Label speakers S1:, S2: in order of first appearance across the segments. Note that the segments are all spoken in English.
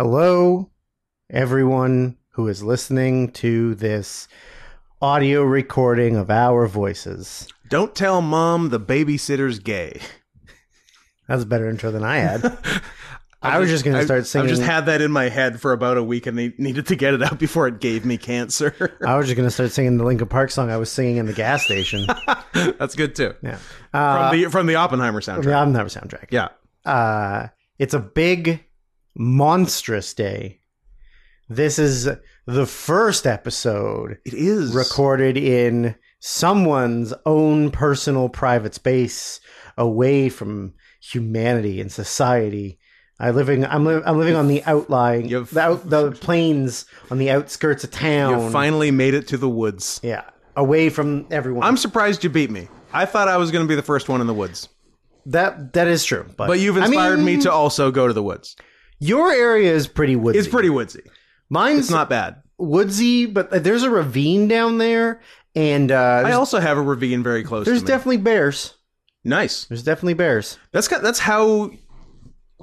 S1: Hello, everyone who is listening to this audio recording of our voices.
S2: Don't tell mom the babysitter's gay.
S1: That's a better intro than I had. I was just going to
S2: I-
S1: start singing.
S2: I've just had that in my head for about a week and they needed to get it out before it gave me cancer.
S1: I was just going to start singing the Linkin Park song I was singing in the gas station.
S2: That's good too.
S1: yeah,
S2: From
S1: uh,
S2: the from the Oppenheimer
S1: the
S2: soundtrack.
S1: album never soundtrack.
S2: Yeah.
S1: Uh, it's a big, monstrous day. This is the first episode
S2: It is
S1: recorded in someone's own personal private space away from humanity and society. I living I'm li- I'm living on the outlying
S2: You've-
S1: the, out, the plains on the outskirts of town.
S2: You finally made it to the woods.
S1: yeah, away from everyone.
S2: I'm surprised you beat me. I thought I was going to be the first one in the woods.
S1: that that is true, but
S2: But you've
S1: I
S2: inspired
S1: mean,
S2: me to also go to the woods.
S1: Your area is pretty woodsy.
S2: It's pretty woodsy.
S1: Mine's
S2: It's not bad.
S1: woodsy, but uh, there's a ravine down there, and uh,
S2: I
S1: there's,
S2: also have a ravine very close
S1: there's
S2: to me.
S1: definitely bears.
S2: nice.
S1: There's definitely bears.
S2: That's ki- that's how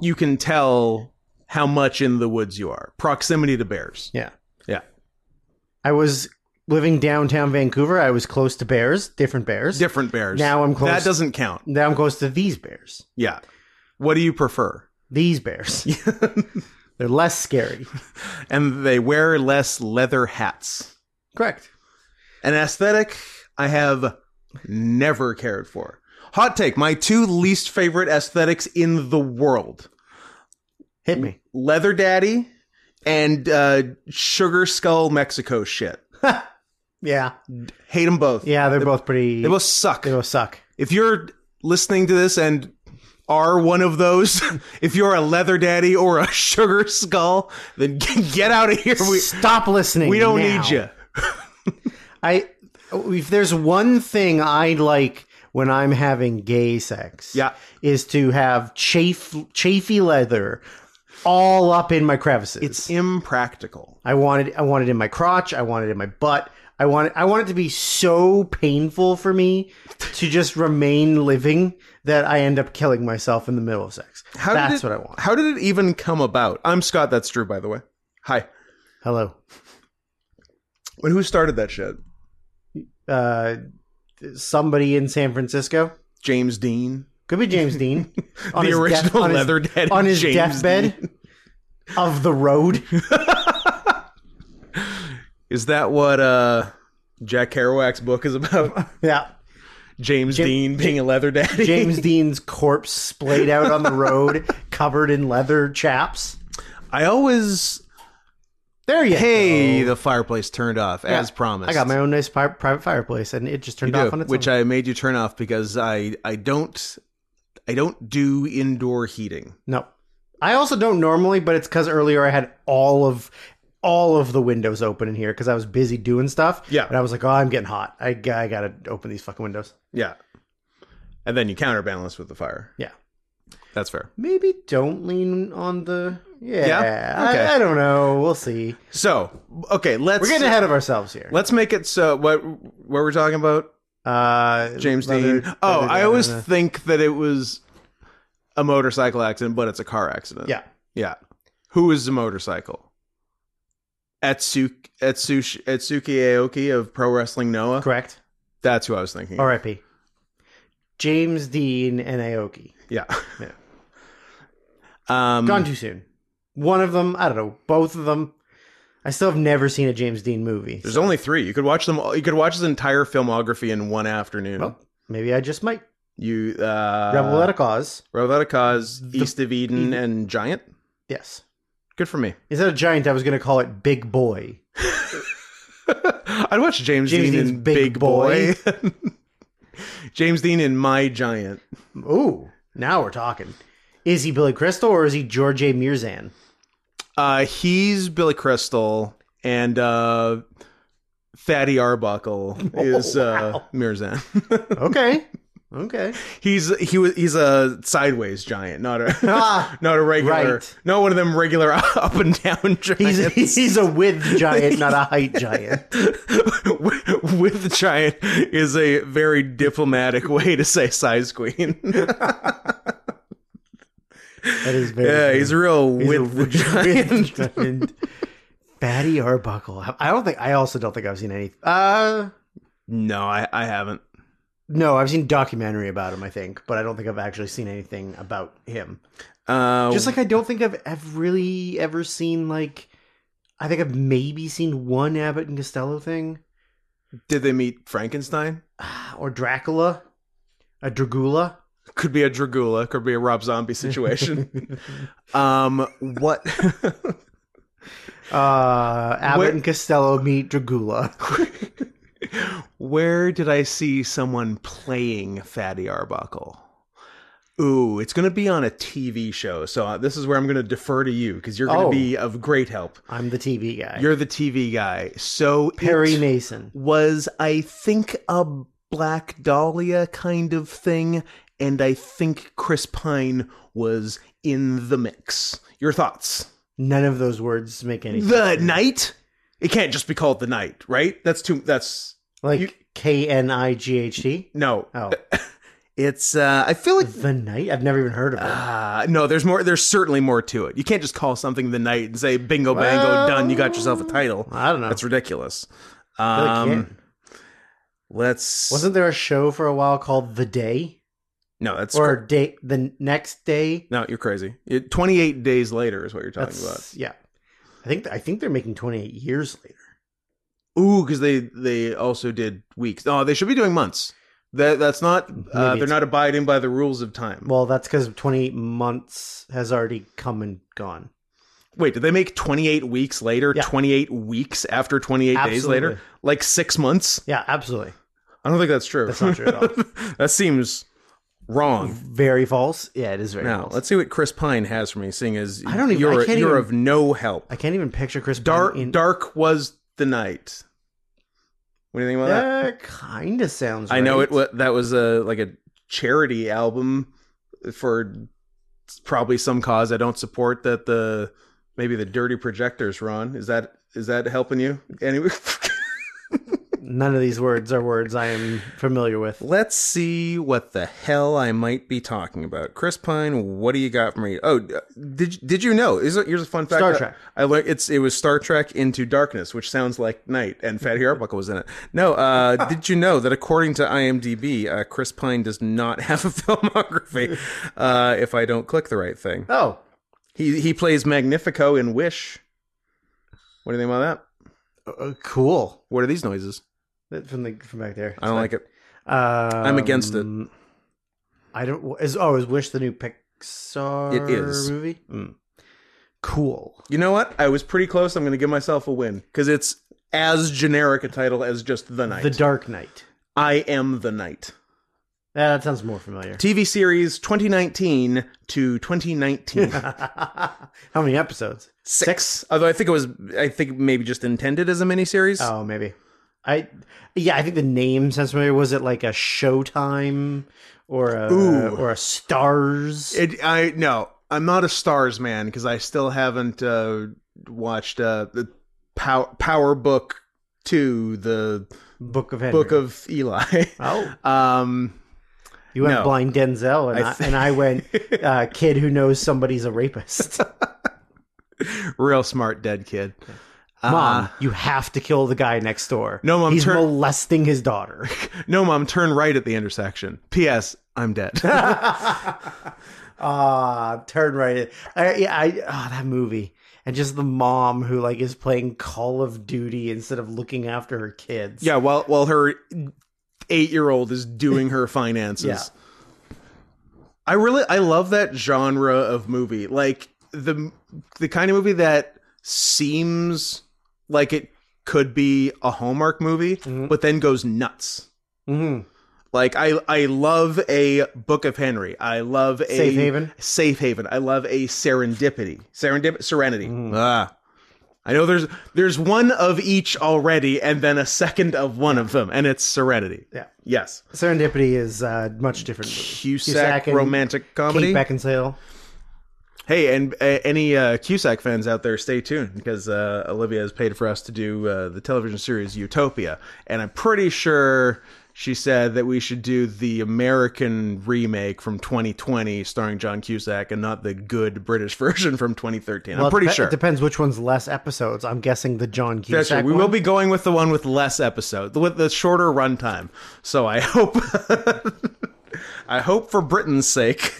S2: you can tell how much in the woods you are. Proximity to bears.
S1: Yeah.
S2: Yeah.
S1: I was living downtown Vancouver. I was close to bears, different bears.
S2: Different bears.
S1: Now I'm close.
S2: That doesn't count.
S1: now I'm close to these bears.
S2: Yeah. What do you prefer?
S1: These bears. They're less scary.
S2: and they wear less leather hats.
S1: Correct.
S2: An aesthetic I have never cared for. Hot take, my two least favorite aesthetics in the world.
S1: Hit me.
S2: Leather daddy and uh, sugar skull Mexico shit.
S1: Yeah.
S2: Hate them both.
S1: Yeah, they're both pretty.
S2: They both suck.
S1: they both suck.
S2: if you're listening to this and are one of those, if you're a leather daddy or a sugar skull, then g- get out of here. We,
S1: Stop listening.
S2: we don't
S1: now.
S2: need you.
S1: I. If there's one thing I like when I'm having gay sex,
S2: Yeah.
S1: is to have chafe, chafy leather all up in my crevices.
S2: It's impractical.
S1: I wanted I wanted in my crotch, I wanted in my butt. I want I want it to be so painful for me to just remain living that I end up killing myself in the middle of sex.
S2: How
S1: That's
S2: did it,
S1: what I want.
S2: How did it even come about? I'm Scott. That's Drew, by the way. Hi.
S1: Hello.
S2: But who started that shit?
S1: Uh somebody in San Francisco?
S2: James Dean,
S1: Could be James Dean.
S2: the
S1: his
S2: original
S1: death- on his-
S2: leather daddy.
S1: on his
S2: James
S1: deathbed
S2: Dean.
S1: of the road.
S2: Is that what uh, Jack Kerouac's book is about?
S1: Yeah.
S2: James Dean being a leather daddy.
S1: James Dean's corpse splayed out on the road, covered in leather chaps.
S2: I always
S1: There you
S2: Hey,
S1: go.
S2: the fireplace turned off as promised.
S1: I got my own nice pri- private fireplace and it just turned
S2: You do,
S1: off on its
S2: which
S1: own.
S2: I made you turn off because I I don't I don't do indoor heating.
S1: No. I also don't normally, but it's because earlier I had all of all of the windows open in here because I was busy doing stuff.
S2: Yeah.
S1: And I was like, oh, I'm getting hot. I, g- I gotta open these fucking windows.
S2: Yeah, and then you counterbalance with the fire.
S1: Yeah.
S2: That's fair.
S1: Maybe don't lean on the. Yeah.
S2: Yeah? Okay.
S1: I, I don't know. We'll see.
S2: So okay, let's
S1: We're getting ahead of ourselves here.
S2: let's make it so what what we're talking about
S1: Uh,
S2: James
S1: leather-
S2: Dean. Oh,
S1: leather-
S2: I always
S1: leather-
S2: think that it was a motorcycle accident, but it's a car accident.
S1: Yeah.
S2: Yeah. Who is the motorcycle? Atsuki, Atsushi, Atsuki Aoki of Pro Wrestling Noah.
S1: Correct.
S2: That's who I was thinking. of.
S1: R.I.P. James Dean and Aoki.
S2: Yeah.
S1: Yeah.
S2: Um,
S1: Gone too soon. One of them, I don't know, both of them. I still have never seen a James Dean movie.
S2: there's only three. You could watch them. All, you could watch his entire filmography in one afternoon.
S1: Well, maybe I just might.
S2: you uh,
S1: Rebel Without a Cause.
S2: Rebel Without a Cause, East of Eden, and Giant.
S1: Yes.
S2: Good for me.
S1: Instead of giant, I was going to call it Big Boy.
S2: I'd watch
S1: James
S2: James, Dean
S1: Dean's
S2: in
S1: Big
S2: Big, Boy. James Dean in My Giant.
S1: Ooh, now we're talking. Is he Billy Crystal or is he George A. Mirzan?
S2: Uh, he's Billy Crystal, and uh, Fatty Arbuckle is uh,
S1: Oh, wow.
S2: Mirzan.
S1: Okay. okay.
S2: he's he was he's a sideways giant, not a
S1: Ah,
S2: not a regular,
S1: Right.
S2: not one of them regular up and down
S1: he's,
S2: giants.
S1: he's a width giant, not a height giant.
S2: With the giant is a very diplomatic way to say size queen.
S1: That is very.
S2: yeah,
S1: true.
S2: he's a real
S1: He's a
S2: width
S1: real
S2: giant.
S1: width giant. Fatty Arbuckle. I- I don't think. I also don't think I've seen any. Uh,
S2: No, I, I haven't.
S1: no, I've seen documentary about him. I think, but I don't think I've actually seen anything about him.
S2: Uh,
S1: Just like I don't think I've, I've really ever seen like. I think I've maybe seen one Abbott and Costello thing,
S2: did they meet Frankenstein?
S1: Ah, or Dracula, a Dragula.
S2: Could be a Dragula. Could be a Rob Zombie situation. um, what?
S1: Uh, Abbott
S2: Where-
S1: and Costello meet Dragula.
S2: Where did I see someone playing Fatty Arbuckle? Ooh, it's going to be on a TV show. So uh, this is where I'm going to defer to you because you're going to
S1: Oh.
S2: be of great help.
S1: I'm the TV guy.
S2: You're the TV guy. So
S1: Perry
S2: it
S1: Mason.
S2: was, I think, a Black Dahlia kind of thing. And I think Chris Pine was in the mix. Your thoughts?
S1: None of those words make any
S2: The
S1: sense.
S2: Night? It can't just be called The Night, right? That's too, that's, You-
S1: Like K N I G H T.
S2: no.
S1: Oh,
S2: It's, uh, I feel like
S1: the night? I've never even heard of it.
S2: Uh, no, there's more. There's certainly more to it. You can't just call something the night and say bingo bango
S1: Well-
S2: done. You got yourself a title.
S1: I don't know.
S2: That's ridiculous.
S1: I really can't.
S2: Um, let's
S1: Wasn't there a show for a while called The Day
S2: no. That's
S1: or Day the Next Day?
S2: no. You're crazy. It, 28 days later is what you're talking
S1: That's yeah. I think I think they're making 28 years later.
S2: about. Ooh, because they they also did weeks. Oh, they should be doing months. That that's not. Uh,
S1: it's-
S2: they're not abiding by the rules of time.
S1: Well, that's because 28 months has already come and gone.
S2: Wait, did they make 28 weeks later?
S1: Yeah.
S2: 28 weeks after 28 days later?
S1: Absolutely.
S2: Like six months?
S1: Yeah, absolutely.
S2: I don't think that's true.
S1: That's not true at all.
S2: that seems wrong.
S1: Very false. Yeah, it is very
S2: Now,
S1: false.
S2: let's see what Chris Pine has for me, seeing as
S1: I don't even-
S2: you're,
S1: I can't
S2: you're
S1: even-
S2: of no help.
S1: I can't even picture Chris Pine
S2: Dark
S1: in-
S2: Dark was the night. What do you think about that?
S1: That kind of sounds.
S2: I know
S1: right.
S2: it. wa- That was a like a charity album for probably some cause I don't support. That the maybe the Dirty Projectors run is that is that helping you anyway?
S1: None of these words are words I am familiar with.
S2: Let's see what the hell I might be talking about. Chris Pine, what do you got for me? Oh, d- did did you know? Is it, here's a fun fact.
S1: Star
S2: I-
S1: Trek.
S2: I learned it's it was Star Trek Into Darkness, which sounds like night, and Fatty Arbuckle was in it. No, uh, did you know that according to IMDb, uh, Chris Pine does not have a filmography? Uh, if I don't click the right thing,
S1: Oh,
S2: he he plays Magnifico in Wish. What do you think about that?
S1: uh, cool.
S2: What are these noises?
S1: That- From the from back there.
S2: I don't like it.
S1: I'm
S2: against it.
S1: I don't. Is oh is Wish the new Pixar?
S2: It is.
S1: movie. Mm. Cool.
S2: You know what? I was pretty close. I'm going to give myself a win because it's as generic a title as just The Night.
S1: The Dark Knight.
S2: I Am the Night.
S1: Yeah, that sounds more familiar.
S2: TV series 2019 to 2019.
S1: How many episodes?
S2: Six. Although I think it was, I think maybe just intended as a miniseries.
S1: Oh, maybe. I yeah, I think the name sounds familiar. Was it like a Showtime or a
S2: Ooh.
S1: or a Stars?
S2: It, I no, I'm not a stars man because I still haven't uh, watched uh, the Power Power Book Two, the
S1: Book of Henry.
S2: Book of Eli.
S1: oh.
S2: um,
S1: You went
S2: No.
S1: blind Denzel, and
S2: I
S1: I,
S2: thi-
S1: and I went uh, kid who knows somebody's a rapist.
S2: real smart dead kid.
S1: Mom, you have to kill the guy next door.
S2: Uh-huh. No, Mom,
S1: he's
S2: turn-
S1: molesting his daughter.
S2: No, mom, turn right at the intersection. P.S. I'm dead.
S1: Ah, turn right. in. I, yeah, I ah, that movie, and just the mom who like is playing Call of Duty instead of looking after her kids.
S2: yeah, while while her eight year old is doing her finances.
S1: Yeah.
S2: I really I love that genre of movie. Like the the kind of movie that seems like it could be a Hallmark movie,
S1: Mhm.
S2: but then goes nuts.
S1: Mhm.
S2: Like I I love a Book of Henry. I love a
S1: Safe Haven.
S2: Safe haven. I love a serendipity. Serendip serenity.
S1: Mm.
S2: Ah. I know there's there's one of each already and then a second of one of them and it's serenity.
S1: Yeah.
S2: Yes.
S1: Serendipity is uh, much different. movie.
S2: Cusack,
S1: Cusack and
S2: romantic comedy.
S1: Kate Beckinsale.
S2: Hey, and uh, any uh, Cusack fans out there, stay tuned because uh, Olivia has paid for us to do uh, the television series Utopia, and I'm pretty sure she said that we should do the American remake from 2020 starring John Cusack and not the good British version from 2013. I'm pretty
S1: it dep-
S2: sure.
S1: It depends which one's less episodes. I'm guessing the John Cusack
S2: That's right. We will
S1: one.
S2: be going with the one with less episode, with the shorter runtime. So I hope, I hope for Britain's sake,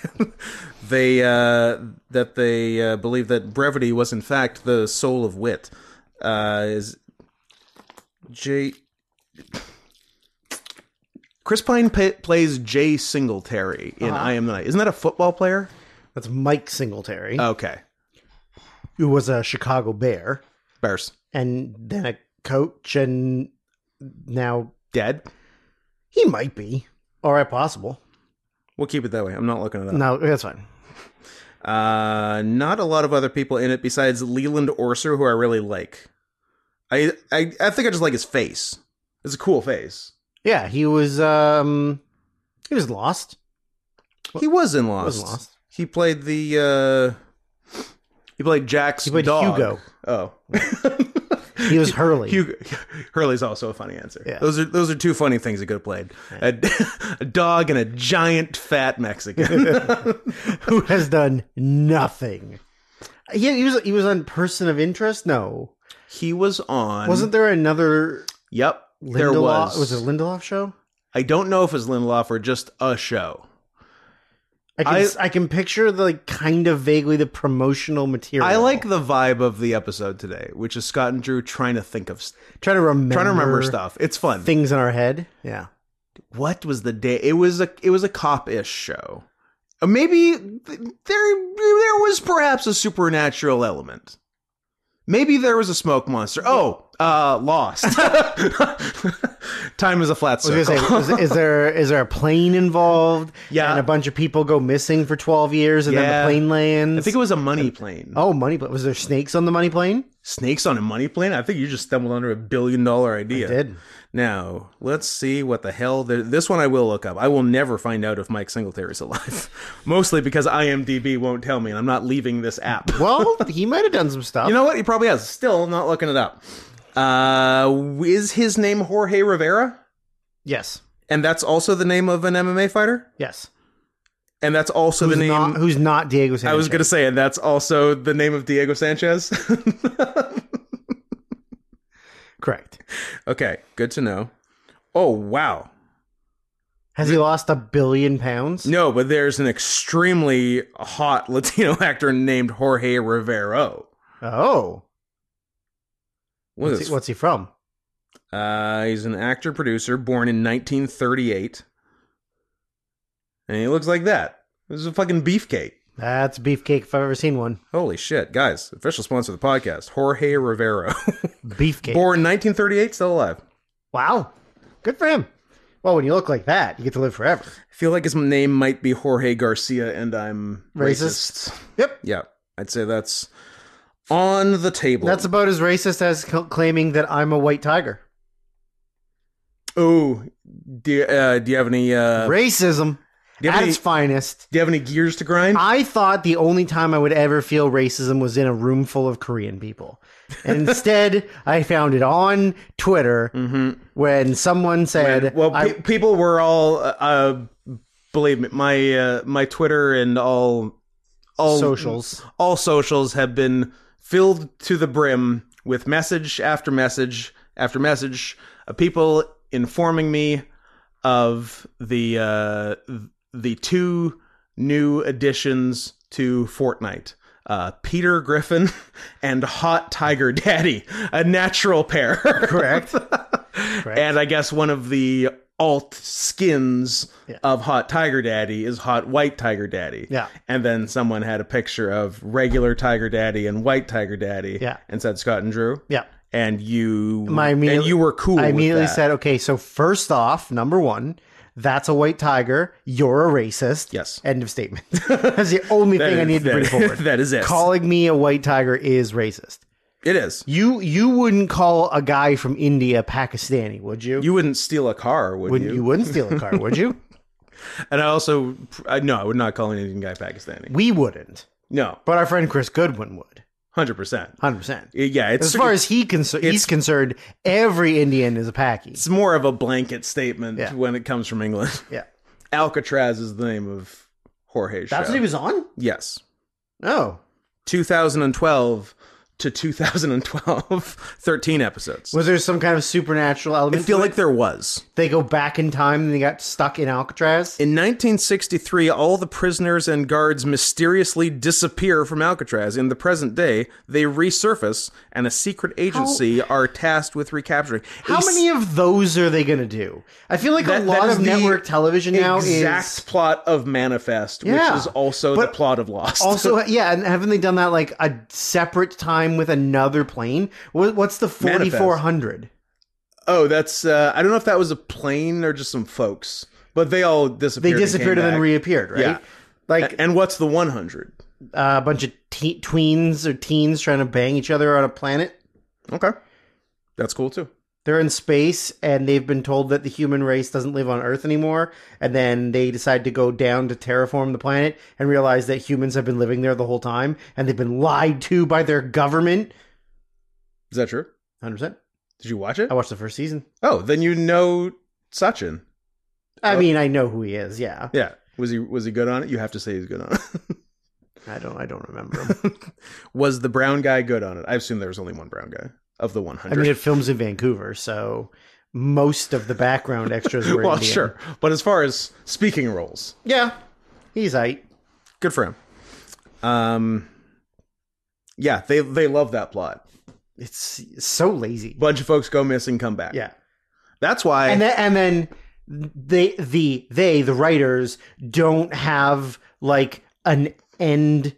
S2: they uh, that they uh, believe that brevity was in fact the soul of wit. Uh, is J. Chris Pine pa- plays Jay Singletary in I Am the Night. Isn't that a football player?
S1: That's Mike Singletary,
S2: Okay,
S1: who was a Chicago Bear
S2: Bears
S1: and then a coach, and now
S2: dead.
S1: he might be. All right, possible.
S2: We'll keep it that way. I'm not looking at that.
S1: No, that's fine.
S2: Uh, not a lot of other people in it besides Leland Orser, who I really like. I I, I think I just like his face. It's a cool face.
S1: Yeah, he was. um He was lost.
S2: He was in Lost.
S1: Was lost.
S2: He played the uh, he played Jack's
S1: He played
S2: dog.
S1: Hugo.
S2: Oh,
S1: He was Hurley.
S2: Hugo Hurley's also a funny answer.
S1: Yeah.
S2: Those are those are two funny things he could have played: a, a dog and a giant fat Mexican.
S1: who has done nothing. Yeah, he was. He was on Person of Interest. No,
S2: he was on.
S1: wasn't there another
S2: Yep,
S1: Lindelof?
S2: there was.
S1: was it a Lindelof show?
S2: I don't know if it was Lindelof or just a show.
S1: I can
S2: I-
S1: I, can picture the like, kind of vaguely the promotional material.
S2: I like the vibe of the episode today, which is Scott and Drew trying to think of
S1: trying to remember
S2: trying to remember stuff. It's fun.
S1: things in our head. Yeah,
S2: what was the day? It was a it was a cop ish show. Uh, Maybe th- there there was perhaps a supernatural element. Maybe there was a smoke monster. Oh, uh, lost. Time is a flat
S1: I
S2: circle.
S1: was gonna say, is, is there is there a plane involved?
S2: Yeah.
S1: and a bunch of people go missing for twelve years, and then
S2: Yeah.
S1: the plane lands.
S2: I think it was a money plane.
S1: oh, money. But was there snakes on the money plane?
S2: Snakes on a money plane? I think you just stumbled under a billion dollar idea.
S1: Did
S2: Now, let's see what the hell. The, this one I will look up. I will never find out if Mike Singletary's alive. Mostly because IMDb won't tell me, and I'm not leaving this app.
S1: well, he might have done some stuff.
S2: You know what? He probably has. Still not looking it up. Uh, is his name Jorge Rivera?
S1: yes,
S2: And that's also the name of an MMA fighter?
S1: yes.
S2: And that's also
S1: Who's
S2: the name.
S1: not who's not Diego Sanchez?
S2: I was going to say, and that's also the name of Diego Sanchez?
S1: correct.
S2: okay, good to know. Oh, wow.
S1: Has he lost a billion pounds?
S2: No, but there's an extremely hot Latino actor named Jorge Rivero.
S1: Oh,
S2: What
S1: what's
S2: is-
S1: he, what's he from?
S2: uh, he's an actor producer born in 1938. And he looks like that. This is a fucking beefcake.
S1: That's beefcake if I've ever seen one.
S2: Holy shit, guys. Official sponsor of the podcast, Jorge Rivero.
S1: Beefcake.
S2: born 1938, still alive.
S1: Wow. Good for him. Well, when you look like that, you get to live forever.
S2: I feel like his name might be Jorge Garcia, and I'm
S1: Racist.
S2: racist.
S1: Yep.
S2: Yeah, I'd say that's on the table.
S1: That's about as racist as cl- claiming that I'm a white tiger.
S2: oh, do you, uh, do you have any uh,
S1: Racism
S2: do you have
S1: at
S2: any-
S1: its finest.
S2: Do you have any gears to grind?
S1: I thought the only time I would ever feel racism was in a room full of Korean people. And instead, I found it on Twitter
S2: Mm-hmm.
S1: when someone said,
S2: well, pe-
S1: I-
S2: people were all uh, uh, believe me, my uh, my Twitter and all all
S1: Socials.
S2: all socials have been filled to the brim with message after message after message of people informing me of the uh, the two new additions to Fortnite. Uh, Peter Griffin and Hot Tiger Daddy, a natural pair.
S1: Correct.
S2: And I guess one of the alt skins
S1: Yeah.
S2: of Hot Tiger Daddy is Hot White Tiger Daddy.
S1: Yeah.
S2: And then someone had a picture of regular Tiger Daddy and White Tiger Daddy.
S1: Yeah.
S2: And said Scott and Drew.
S1: yeah.
S2: And you
S1: My immediate-
S2: and you were cool.
S1: I
S2: with
S1: immediately
S2: that.
S1: said, okay, so first off, number one, that's a white tiger. You're a racist.
S2: Yes.
S1: End of statement. that's the only
S2: That
S1: thing I
S2: is-
S1: need to
S2: that-
S1: bring forward.
S2: that is it.
S1: Calling me a white tiger is racist.
S2: it is.
S1: You you wouldn't call a guy from India Pakistani, would you?
S2: You wouldn't steal a car, would
S1: wouldn't,
S2: you?
S1: you wouldn't steal a car, would you?
S2: And I also, I, no, I would not call an Indian guy Pakistani.
S1: We wouldn't.
S2: No.
S1: But our friend Chris Goodwin would.
S2: hundred percent.
S1: hundred percent.
S2: Yeah, it's
S1: As far as he concer- he's
S2: it's-
S1: concerned, every Indian is a Paki.
S2: it's more of a blanket statement
S1: Yeah.
S2: when it comes from England.
S1: Yeah.
S2: Alcatraz is the name of Jorge's
S1: That's
S2: show.
S1: what he was on.
S2: yes,
S1: Oh,
S2: 2012 to 2012, 13 episodes.
S1: was there some kind of supernatural
S2: I
S1: element?
S2: feel
S1: to it?
S2: like there was.
S1: they go back in time and they got stuck in Alcatraz.
S2: In 1963, all the prisoners and guards mysteriously disappear from Alcatraz. In the present day, they resurface, and a secret agency are tasked with recapturing.
S1: How
S2: A
S1: many of those are they going to do? I feel like
S2: That-
S1: a
S2: that
S1: lot
S2: is
S1: of
S2: the
S1: network television now
S2: exact
S1: is
S2: plot of Manifest,
S1: Yeah.
S2: which is also the
S1: But
S2: plot of Lost.
S1: also yeah, and haven't they done that like a separate time with another plane? What, what's the forty
S2: Manifest.
S1: four hundred?
S2: oh, that's uh, I don't know if that was a plane or just some folks, but they all disappeared.
S1: They disappeared and,
S2: came
S1: then
S2: back.
S1: reappeared, right?
S2: Yeah.
S1: Like
S2: And what's the 100?
S1: uh, a bunch of te- tweens or teens trying to bang each other on a planet.
S2: Okay, that's cool too.
S1: They're in space and they've been told that the human race doesn't live on Earth anymore. And then they decide to go down to terraform the planet and realize that humans have been living there the whole time and they've been lied to by their government.
S2: Is that true?
S1: 100%.
S2: Did you watch it?
S1: I watched the first season.
S2: Oh, then you know Sachin.
S1: I
S2: Oh.
S1: mean, I know who he is. Yeah.
S2: Yeah. Was he was he good on it? You have to say he's good on
S1: I don't, I don't remember him.
S2: it. was the brown guy good on it? I assume there was only one brown guy of the 100.
S1: I mean, it films in Vancouver, so most of the background extras were
S2: well,
S1: Indian.
S2: sure. But as far as speaking roles,
S1: Yeah. He's eight.
S2: good for him. Um yeah, they they love that plot.
S1: It's so lazy.
S2: Bunch of folks go missing, come back.
S1: yeah.
S2: That's why
S1: and then and then they the they the writers don't have like an end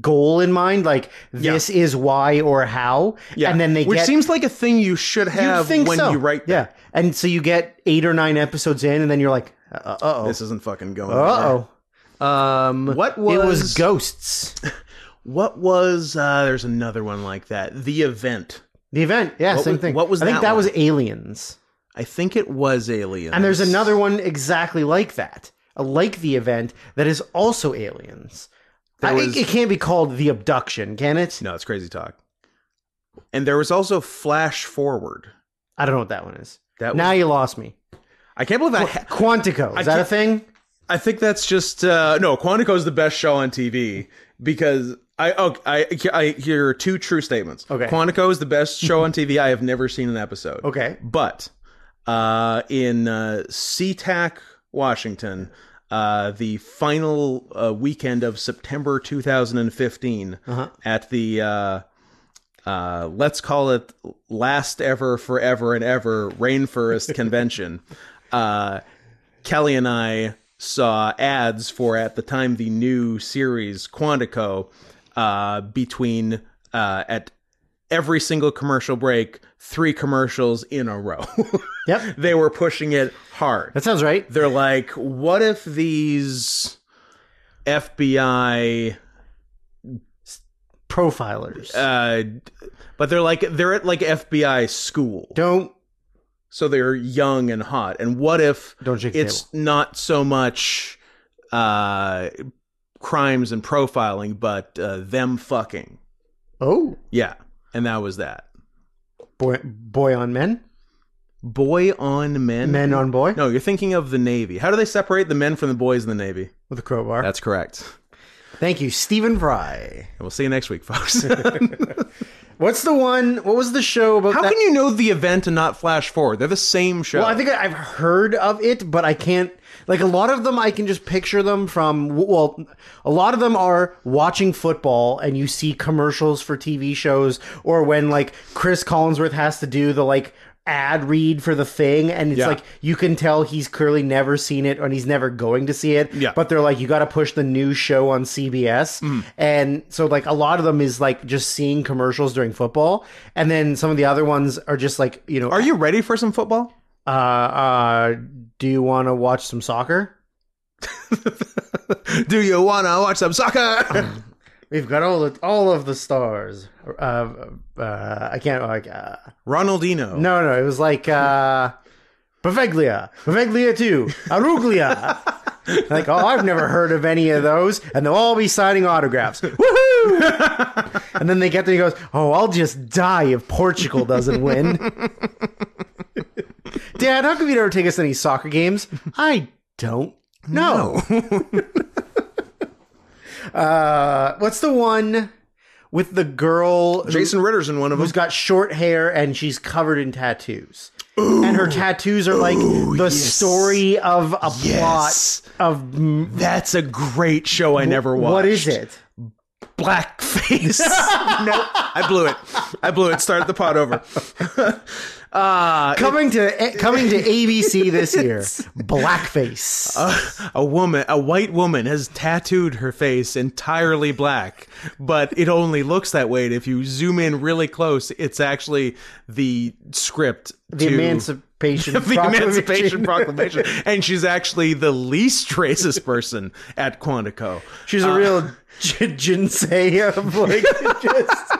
S1: goal in mind like this is why or how
S2: yeah.
S1: and then they
S2: Which
S1: get
S2: seems like a thing you should
S1: You'd
S2: have
S1: think
S2: when
S1: so.
S2: you write
S1: yeah
S2: that.
S1: and so you get eight or nine episodes in and then you're like uh oh
S2: This isn't fucking going anywhere.
S1: uh oh um
S2: What
S1: it was
S2: was-
S1: ghosts
S2: What was uh there's another one like that. The event.
S1: the event yeah
S2: What
S1: same
S2: was-
S1: thing
S2: what was
S1: i think
S2: that
S1: that
S2: one?
S1: was aliens
S2: I think it was Alien.
S1: and there's another one exactly like that uh, like the event that is also aliens
S2: There
S1: I,
S2: was-
S1: it, it can't be called the abduction, can it?
S2: No, it's crazy talk. And there was also Flash Forward.
S1: I don't know what that one is.
S2: That
S1: now
S2: was,
S1: you lost me.
S2: I can't believe I. Ha-
S1: Quantico is
S2: I
S1: that a
S2: can't-
S1: thing?
S2: I think that's just uh, no. Quantico is the best show on TV because I oh, I I hear two true statements.
S1: Okay.
S2: Quantico is the best show on TV. I have never seen an episode.
S1: Okay,
S2: But uh, in uh, SeaTac, Washington, uh, the final uh, weekend of September 2015,
S1: Uh-huh.
S2: at the uh, uh, let's call it last ever, forever and ever rainforest convention, uh, Kelly and I saw ads for at the time the new series Quantico uh, between uh, at every single commercial break, three commercials in a row.
S1: yep,
S2: they were pushing it hard.
S1: that sounds right.
S2: They're like, what if these FBI
S1: Profilers
S2: uh but they're like they're at like FBI school.
S1: don't
S2: So they're young and hot. And what if
S1: don't shake the
S2: it's
S1: table.
S2: not so much uh crimes and profiling but uh, them fucking.
S1: Oh,
S2: Yeah. And that was that.
S1: boy, boy on men,
S2: Boy on men.
S1: men on boy
S2: No, you're thinking of the Navy. How do they separate the men from the boys in the Navy?
S1: with a crowbar.
S2: That's correct.
S1: Thank you, Stephen Fry.
S2: And we'll see you next week, folks. How
S1: What's the one? What was the show about? that?
S2: can you know the event and not flash forward? They're the same show.
S1: Well, I think I've heard of it, but I can't. Like a lot of them, I can just picture them from. Well, a lot of them are watching football, and you see commercials for TV shows, or when like Chris Collinsworth has to do the like ad read for the thing, and it's
S2: Yeah.
S1: like you can tell he's clearly never seen it, and he's never going to see it.
S2: Yeah. Mm.
S1: But they're like, you got to push the new show on CBS, and so like a lot of them is like just seeing commercials during football, and then some of the other ones are just like you know
S2: Are you ready for some football?
S1: uh, uh, do you want to watch some soccer?
S2: Do you wanna watch some soccer?
S1: We've got all the, all of the stars. Uh, uh, I can't like uh,
S2: Ronaldinho.
S1: no no. It was like uh, Baveglia, Baveglia two, Aruglia. like oh, I've never heard of any of those, and they'll all be signing autographs. Woohoo! and then they get there. He goes, "Oh, I'll just die if Portugal doesn't win." Dad, how come you never take us to any soccer games? I don't know. uh, what's the one with the girl who,
S2: Jason Ritter's in one of them.
S1: has got short hair and she's covered in tattoos? and her tattoos are like the
S2: yes.
S1: story of a
S2: Yes.
S1: plot of mm,
S2: That's a great show I never watched.
S1: what is it?
S2: Blackface. nope. I blew it. I blew it. Start the pot over. uh,
S1: coming to eh, coming to ABC this year. Blackface.
S2: Uh, a woman, a white woman, has tattooed her face entirely black, but it only looks that way. And if you zoom in really close, it's actually the script
S1: the
S2: to
S1: Emancipation.
S2: the
S1: Proclamation.
S2: Emancipation Proclamation, and she's actually the least racist person at Quantico.
S1: She's
S2: Uh.
S1: a real j- jinsei of like just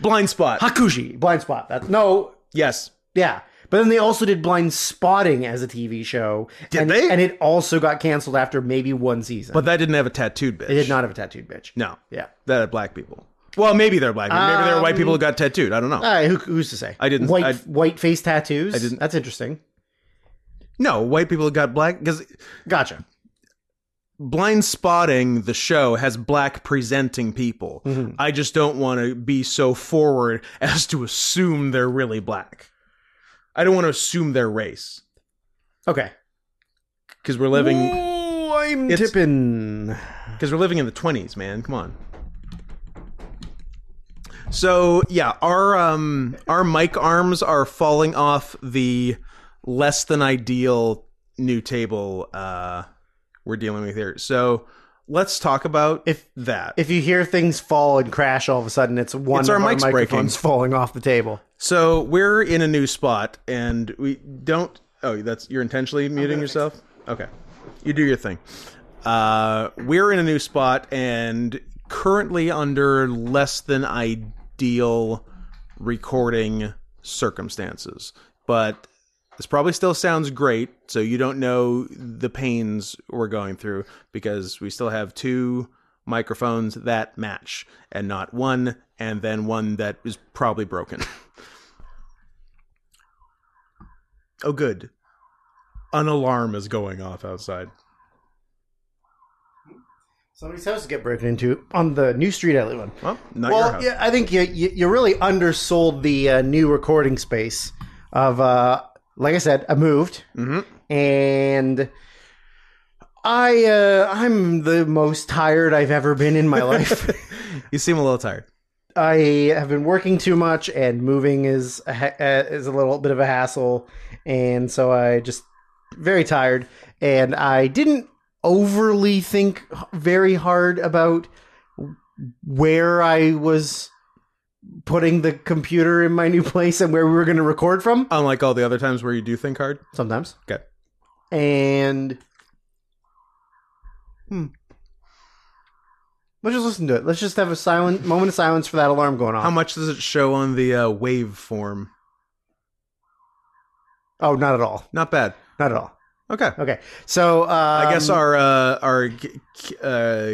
S2: Blind spot.
S1: Hakuji blind spot. That's no,
S2: Yes.
S1: yeah. But then they also did Blind Spotting as a TV show.
S2: Did
S1: and,
S2: they?
S1: And it also got canceled after maybe one season.
S2: But that didn't have a tattooed bitch.
S1: they did not have a tattooed bitch.
S2: No.
S1: Yeah.
S2: That are black people. Well, maybe they're black. People. Maybe they're white
S1: Um,
S2: people who got tattooed. I don't know.
S1: All right, who, who's to say?
S2: I didn't-
S1: White
S2: I-
S1: white face tattoos. I
S2: didn't-
S1: That's interesting.
S2: no, white people who got black because
S1: Gotcha.
S2: blind spotting the show has black presenting people.
S1: Mm-hmm.
S2: I just don't want to be so forward as to assume they're really black. I don't want to assume their race
S1: Okay.
S2: because we're living
S1: Ooh, I'm
S2: It's-
S1: tipping.
S2: because we're living in the twenties, man. Come on. So yeah, our um our mic arms are falling off the less than ideal new table uh we're dealing with here. So let's talk about
S1: If-
S2: that.
S1: if you hear things fall and crash all of a sudden, it's one
S2: It's
S1: of
S2: our
S1: our,
S2: mics
S1: microphones falling off the table.
S2: So we're in a new spot, and we don't. Oh, that's you're intentionally muting yourself. Okay, you do your thing. Uh, we're in a new spot, and currently under less than ideal recording circumstances, but this probably still sounds great. So you don't know the pains we're going through because we still have two microphones that match, and not one, and then one that is probably broken. Oh, good. An alarm is going off outside.
S1: Somebody's house is get broken into on the new street I live on.
S2: Well, not your
S1: Well,
S2: house.
S1: yeah, I think you, you you really undersold the uh, new recording space of uh, like I said, I moved
S2: Mhm.
S1: and I uh, I'm the most tired I've ever been in my life.
S2: You seem a little tired.
S1: I have been working too much, and moving is a, ha- uh, is a little bit of a hassle, and so I just very tired. And I didn't overly think h- very hard about where I was putting the computer in my new place and where we were going to record from.
S2: Unlike all the other times where you do think hard.
S1: Sometimes,
S2: Okay.
S1: and hmm. Let's just listen to it. Let's just have a silent moment of silence for that alarm going off.
S2: How much does it show on the uh, waveform?
S1: Oh, not at all.
S2: Not bad.
S1: Not at all.
S2: Okay.
S1: Okay. So um,
S2: I guess our uh, our ki- ki- uh,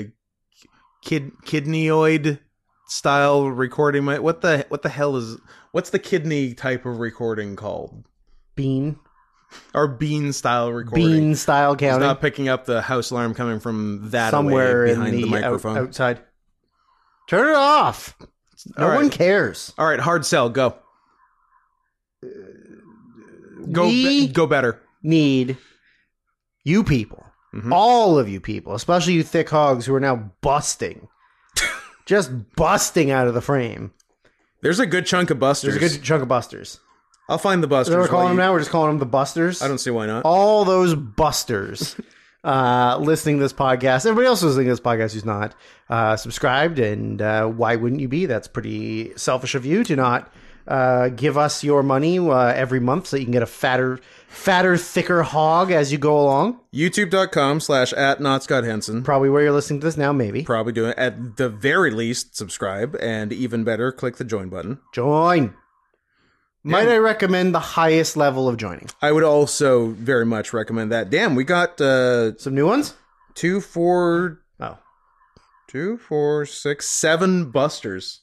S2: kid kidneyoid style recording. Might, what the what the hell is what's the kidney type of recording called?
S1: bean
S2: Our bean style recording.
S1: bean style
S2: It's
S1: counting
S2: not picking up the house alarm coming from that
S1: somewhere
S2: away
S1: in
S2: behind
S1: the,
S2: the,
S1: out-
S2: microphone.
S1: outside. Turn it off. No
S2: All right.
S1: one cares.
S2: All right, hard sell. Go. Go.
S1: We-
S2: be- go better.
S1: Need you people,
S2: Mhm.
S1: all of you people, especially you thick hogs who are now busting, just busting out of the frame.
S2: There's a good chunk of busters.
S1: There's a good chunk of busters.
S2: I'll find the busters.
S1: That's what we're
S2: while
S1: calling them
S2: you-
S1: now. We're just calling them the busters.
S2: I don't see why not.
S1: all those busters uh, listening to this podcast. Everybody else listening to this podcast who's not uh, subscribed, and uh, why wouldn't you be? That's pretty selfish of you to not uh, give us your money uh, every month so you can get a fatter, fatter, thicker hog as you go along.
S2: YouTube.com slash at not Scott Henson.
S1: Probably where you're listening to this now, maybe.
S2: Probably doing at the very least subscribe and even better click the join button.
S1: Join. Might I recommend the highest level of joining?
S2: I would also very much recommend that. Damn, we got uh
S1: Some new ones?
S2: two four
S1: Oh.
S2: two two, four, six, seven busters.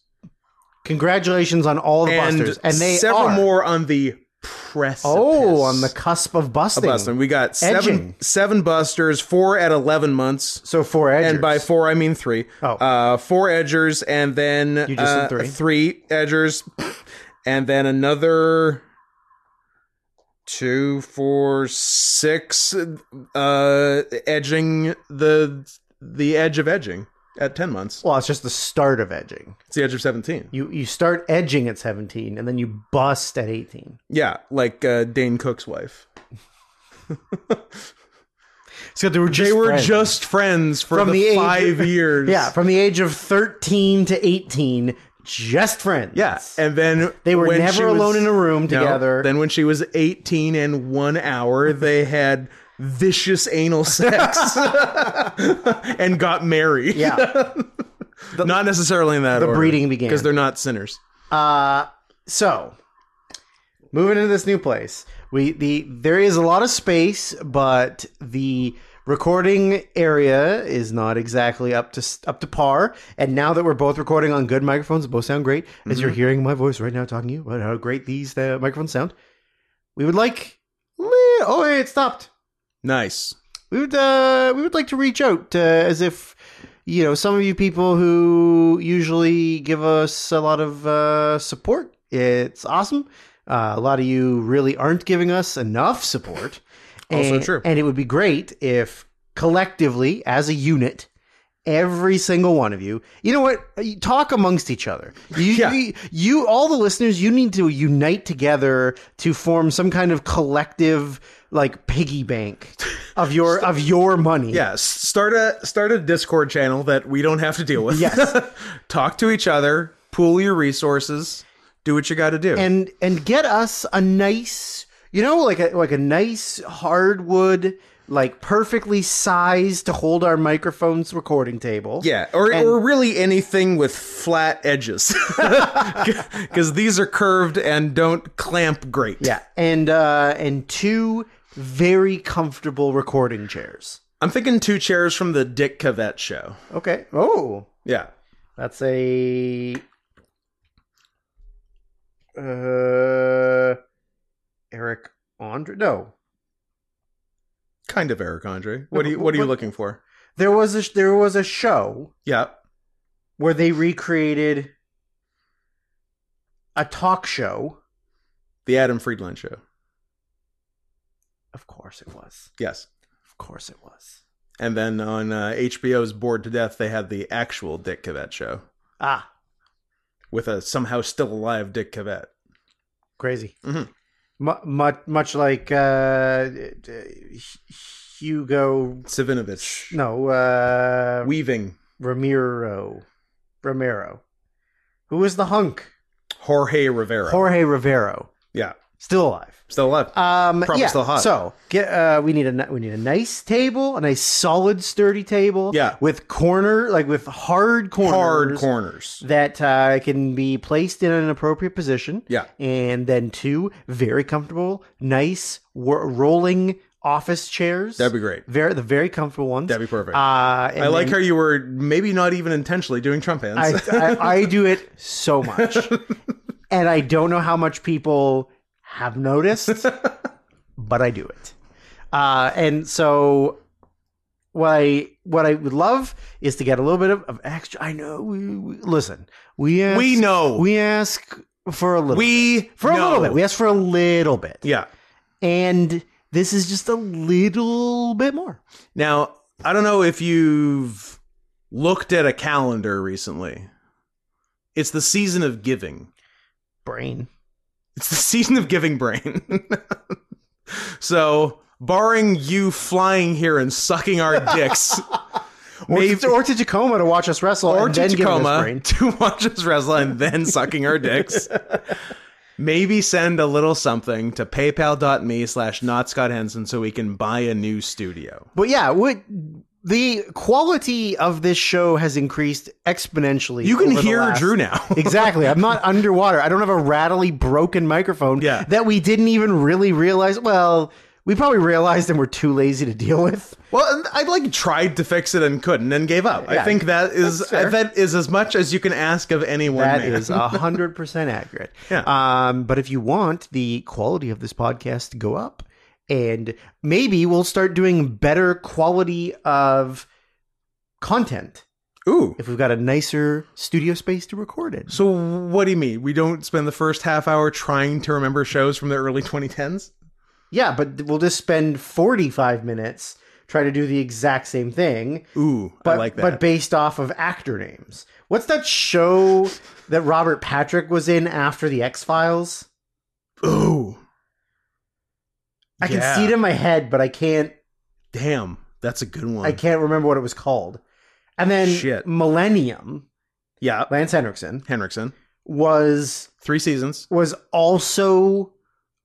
S1: Congratulations on all the busters, and they
S2: several
S1: are
S2: more on the precipice.
S1: oh on the cusp of busting.
S2: busting. We got
S1: Edging.
S2: seven seven busters, four at eleven months.
S1: So four edgers.
S2: And by four, I mean three.
S1: Oh.
S2: Uh, four edgers, and then
S1: You just said
S2: uh,
S1: three.
S2: edgers, and then another two, four, six uh, edging the the edge of edging at ten months.
S1: well, it's just the start of edging.
S2: It's the edge of seventeen.
S1: You you start edging at seventeen, and then you bust at eighteen.
S2: Yeah, like uh, Dane Cook's wife.
S1: So they were
S2: They were just friends for
S1: From
S2: the,
S1: the age-
S2: five years.
S1: yeah from the age of thirteen to eighteen, just friends.
S2: Yeah, and then
S1: They were
S2: when
S1: never
S2: she
S1: alone in a room
S2: No,
S1: together.
S2: Then when she was 18 and one hour, they had vicious anal sex and got married.
S1: yeah.
S2: not necessarily in that
S1: The breeding began.
S2: because they're not sinners.
S1: Uh, so moving into this new place, we the there is a lot of space, but the recording area is not exactly up to s- up to par. And now that we're both recording on good microphones, both sound great. As you're hearing my voice right now, talking to you about how great these uh, microphones sound, we would like. Oh, wait, it stopped.
S2: Nice.
S1: We would uh, we would like to reach out uh, as if you know some of you people who usually give us a lot of uh, support. It's awesome. Uh, a lot of you really aren't giving us enough support.
S2: Also
S1: And-
S2: true.
S1: And it would be great if collectively, as a unit, every single one of you, you know what? Uh, You Talk amongst each other. You,
S2: Yeah.
S1: you, you- all the listeners, you need to unite together to form some kind of collective, like piggy bank of your of your money.
S2: Yeah, s- start a start a Discord channel that we don't have to deal with.
S1: Yes.
S2: Talk to each other, pool your resources, do what you got to do.
S1: and and get us a nice you know like a like a nice hardwood like perfectly sized to hold our microphones recording table
S2: Yeah, or,
S1: And-
S2: or really anything with flat edges, because these are curved and don't clamp great.
S1: yeah and uh and two very comfortable recording chairs
S2: I'm thinking two chairs from the Dick Cavett show.
S1: okay oh
S2: Yeah,
S1: that's a uh eric andre no
S2: kind of Eric Andre. What do you What are you looking for?
S1: there was a there was a show
S2: Yeah,
S1: where they recreated a talk show.
S2: the Adam Friedland show.
S1: Of course it was.
S2: Yes,
S1: Of course it was.
S2: and then on uh, HBO's Bored to Death, they had the actual Dick Cavett show
S1: Ah,
S2: with a somehow still alive Dick Cavett.
S1: crazy.
S2: Mhm.
S1: much, much like uh, d- Hugo.
S2: Savinovich
S1: No, uh,
S2: weaving
S1: Ramiro. Romero. Who was the hunk?
S2: Jorge Rivera.
S1: Jorge Rivero.
S2: yeah,
S1: Still alive.
S2: still alive.
S1: Um,
S2: Probably
S1: yeah.
S2: still hot.
S1: So get uh, we need a ni- we need a nice table, a nice solid, sturdy table.
S2: Yeah.
S1: with corner like with hard corners.
S2: Hard corners.
S1: that uh, can be placed in an appropriate position.
S2: Yeah.
S1: and then two very comfortable, nice wor- rolling office chairs.
S2: That'd be great.
S1: very the very comfortable ones.
S2: That'd be perfect.
S1: uh,
S2: I like how you were maybe not even intentionally doing Trump
S1: I,
S2: hands.
S1: I, I do it so much. and I don't know how much people have noticed, but I do it. Uh, and so what I what I would love is to get a little bit of, of extra. I know. We, we- listen, we ask,
S2: we know. We,
S1: we ask for a little for a little
S2: know.
S1: bit. We ask for a little bit,
S2: yeah.
S1: and this is just a little bit more.
S2: Now, I don't know if you've looked at a calendar recently. It's the season of giving.
S1: Brain.
S2: It's the season of giving brain. so, barring you flying here and sucking our dicks,
S1: Or,
S2: Maybe-
S1: to, or to Tacoma to watch us wrestle,
S2: or
S1: and
S2: to
S1: then give us
S2: Tacoma
S1: brain.
S2: to watch us wrestle and then sucking our dicks. Maybe send a little something to paypal.me slash not Scott Henson so we can buy a new studio.
S1: But yeah, what the quality of this show has increased exponentially.
S2: You can
S1: over the
S2: hear
S1: last-
S2: Drew now.
S1: exactly. I'm not underwater. I don't have a rattly broken microphone
S2: Yeah.
S1: that we didn't even really realize. Well, we probably realized and were too lazy to deal with.
S2: Well, and I like tried to fix it and couldn't, and gave up. I
S1: Yeah,
S2: think that is
S1: that's fair.
S2: that is as much as you can ask of anyone.
S1: That is a hundred percent accurate.
S2: Yeah.
S1: Um, but if you want the quality of this podcast to go up, and maybe we'll start doing better quality of content
S2: Ooh.
S1: if we've got a nicer studio space to record it.
S2: So what do you mean? We don't spend the first half hour trying to remember shows from the early 2010s?
S1: Yeah, but we'll just spend forty-five minutes trying to do the exact same thing.
S2: Ooh,
S1: But,
S2: I like that.
S1: but based off of actor names. What's that show that Robert Patrick was in after the X Files?
S2: Ooh.
S1: I can
S2: Yeah.
S1: see it in my head, but I can't
S2: Damn, that's a good one.
S1: I can't remember what it was called. And then
S2: Shit.
S1: Millennium,
S2: yeah,
S1: Lance Henriksen,
S2: Henriksen.
S1: was
S2: Three seasons.
S1: was also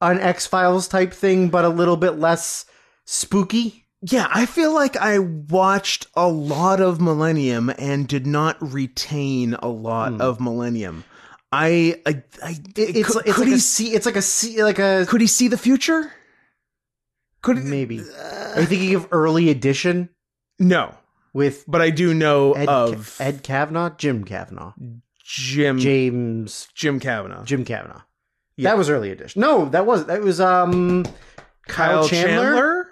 S1: an X Files type thing, but a little bit less spooky.
S2: Yeah, I feel like I watched a lot of Millennium and did not retain a lot
S1: Hmm.
S2: of Millennium. I, I, I
S1: It- it's
S2: could,
S1: it's
S2: could
S1: like
S2: he,
S1: a
S2: s-
S1: C, it's like a C, like a
S2: could he see the future? Could
S1: maybe. Are
S2: Uh,
S1: you thinking of early edition
S2: no,
S1: with
S2: but I do know
S1: Ed,
S2: of
S1: Ca- Ed Kavanaugh, Jim Kavanaugh,
S2: Jim
S1: James
S2: Jim Kavanaugh.
S1: Jim Kavanaugh.
S2: Yeah.
S1: That was early edition. No, that was that was um Kyle, Chandler?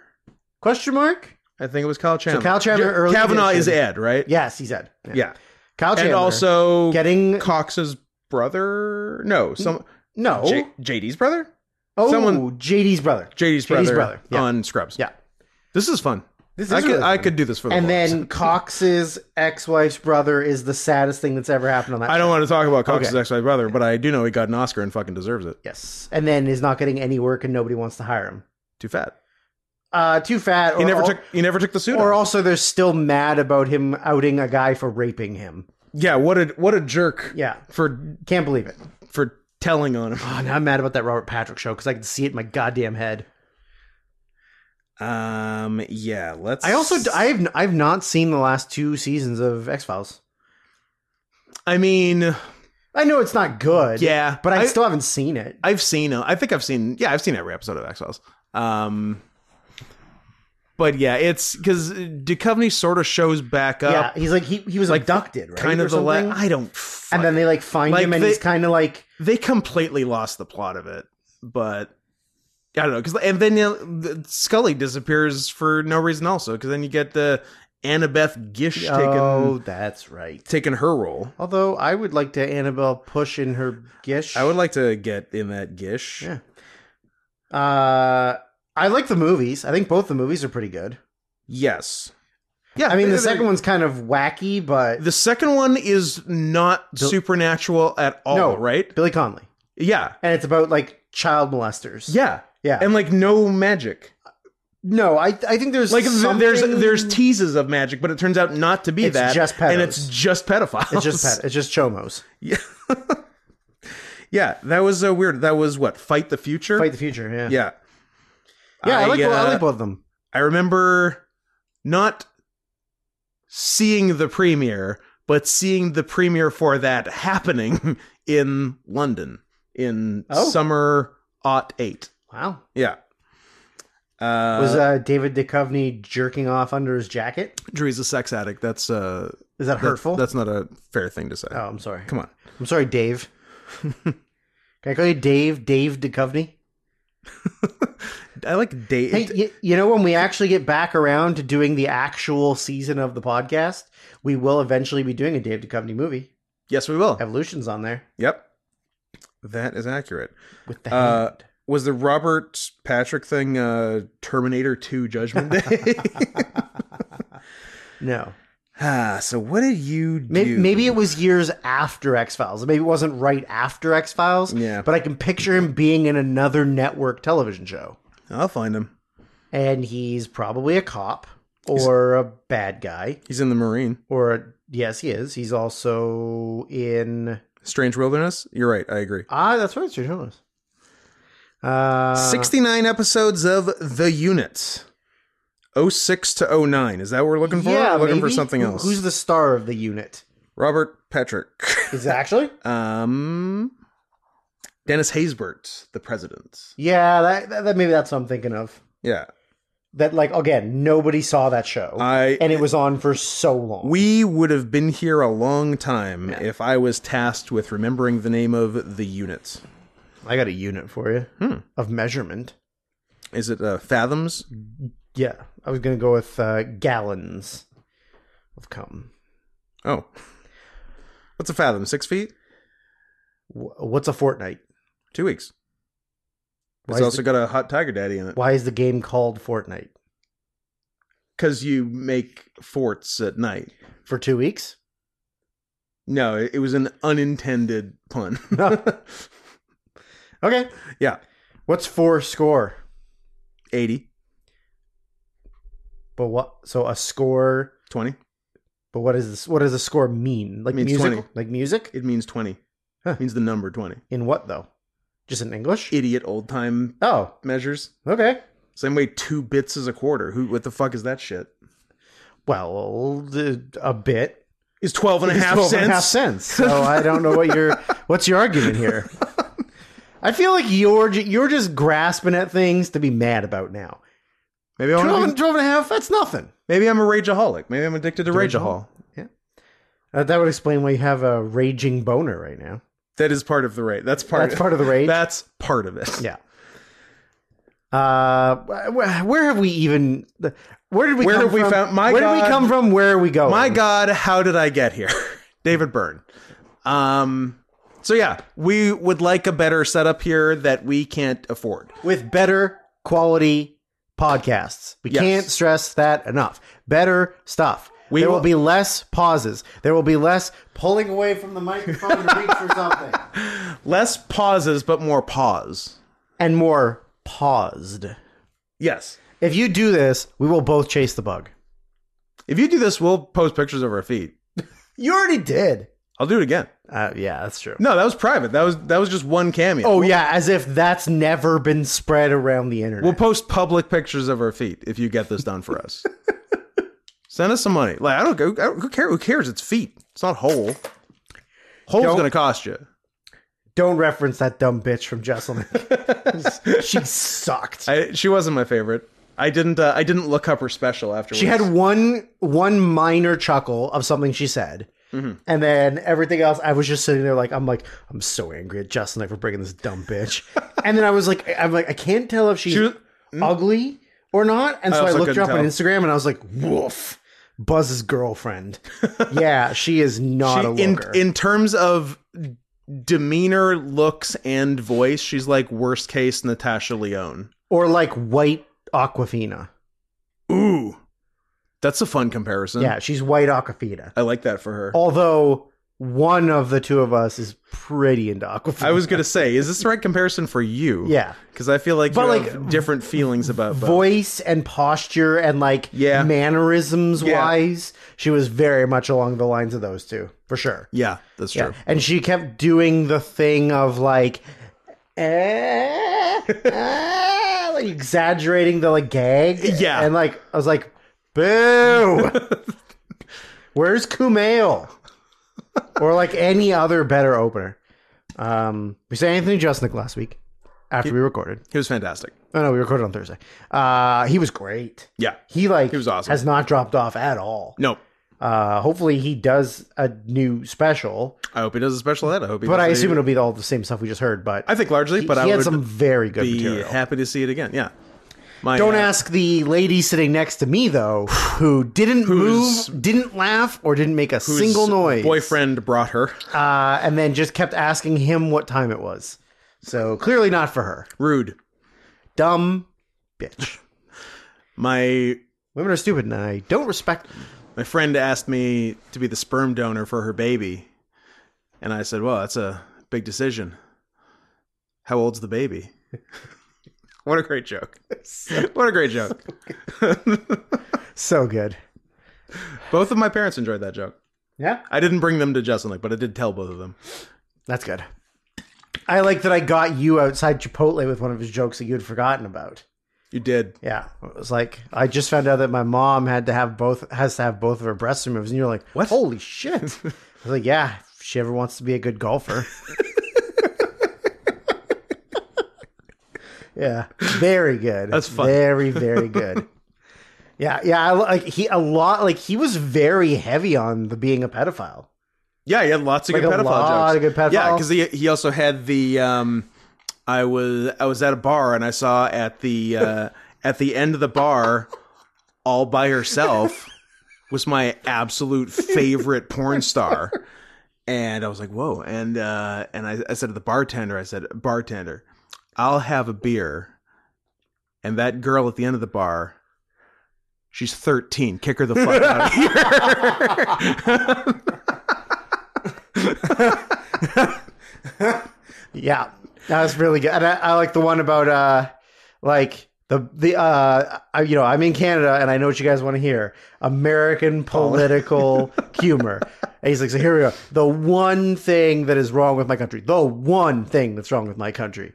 S1: Question mark?
S2: I think it was Kyle Chandler.
S1: Kyle Chandler,
S2: J-
S1: early
S2: Kavanaugh
S1: edition.
S2: is Ed, right?
S1: Yes, he said. Yeah.
S2: yeah.
S1: Kyle
S2: And
S1: Chandler.
S2: also
S1: getting
S2: Cox's brother. No, some
S1: no.
S2: J- JD's brother.
S1: oh,
S2: someone-
S1: JD's brother.
S2: JD's brother,
S1: brother, yeah.
S2: on Scrubs.
S1: Yeah.
S2: This is fun.
S1: This
S2: I
S1: is
S2: could
S1: really
S2: I
S1: fun.
S2: could do this for the
S1: And
S2: whole
S1: then
S2: episode.
S1: Cox's ex-wife's brother is the saddest thing that's ever happened on that.
S2: I don't want to talk about Cox's
S1: Okay.
S2: ex-wife brother, but I do know he got an Oscar and fucking deserves it.
S1: Yes. And then is not getting any work and nobody wants to hire him.
S2: Too fat.
S1: Uh, too fat. Or
S2: He never
S1: al-
S2: took he never took the suit.
S1: Or
S2: off.
S1: also, they're still mad about him outing a guy for raping him.
S2: yeah, what a what a jerk
S1: Yeah,
S2: for
S1: can't believe it.
S2: for telling on him.
S1: Oh, now I'm mad about that Robert Patrick show because I can see it in my goddamn head.
S2: Um yeah, let's
S1: I also I've I've not seen the last two seasons of X Files.
S2: I mean,
S1: I know it's not good.
S2: yeah,
S1: but I,
S2: I-
S1: still haven't seen it.
S2: I've seen. uh, I think I've seen. Yeah, I've seen every episode of X Files. Um, but yeah, it's because Duchovny sort of shows back
S1: yeah,
S2: up,
S1: he's like he he was
S2: like,
S1: abducted, right?
S2: kind
S1: or
S2: of the
S1: something?
S2: la- I don't. Fuck.
S1: and then they like find
S2: Like,
S1: him, and
S2: they-
S1: he's kind of like
S2: they completely lost the plot of it, but. I don't know, cause and then you know, the- Scully disappears for no reason, also because then you get the Annabeth Gish
S1: oh,
S2: taking
S1: that's right.
S2: taking her role.
S1: Although I would like to Annabelle push in her gish.
S2: I would like to get in that Gish.
S1: Yeah. Uh, I like the movies. I think both the movies are pretty good.
S2: Yes. Yeah,
S1: I mean, the
S2: they- they-
S1: second one's kind of wacky, but
S2: The second one is not
S1: The-
S2: supernatural at all,
S1: No.
S2: right?
S1: Billy Conley,
S2: Yeah.
S1: and it's about like child molesters.
S2: Yeah.
S1: yeah.
S2: And like no magic.
S1: no, I I think there's
S2: Like th-
S1: something...
S2: there's there's teases of magic, but it turns out not to be
S1: It's
S2: that.
S1: just
S2: And
S1: pedos.
S2: it's just pedophiles.
S1: it's just pet, it's just chomos.
S2: Yeah, that was uh, weird. That was what? Fight the future?
S1: Fight the future. Yeah,
S2: yeah.
S1: yeah. I, like
S2: uh,
S1: I like both of them.
S2: I remember not seeing the premiere, but seeing the premiere for that happening in London in
S1: Oh.
S2: summer aught eight.
S1: Wow.
S2: Yeah. Uh,
S1: Was uh, David Duchovny jerking off under his jacket?
S2: Drew's a sex addict. That's uh,
S1: Is that
S2: that-
S1: hurtful?
S2: That's not a fair thing to say.
S1: oh, I'm sorry.
S2: Come on.
S1: I'm sorry, Dave. Can I call you Dave? Dave Duchovny?
S2: I like date.
S1: Hey, you, you know when we actually get back around to doing the actual season of the podcast, we will eventually be doing a Dave Duchovny movie.
S2: yes, we will.
S1: Evolution's on there
S2: Yep. That is accurate.
S1: with the
S2: Uh,
S1: hand.
S2: Was the Robert Patrick thing uh, Terminator 2 Judgment Day?
S1: No,
S2: ah, so what did you do?
S1: maybe, maybe it was years after X Files. Maybe it wasn't right after X Files.
S2: Yeah.
S1: but I can picture him being in another network television show,
S2: I'll find him.
S1: and he's probably a cop or a bad guy.
S2: He's in the Marine.
S1: Or a, yes, he is. He's also in
S2: Strange Wilderness? You're right. I agree.
S1: ah, that's right, Sir Jonas. Uh,
S2: 69 episodes of The Unit. 06 to 09. Is that what we're looking for?
S1: Yeah,
S2: We're looking for
S1: maybe.
S2: something
S1: Who-
S2: else.
S1: Who's the star of the unit?
S2: Robert Patrick.
S1: Is it actually?
S2: Um, Dennis Haysbert, the president.
S1: yeah, that, that, that- maybe that's what I'm thinking of.
S2: Yeah.
S1: that like again nobody saw that show
S2: I-
S1: and it was on for so long.
S2: We would have been here a long time if I was tasked with remembering the name of the unit.
S1: I got a unit for you of measurement.
S2: Is it uh, fathoms?
S1: Yeah, I was gonna go with uh, gallons of cum.
S2: Oh. What's a fathom? Six feet?
S1: Wh- What's a fortnight?
S2: Two weeks.
S1: Why
S2: It's
S1: is
S2: also got a hot tiger daddy in it.
S1: Why is the game called Fortnite
S2: Because you make forts at night.
S1: for two weeks?
S2: No, it it was an unintended pun.
S1: Okay,
S2: yeah.
S1: what's four score?
S2: 80,
S1: But what? So a score.
S2: 20.
S1: But what is this? What does a score mean? Like
S2: Means
S1: music?
S2: 20.
S1: Like music?
S2: It means 20.
S1: Huh.
S2: It means the number 20.
S1: In what though? Just in English?
S2: Idiot old time
S1: oh,
S2: measures.
S1: okay.
S2: Same way two bits is a quarter. Who what the fuck is that shit?
S1: Well, the, a bit.
S2: Is 12 and a
S1: It's
S2: half
S1: 12 and a half
S2: cents?
S1: cents. So I don't know what your what's your argument here. I feel like you're ju- you're just grasping at things to be mad about now.
S2: Maybe I'm
S1: 12 and, 12 and a half, that's nothing.
S2: maybe I'm a rageaholic. Maybe I'm addicted to rageahol.
S1: Uh, that would explain why you have a raging boner right now.
S2: That is part of the rage. That's part.
S1: That's part of the rage.
S2: That's part of it.
S1: yeah. Uh, wh- where have we even? Where did we?
S2: Where
S1: come
S2: have we
S1: from?
S2: found- my
S1: where did we
S2: God.
S1: come from? Where are we going?
S2: My God, how did I get here? David Byrne. Um. So yeah, we would like a better setup here that we can't afford.
S1: with better quality podcasts. We
S2: Yes.
S1: can't stress that enough. Better stuff.
S2: We
S1: there will,
S2: will-
S1: be less pauses. There will be less pulling away from the microphone to reach for something,
S2: Less pauses, but more pause.
S1: and more paused.
S2: Yes.
S1: If you do this, we will both chase the bug.
S2: If you do this, we'll post pictures of our feet.
S1: You already did.
S2: I'll do it again.
S1: Uh, yeah, that's true.
S2: No, that was private. That was that was just one cameo.
S1: Oh yeah, as if that's never been spread around the internet.
S2: We'll post public pictures of our feet if you get this done for us. Send us some money. Like I don't, go- I don't who care who cares? It's feet. It's not whole. Hole's
S1: Don't-
S2: gonna cost you.
S1: Don't reference that dumb bitch from Jesselman. she sucked.
S2: I, she wasn't my favorite. I didn't. Uh, I didn't look up her special afterwards.
S1: She had one one minor chuckle of something she said,
S2: Mm-hmm.
S1: and then everything else. I was just sitting there like I'm like I'm so angry at Justin for bringing this dumb bitch, and then I was like I'm like I can't tell if she's
S2: She was- mm-hmm.
S1: ugly or not, and so I,
S2: also
S1: looked her up
S2: couldn't
S1: on
S2: tell.
S1: Instagram and I was like woof, Buzz's girlfriend. yeah, she is not a
S2: She- in
S1: looker.
S2: in terms of demeanor, looks, and voice. She's like worst case Natasha Leone.
S1: or like white Aquafina.
S2: Mm-hmm. Ooh, that's a fun comparison.
S1: Yeah, she's white Aquafina.
S2: I like that for her.
S1: Although one of the two of us is pretty into Aquafina.
S2: I was gonna say, is this the right comparison for you?
S1: yeah.
S2: because I feel like
S1: But,
S2: you
S1: like,
S2: have different feelings about both.
S1: voice and posture and like
S2: Yeah.
S1: mannerisms
S2: Yeah.
S1: wise, she was very much along the lines of those two for sure.
S2: Yeah, that's true.
S1: And she kept doing the thing of like, eh, eh, like exaggerating the like gag.
S2: Yeah.
S1: and like I was like, boo. Where's Kumail? or like any other better opener. Um, we said Anthony Justnick last week after we recorded.
S2: He was fantastic.
S1: Oh no, we recorded on Thursday. Uh, he was great.
S2: Yeah.
S1: He like
S2: was awesome.
S1: has not dropped off at all.
S2: No,
S1: Uh, hopefully he does a new special,
S2: I hope he does a special ed. I hope he.
S1: but
S2: does
S1: I
S2: a-
S1: assume it'll be all the same stuff we just heard. But
S2: I think largely, but
S1: he
S2: I
S1: had
S2: would
S1: some very good
S2: be
S1: material.
S2: happy to see it again. Yeah. My,
S1: Don't
S2: uh,
S1: ask the lady sitting next to me though, who didn't
S2: Whose-
S1: move, didn't laugh, or didn't make a
S2: whose
S1: single noise.
S2: Boyfriend brought her.
S1: uh, and then just kept asking him what time it was. So clearly not for her.
S2: Rude.
S1: Dumb bitch.
S2: My
S1: Women are stupid, and I don't respect. Them.
S2: my friend asked me to be the sperm donor for her baby, and I said, "Well, that's a big decision. How old's the baby?" what a great joke! what a great joke!
S1: So good.
S2: Both of my parents enjoyed that joke.
S1: Yeah.
S2: I didn't bring them to Justin Lake, but I did tell both of them.
S1: That's good. I like that I got you outside Chipotle with one of his jokes that you had forgotten about.
S2: You did.
S1: Yeah, it was like I just found out that my mom had to have both has to have both of her breasts removed, and you're like, "What? Holy shit!" I was like, "Yeah, if she ever wants to be a good golfer." Yeah, very good.
S2: That's fun.
S1: Very, very good. yeah, yeah. I, like he a lot. Like he was very heavy on the being a pedophile.
S2: Yeah, he had lots of
S1: Like
S2: good
S1: a
S2: pedophile
S1: lot
S2: jokes.
S1: of good pedophile.
S2: Yeah, because he he also had the um, I was I was at a bar and I saw at the uh, at the end of the bar, all by herself, was my absolute favorite porn star, and I was like, whoa, and uh, and I, I said to the bartender, I said, bartender, I'll have a beer, and that girl at the end of the bar. She's 13. Kick her the fuck out of here.
S1: Yeah, that was really good. And I, I like the one about uh, like the the uh, I, you know, I'm in Canada and I know what you guys want to hear: American political humor. And he's like, so here we go. The one thing that is wrong with my country, the one thing that's wrong with my country,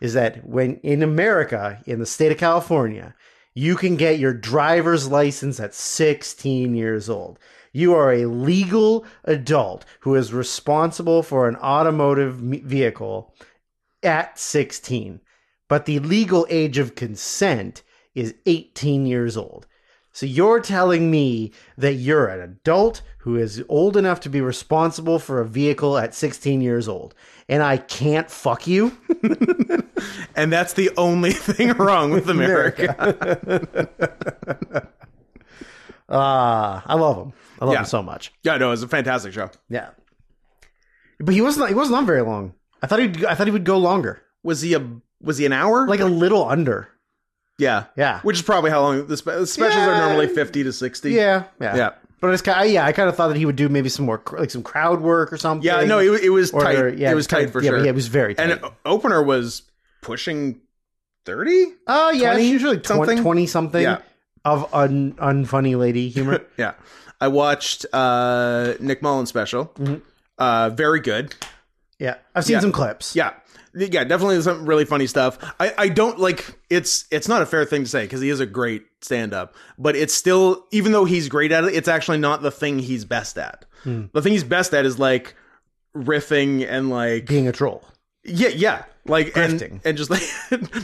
S1: is that when in America, in the state of California, you can get your driver's license at 16 years old. You are a legal adult who is responsible for an automotive me- vehicle at 16, but the legal age of consent is 18 years old. So you're telling me that you're an adult who is old enough to be responsible for a vehicle at 16 years old, and I can't fuck you?
S2: And that's the only thing wrong with America. Uh,
S1: Ah, I love him. I love
S2: Yeah.
S1: him so much.
S2: Yeah, no, it was a fantastic show.
S1: Yeah, but he wasn't. He wasn't on very long. I thought he. I thought he would go longer,
S2: Was he a was he an hour?
S1: like a little under.
S2: yeah,
S1: Yeah.
S2: Which is probably how long the, spe- the specials
S1: Yeah.
S2: are normally fifty to sixty.
S1: Yeah, yeah,
S2: Yeah.
S1: But it's kind. Of, yeah, I kind of thought that he would do maybe some more, cr- like some crowd work or something.
S2: yeah. No, it, wa- it was
S1: Or-
S2: tight.
S1: yeah,
S2: it was tight
S1: kind of-
S2: for
S1: yeah,
S2: sure.
S1: Yeah, it was very tight.
S2: and o- opener was pushing thirty.
S1: Oh yeah,
S2: 20
S1: it's usually
S2: something?
S1: something, twenty something
S2: Yeah.
S1: of un unfunny lady humor.
S2: Yeah, I watched uh, Nick Mullen special.
S1: Mm-hmm.
S2: Uh, very good.
S1: yeah, I've seen
S2: Yeah.
S1: some clips.
S2: Yeah. Yeah, definitely some really funny stuff. I, I don't like it's it's not a fair thing to say because he is a great stand up, but it's still even though he's great at it, it's actually not the thing he's best at.
S1: Hmm.
S2: The thing he's best at is like riffing and like
S1: being a troll.
S2: yeah, yeah. Like and-
S1: Grifting.
S2: and, just like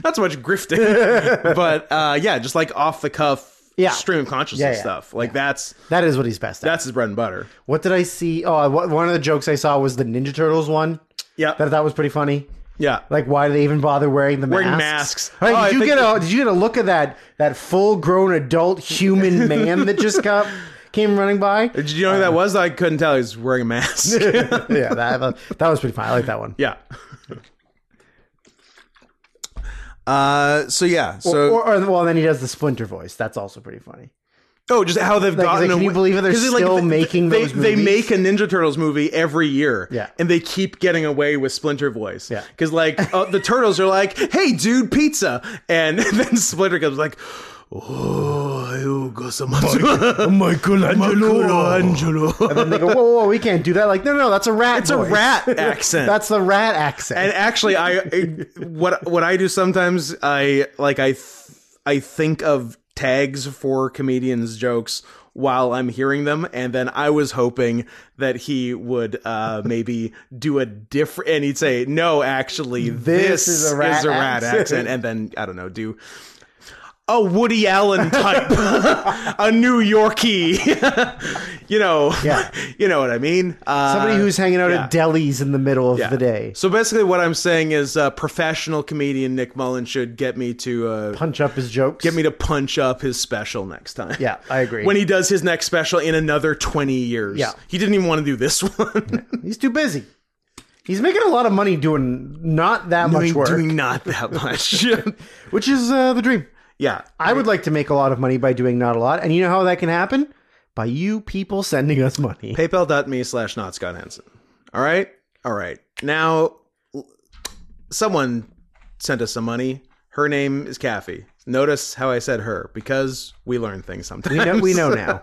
S2: not so much grifting, but uh yeah, just like off the cuff
S1: Yeah.
S2: stream of consciousness
S1: Yeah, yeah,
S2: stuff. Like that's
S1: That is what he's best at.
S2: that's his bread and butter.
S1: what did I see? Oh, I- one of the jokes I saw was the Ninja Turtles one
S2: Yeah.
S1: that I thought was pretty funny.
S2: yeah.
S1: Like, why do they even bother wearing the
S2: Wearing
S1: masks?
S2: masks.
S1: Right,
S2: Oh, I
S1: did you
S2: think
S1: get a Did you get a look at that that full grown adult human man that just got came running by?
S2: Did you know who
S1: uh,
S2: that was? I couldn't tell. He's wearing a mask.
S1: yeah, that that was pretty fun. I like that one.
S2: Yeah. Uh, so yeah, so
S1: or, or well, then he does the Splinter voice. That's also pretty funny.
S2: oh, just how they've gotten.
S1: like, can you
S2: away-
S1: believe that they're
S2: 'cause it's
S1: still
S2: th-
S1: making
S2: they,
S1: those
S2: They
S1: movies?
S2: make a Ninja Turtles movie every year,
S1: Yeah.
S2: and they keep getting away with Splinter voice,
S1: Yeah.
S2: Because like uh, the turtles are like, "Hey, dude, pizza," and then Splinter comes like, "Oh, I got some Michelangelo, Angelo."
S1: And they go, whoa, whoa, whoa, we can't do that. Like, no, no, that's a rat.
S2: It's a
S1: voice.
S2: rat accent.
S1: That's the rat accent.
S2: and actually I, I- what what i do sometimes i like i th- i think of tags for comedians jokes while i'm hearing them and then i was hoping that he would uh maybe do a different and he'd say no actually this, is a rat, accent. and then i don't know do a Woody Allen type, a New Yorkie, you know,
S1: Yeah.
S2: you know what I mean. Uh,
S1: Somebody who's hanging out at delis in the middle of
S2: yeah.
S1: the day.
S2: So basically, what I'm saying is, uh, professional comedian Nick Mullen should get me to uh,
S1: Punch up his jokes.
S2: get me to punch up his special next time.
S1: Yeah, I agree.
S2: When he does his next special in another 20 years.
S1: Yeah.
S2: He didn't even want to do this one.
S1: He's too busy. He's making a lot of money doing not that much
S2: doing,
S1: work,
S2: doing not that much.
S1: which is uh, the dream.
S2: yeah.
S1: I would like to make a lot of money by doing not a lot. And you know how that can happen? By you people sending us money.
S2: PayPal.me slash not Scott Hansen. All right. All right. Now, l- someone sent us some money. Her name is Kathy. Notice how I said her because we learn things sometimes.
S1: We know, we know now.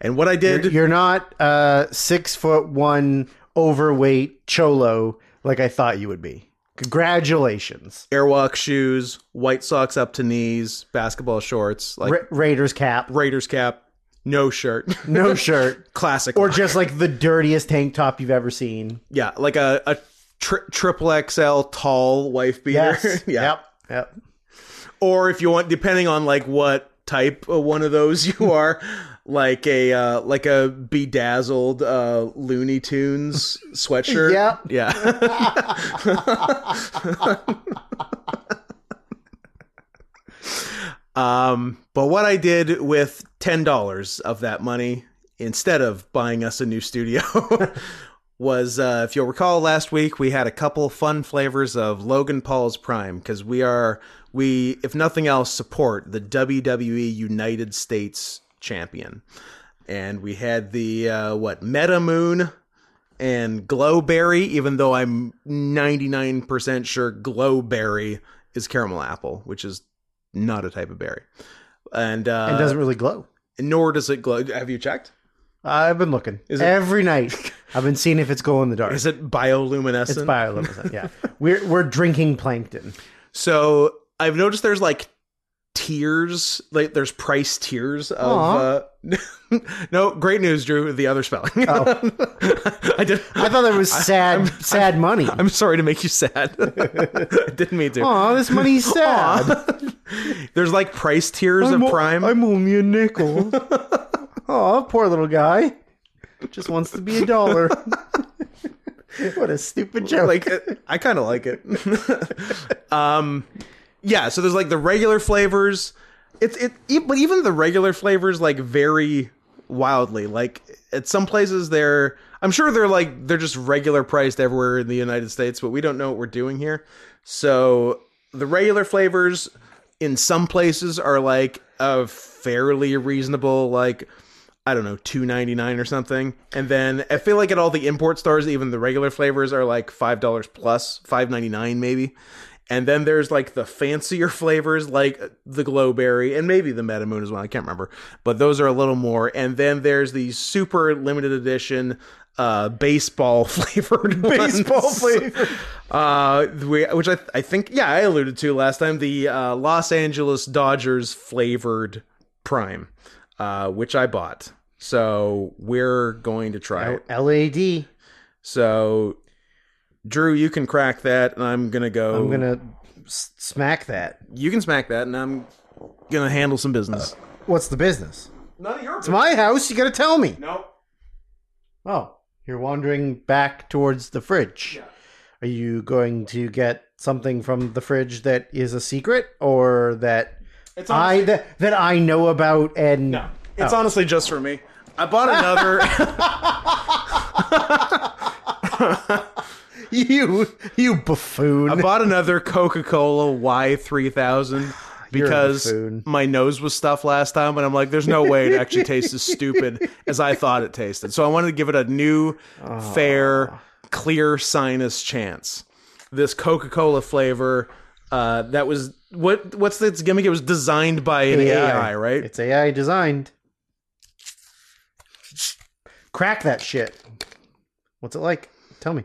S2: And what I did.
S1: You're not uh, six foot one, overweight cholo like I thought you would be. Congratulations.
S2: airwalk shoes, white socks up to knees, basketball shorts, like
S1: Ra- Raiders cap,
S2: Raiders cap, no shirt,
S1: no shirt,
S2: classic,
S1: or
S2: look.
S1: just like the dirtiest tank top you've ever seen.
S2: yeah, like a a tri- triple XL tall wife beater.
S1: Yes.
S2: yeah.
S1: Yep. Yep.
S2: or if you want depending on like what type of one of those you are like a uh like a bedazzled uh looney tunes sweatshirt
S1: Yep.
S2: yeah um but what i did with ten dollars of that money instead of buying us a new studio was uh, if you'll recall last week we had a couple fun flavors of Logan Paul's Prime because we are we if nothing else support the WWE United States champion, and we had the uh, what Meta Moon and Glowberry. Even though I'm 99% sure Glowberry is caramel apple, which is not a type of berry, and uh,
S1: And doesn't really glow.
S2: nor does it glow. Have you checked?
S1: I've been looking
S2: it-
S1: every night. I've been seeing if it's glow in the dark.
S2: Is it bioluminescent?
S1: It's bioluminescent. yeah, we're we're drinking plankton.
S2: So I've noticed there's like tiers, like there's price tiers of. Uh, no, great news, Drew. The other spelling.
S1: Oh.
S2: I did.
S1: I thought that was sad, sad money.
S2: I'm sorry to make you sad. I didn't mean to.
S1: Aw, this money's sad.
S2: There's like price tiers of
S1: o-
S2: Prime.
S1: I'm only a nickel. oh, poor little guy. Just wants to be a dollar. what a stupid joke.
S2: like it. I kind of like it. um, yeah. So there's like the regular flavors. It's it, e- but even the regular flavors like vary wildly. Like at some places they're, I'm sure they're like they're just regular priced everywhere in the United States, but we don't know what we're doing here. So the regular flavors in some places are like a fairly reasonable like I don't know, two ninety nine or something. And then I feel like at all the import stores, even the regular flavors are like five dollars plus, five ninety nine maybe. And then there's like the fancier flavors like the glowberry and maybe the metamoon as well. I can't remember, but those are a little more. And then there's the super limited edition uh baseball flavored
S1: Baseball
S2: ones.
S1: flavored.
S2: uh we, which I, I think yeah i alluded to last time the uh los angeles dodgers flavored prime uh which i bought so we're going to try it
S1: LAD.
S2: so drew you can crack that and i'm gonna go
S1: I'm gonna s- smack that.
S2: you can smack that and i'm gonna handle some business
S1: What's the business?
S2: Uh, none of your
S1: It's my house. You gotta tell me.
S2: no
S1: Oh, you're wandering back towards the fridge. Are you going to get something from the fridge that is a secret, or that
S2: it's
S1: I that, that I know about and Oh.
S2: No, it's honestly just for me. I bought another.
S1: you you buffoon.
S2: I bought another Coca Cola Y three thousand
S1: You're a
S2: because
S1: buffoon.
S2: my nose was stuffed last time, and I'm like, there's no way it actually tastes as stupid as I thought it tasted. So I wanted to give it a new,
S1: Oh.
S2: fair, clear sinus chance. This Coca Cola flavor uh, that was what what's its gimmick? It was designed by an AI, right?
S1: It's AI designed. Crack that shit. What's it like? Tell me.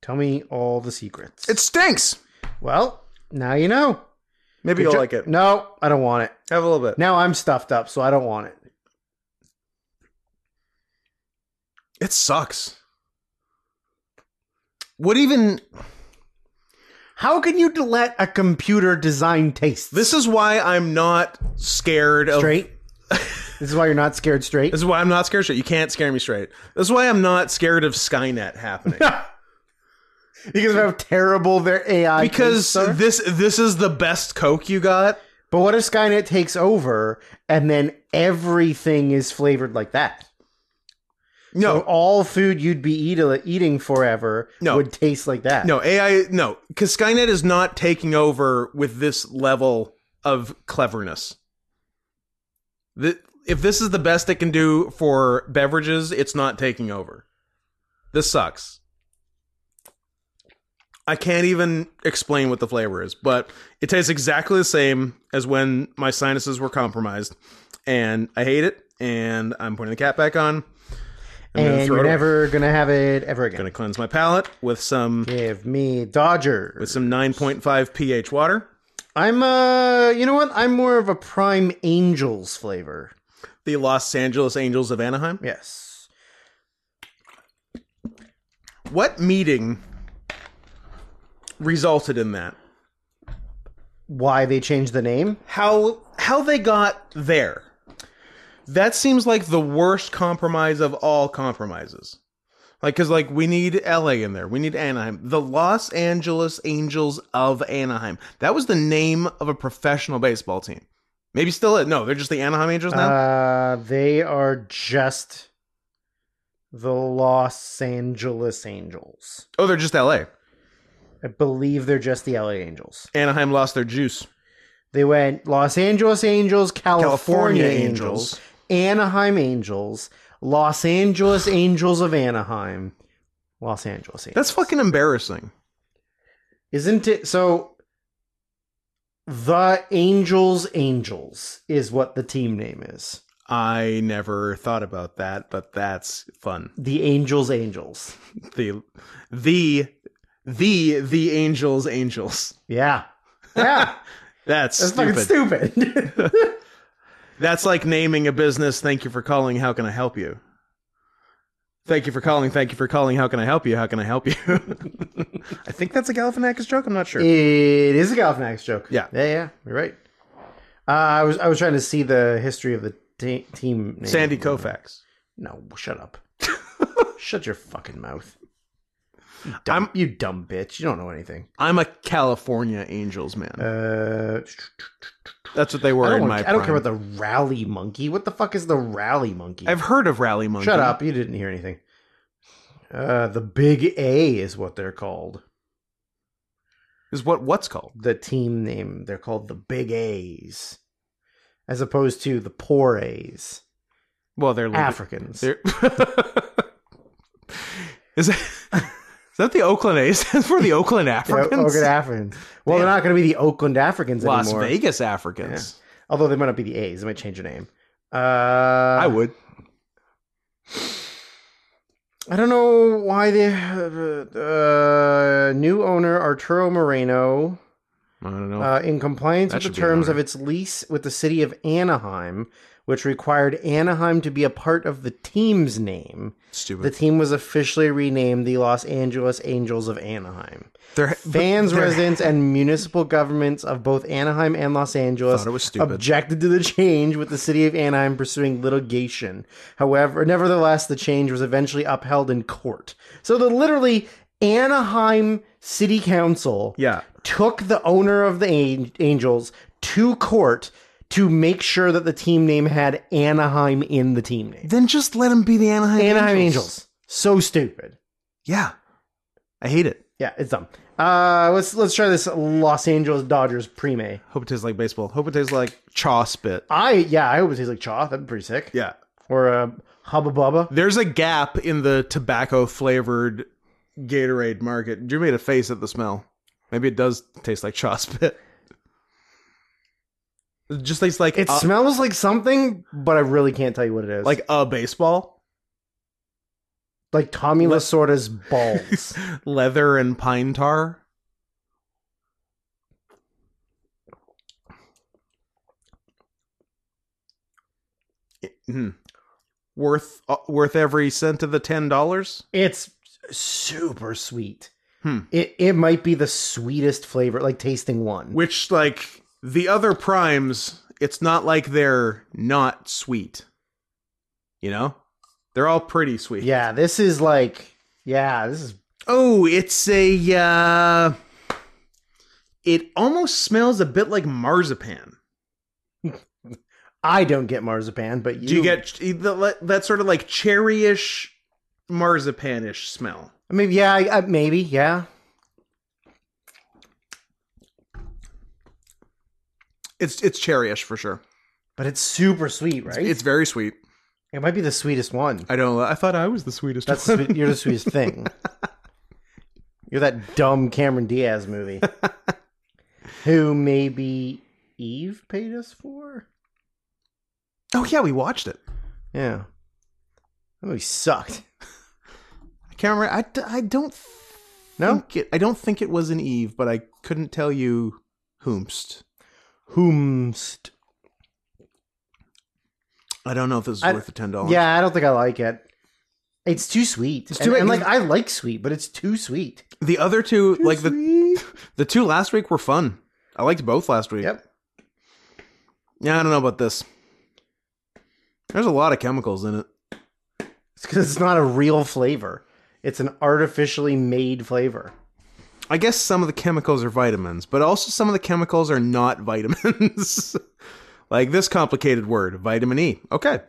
S1: Tell me all the secrets.
S2: it stinks.
S1: well, now you know.
S2: Maybe you'll like it.
S1: No, I don't want it.
S2: Have a little bit.
S1: Now I'm stuffed up, so I don't want it.
S2: It sucks. What even
S1: How can you let a computer design taste
S2: This is why I'm not scared of
S1: straight? this is why you're not scared straight.
S2: This is why I'm not scared straight. You can't scare me straight. This is why I'm not scared of Skynet happening.
S1: Because of how terrible their AI
S2: because
S1: tastes are?
S2: this this is the best Coke you got.
S1: But what if Skynet takes over and then everything is flavored like that? So
S2: No.
S1: all food you'd be eat- eating forever
S2: No.
S1: would taste like that.
S2: No, AI no, cuz Skynet is not taking over with this level of cleverness. The, if this is the best it can do for beverages, it's not taking over. This sucks. I can't even explain what the flavor is, but it tastes exactly the same as when my sinuses were compromised, and I hate it. And I'm putting the cap back on. I'm
S1: and you're
S2: throw it away.
S1: never gonna have it ever again.
S2: gonna cleanse my palate with some
S1: Give me Dodger.
S2: with some 9.5 pH water.
S1: I'm uh, you know what? I'm more of a Prime Angels flavor.
S2: The Los Angeles Angels of Anaheim.
S1: Yes.
S2: What meeting resulted in that.
S1: Why they changed the name?
S2: How how they got there. That seems like the worst compromise of all compromises. Like cuz like we need LA in there. We need Anaheim. The Los Angeles Angels of Anaheim. That was the name of a professional baseball team. Maybe still it. No, they're just the Anaheim Angels now.
S1: Uh, they are just the Los Angeles Angels.
S2: oh, they're just LA.
S1: I believe they're just the LA Angels.
S2: Anaheim lost their juice.
S1: They went Los Angeles Angels, California,
S2: California
S1: Angels,
S2: Angels.
S1: Anaheim Angels, Los Angeles Angels of Anaheim, Los Angeles Angels.
S2: That's fucking embarrassing.
S1: Isn't it? So the Angels Angels is what the team name is.
S2: I never thought about that, but that's fun.
S1: The Angels Angels.
S2: The the the the Angels Angels.
S1: Yeah. Yeah.
S2: That's,
S1: That's
S2: stupid.
S1: fucking stupid.
S2: That's like naming a business, thank you for calling, how can I help you? Thank you for calling, thank you for calling, how can I help you? How can I help you? I think that's a Galifianakis joke, I'm not sure.
S1: It is a Galifianakis joke.
S2: Yeah.
S1: yeah, yeah. You're right. Uh, I was I was trying to see the history of the te- team. Name.
S2: Sandy Koufax.
S1: No, shut up. shut your fucking mouth. You dumb, you dumb bitch. You don't know anything.
S2: I'm a California Angels man.
S1: Uh,
S2: that's what they
S1: I
S2: were
S1: don't,
S2: in
S1: wanna-
S2: my
S1: I don't care
S2: prime.
S1: about the rally monkey. What the fuck is the rally monkey?
S2: I've heard of Rally Monkey.
S1: Shut up. You didn't hear anything. Uh, the Big A is what they're called.
S2: Is what what's called.
S1: The team name. They're called the Big A's, as opposed to the Poor A's.
S2: Well, they're leaving-
S1: Africans.
S2: There- is, that, is that the Oakland A's? That's for the Oakland
S1: Yeah,
S2: Africans?
S1: Oakland Africans. Well, they're not going to be the Oakland Africans
S2: Las
S1: anymore.
S2: Vegas Africans.
S1: Although they might not be the A's. They might change their name. Uh,
S2: I
S1: I
S2: would.
S1: I don't know why they. Uh, new owner Arturo Moreno,
S2: I don't know.
S1: uh, in compliance
S2: Oh. That
S1: with the
S2: should be an
S1: terms
S2: honor.
S1: of its lease with the city of Anaheim, which required Anaheim to be a part of the team's name,
S2: Stupid.
S1: the team was officially renamed the Los Angeles Angels of Anaheim.
S2: They're-
S1: Fans,
S2: but they're-
S1: residents, and municipal governments of both Anaheim and Los Angeles
S2: Thought it was stupid.
S1: objected to the change, with the city of Anaheim pursuing litigation. However, nevertheless, the change was eventually upheld in court. So the literally Anaheim City Council
S2: yeah.
S1: took the owner of the An- Angels to court to make sure that the team name had Anaheim in the team name.
S2: Then just let them be the Anaheim,
S1: Anaheim Angels. So stupid.
S2: Yeah. I hate it.
S1: Yeah, it's dumb. Uh, let's let's try this Los Angeles Dodgers pre-May.
S2: Hope it tastes like baseball. Hope it tastes like chaw spit.
S1: I yeah, I hope it tastes like chaw. That'd be pretty sick.
S2: Yeah.
S1: Or uh, hubba bubba.
S2: There's a gap in the tobacco flavored Gatorade market. Drew made a face at the smell. Maybe it does taste like chaw spit. It just tastes like
S1: It
S2: a-
S1: smells like something, but I really can't tell you what it is.
S2: Uh, like a baseball,
S1: like Tommy Lasorda's balls.
S2: leather and pine tar. It- hmm. Worth uh, worth every cent of the ten dollars.
S1: it's super sweet.
S2: Hmm.
S1: It it might be the sweetest flavor, like tasting one.
S2: Which like the other primes, it's not like they're not sweet. You know, they're all pretty sweet.
S1: yeah, this is like yeah, this is
S2: Oh, it's a. Uh, it almost smells a bit like marzipan.
S1: I don't get marzipan, but you
S2: Do you get that, that sort of like cherryish, marzipanish smell?
S1: I mean, yeah, I, I, maybe, yeah.
S2: It's it's cherryish for sure.
S1: But it's super sweet, right?
S2: It's very sweet.
S1: it might be the sweetest one.
S2: I don't. I thought I was the sweetest.
S1: That's
S2: one.
S1: the sweet- you're the sweetest thing. You're that dumb Cameron Diaz movie, who maybe Eve paid us for.
S2: oh yeah, we watched it.
S1: Yeah, that movie sucked.
S2: I can't remember. I, d- I don't
S1: No?
S2: think it. I don't think it was an Eve, but I couldn't tell you whomst.
S1: Whomst?
S2: I don't know if this is
S1: I-
S2: worth the ten dollars.
S1: Yeah, I don't think I like it. It's too sweet.
S2: It's
S1: and,
S2: too-
S1: and, like I like sweet, but it's too sweet.
S2: the other two, like the
S1: week.
S2: The two last week were fun. I liked both last week.
S1: Yep.
S2: Yeah, I don't know about this. There's a lot of chemicals in it.
S1: It's because it's not a real flavor. It's an artificially made flavor.
S2: I guess some of the chemicals are vitamins, but also some of the chemicals are not vitamins. like this complicated word, vitamin E. Okay.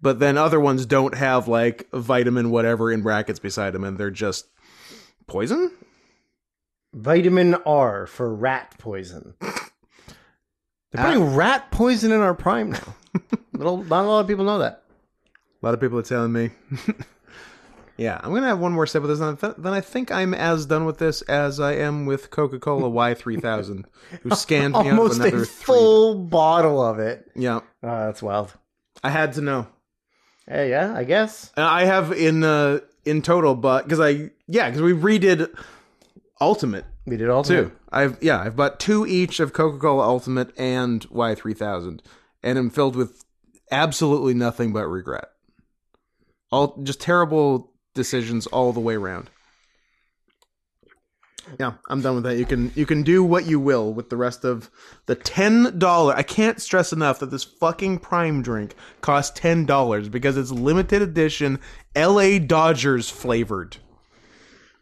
S2: But then other ones don't have like vitamin whatever in brackets beside them and they're just poison?
S1: Vitamin R for rat poison. They're putting rat poison in our prime now. Little, not a lot of people know that.
S2: A lot of people are telling me. yeah, I'm gonna have one more sip of this, and th- then I think I'm as done with this as I am with Coca-Cola Y3000, who scanned me out of
S1: Almost
S2: another
S1: a full bottle of it.
S2: three- Yeah,
S1: Oh, that's wild.
S2: I had to know.
S1: Hey, yeah, I guess.
S2: And I have in uh, in total, but because I yeah, because we redid Ultimate
S1: We did all
S2: too. I've yeah, I've bought two each of Coca-Cola Ultimate and Y3000, and I'm filled with absolutely nothing but regret. All just terrible decisions all the way around. Yeah, I'm done with that. You can you can do what you will with the rest of the ten dollar. I can't stress enough that this fucking prime drink costs ten dollars because it's limited edition L.A. Dodgers flavored.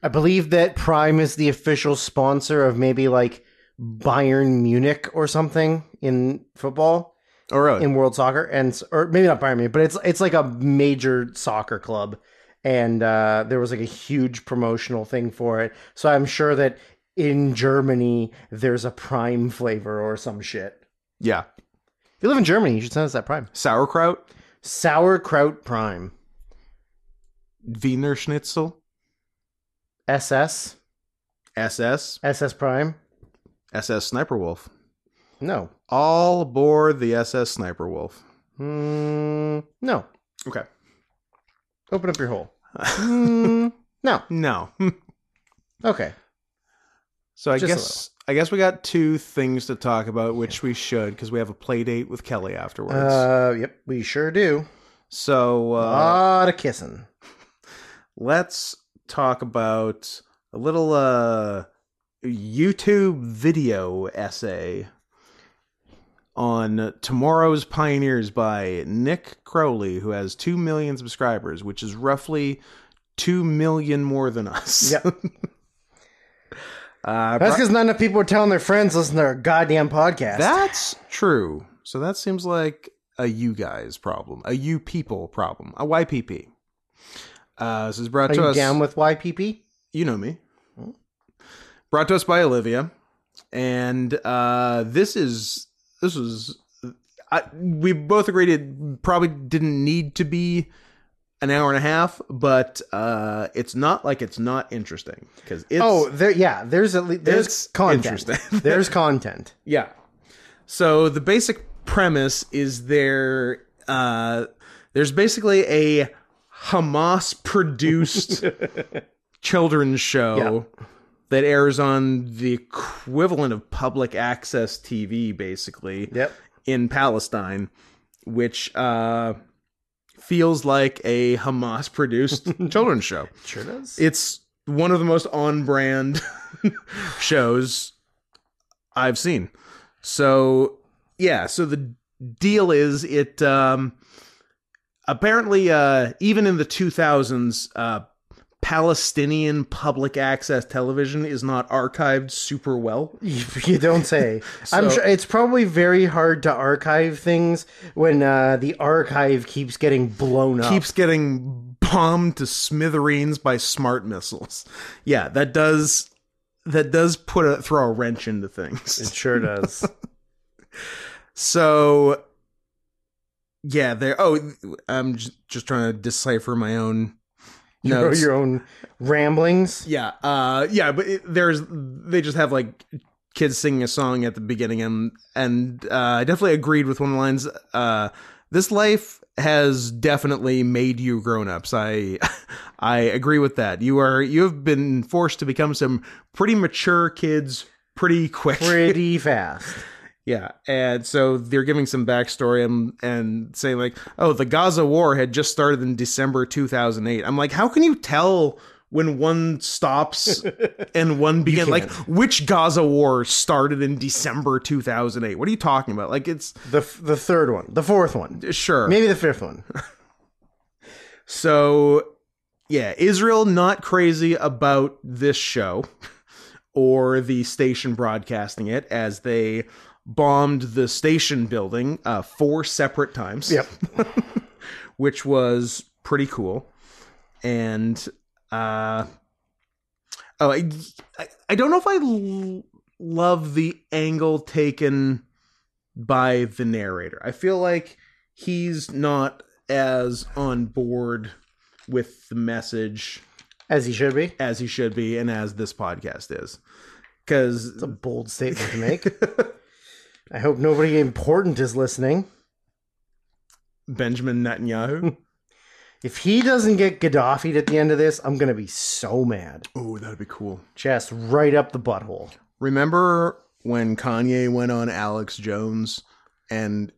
S1: I believe that Prime is the official sponsor of maybe like Bayern Munich or something in football
S2: Oh really?
S1: in world soccer and s- or maybe not Bayern Munich, but it's it's like a major soccer club and uh, there was like a huge promotional thing for it. So I'm sure that in Germany there's a Prime flavor or some shit.
S2: yeah,
S1: If you live in Germany, you should send us that Prime.
S2: sauerkraut,
S1: Sauerkraut Prime.
S2: Wiener Schnitzel.
S1: SS
S2: SS,
S1: SS Prime?
S2: SS Sniper Wolf.
S1: No.
S2: All aboard the SS Sniper Wolf.
S1: Mm, no.
S2: Okay.
S1: Open up your hole. Mm, no.
S2: No.
S1: Okay.
S2: So I
S1: Just a
S2: guess I guess we got two things to talk about, which we should because we have a play date with Kelly afterwards.
S1: Uh, yep, we sure do.
S2: so
S1: A
S2: uh,
S1: lot of kissing.
S2: let's talk about a little uh, YouTube video essay on Tomorrow's Pioneers by Nick Crowley, who has 2 million subscribers, which is roughly 2 million more than us.
S1: Yep.
S2: Uh,
S1: That's because not enough people are telling their friends to listen to our goddamn podcast.
S2: That's true. So that seems like a you guys problem, a you people problem, a YPP. Uh, this is brought
S1: are
S2: to
S1: you
S2: us.
S1: down with YPP?
S2: you know me. Brought to us by Olivia, and uh, this is this was. I, we both agreed it probably didn't need to be an hour and a half, but uh, it's not like it's not interesting because it's
S1: oh, there. Yeah, there's at least
S2: it's
S1: there's content.
S2: interesting.
S1: there's content.
S2: Yeah. So the basic premise is there. Uh, there's basically a Hamas produced children's show that airs on the equivalent of public access TV, basically
S1: Yep.
S2: in Palestine, which uh, feels like a Hamas produced children's show.
S1: Sure does.
S2: It's one of the most on brand shows I've seen. So yeah, so the deal is it um apparently uh even in the 2000s uh Palestinian public access television is not archived super well.
S1: You, you don't say. I'm
S2: So-
S1: sure it's probably very hard to archive things when uh, the archive keeps getting blown up.
S2: keeps getting bombed to smithereens by smart missiles. Yeah, that does that does put a throw a wrench into
S1: It
S2: things.
S1: sure does.
S2: So yeah, there. Oh, I'm j- just trying to decipher my own
S1: your,
S2: notes.
S1: your own ramblings.
S2: yeah, uh, yeah, but it, there's they just have like kids singing a song at the beginning, and and uh, I definitely agreed with one of the lines. Uh, this life has definitely made you grown-ups. I I agree with that. You are you have been forced to become some pretty mature kids pretty quick.
S1: Pretty fast.
S2: Yeah, and so they're giving some backstory and and saying like, oh, the Gaza war had just started in December 2008. I'm like, how can you tell when one stops and one begins. Like, which Gaza war started in December 2008? What are you talking about? Like, it's
S1: The f- the third one, the fourth one,
S2: sure.
S1: maybe the fifth one.
S2: So, yeah, Israel not crazy about this show or the station broadcasting it as they bombed the station building uh, four separate times.
S1: Yep.
S2: which was pretty cool. And uh, oh, I, I I don't know if I l- love the angle taken by the narrator. I feel like he's not as on board with the message
S1: As he should be.
S2: as he should be and as this podcast is. Because
S1: It's a bold statement to make. I hope nobody important is listening.
S2: Benjamin Netanyahu.
S1: If he doesn't get Gaddafi at the end of this, I'm gonna be so mad.
S2: oh, that'd be cool.
S1: Just right up the butthole.
S2: Remember when Kanye went on Alex Jones and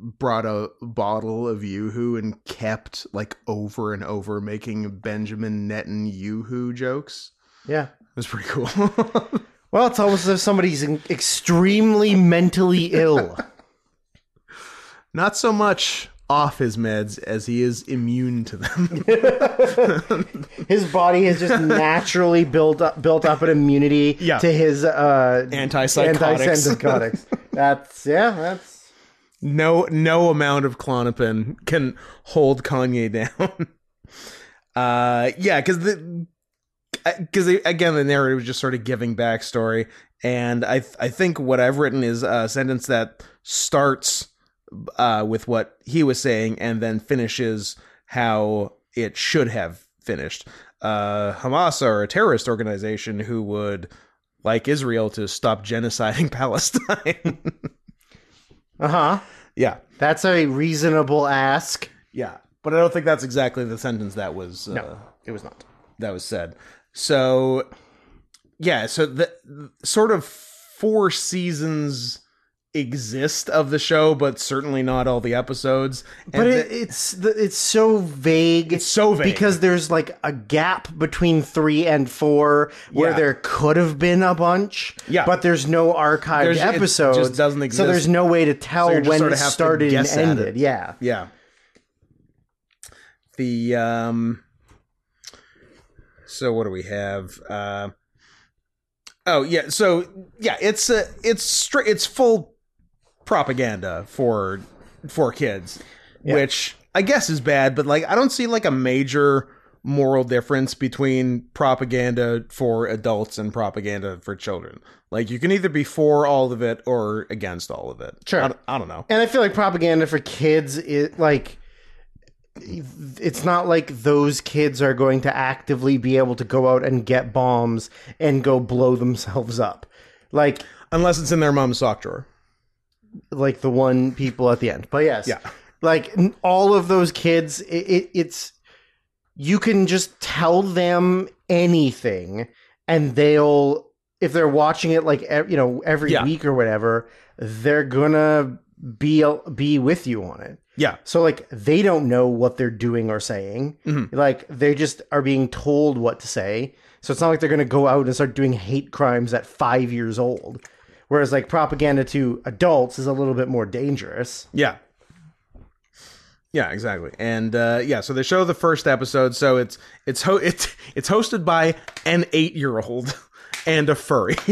S2: brought a bottle of Yoo-Hoo and kept like over and over making Benjamin Netanyahu Yoo-Hoo jokes?
S1: Yeah.
S2: It was pretty cool.
S1: Well, it's almost as if somebody's in- extremely mentally ill.
S2: Not so much off his meds as he is immune to them.
S1: His body has just naturally built up built up an immunity
S2: Yeah.
S1: to his uh,
S2: Antipsychotics.
S1: antipsychotics. that's yeah. That's
S2: no no amount of clonopin can hold Kanye down. uh yeah, cuz the because again the narrator was just sort of giving backstory and I th- I think what I've written is a sentence that starts uh with what he was saying and then finishes how it should have finished. Uh Hamas are a terrorist organization who would like Israel to stop genociding Palestine.
S1: uh huh.
S2: yeah.
S1: That's a reasonable ask.
S2: Yeah, but I don't think that's exactly the sentence that was uh,
S1: It was not.
S2: that was said. So, yeah, so the sort of four seasons exist of the show, but certainly not all the episodes.
S1: But
S2: And
S1: it,
S2: the-
S1: it's the, it's so vague.
S2: it's so vague
S1: because there's like a gap between three and four where
S2: Yeah.
S1: there could have been a bunch.
S2: Yeah.
S1: But there's no archived
S2: There's- it just
S1: episodes.
S2: doesn't
S1: So
S2: exist.
S1: there's no way to tell
S2: So you just
S1: when
S2: sorta
S1: it
S2: have to
S1: started and
S2: guess at it.
S1: ended. Yeah.
S2: Yeah. The um so what do we have? Uh Oh yeah, so yeah, it's a it's straight it's full propaganda for for kids, which I guess is bad, but like I don't see like a major moral difference between propaganda for adults and propaganda for children. Like you can either be for all of it or against all of it.
S1: Sure.
S2: I don't, I don't know.
S1: And I feel like propaganda for kids is like it's not like those kids are going to actively be able to go out and get bombs and go blow themselves up. Like
S2: Unless it's in their mom's sock drawer.
S1: like the one people at the end. But yes,
S2: Yeah.
S1: like n- all of those kids, it, it, it's you can just tell them anything, and they'll if they're watching it like ev- you know every
S2: Yeah.
S1: week or whatever, they're gonna be uh, be with you on it.
S2: Yeah.
S1: So like they don't know what they're doing or saying.
S2: Mhm.
S1: Like they just are being told what to say. So it's not like they're going to go out and start doing hate crimes at 5 years old. Whereas like propaganda to adults is a little bit more dangerous.
S2: Yeah. Yeah, exactly. And uh, yeah, so they show the first episode. So it's it's ho- it's it's hosted by an eight year old and a furry.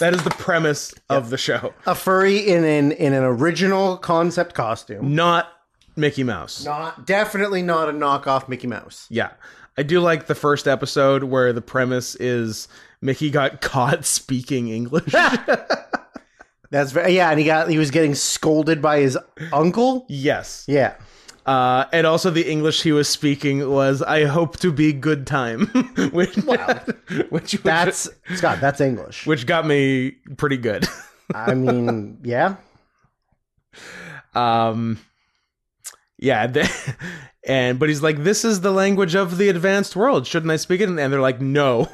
S2: that is the premise of the show,
S1: A furry in an in an original concept costume.
S2: not Mickey Mouse.
S1: Not definitely not a knockoff Mickey Mouse.
S2: Yeah, I do like the first episode where the premise is Mickey got caught speaking English.
S1: That's very, yeah, and he got he was getting scolded by his uncle.
S2: yes,
S1: Yeah.
S2: uh, and also the English he was speaking was "I hope to be good time," which which was-
S1: That's Scott, that's English.
S2: which got me pretty good.
S1: I mean, yeah.
S2: Um, yeah, the- and but he's like, "This is the language of the advanced world. Shouldn't I speak it?" And they're like, "No,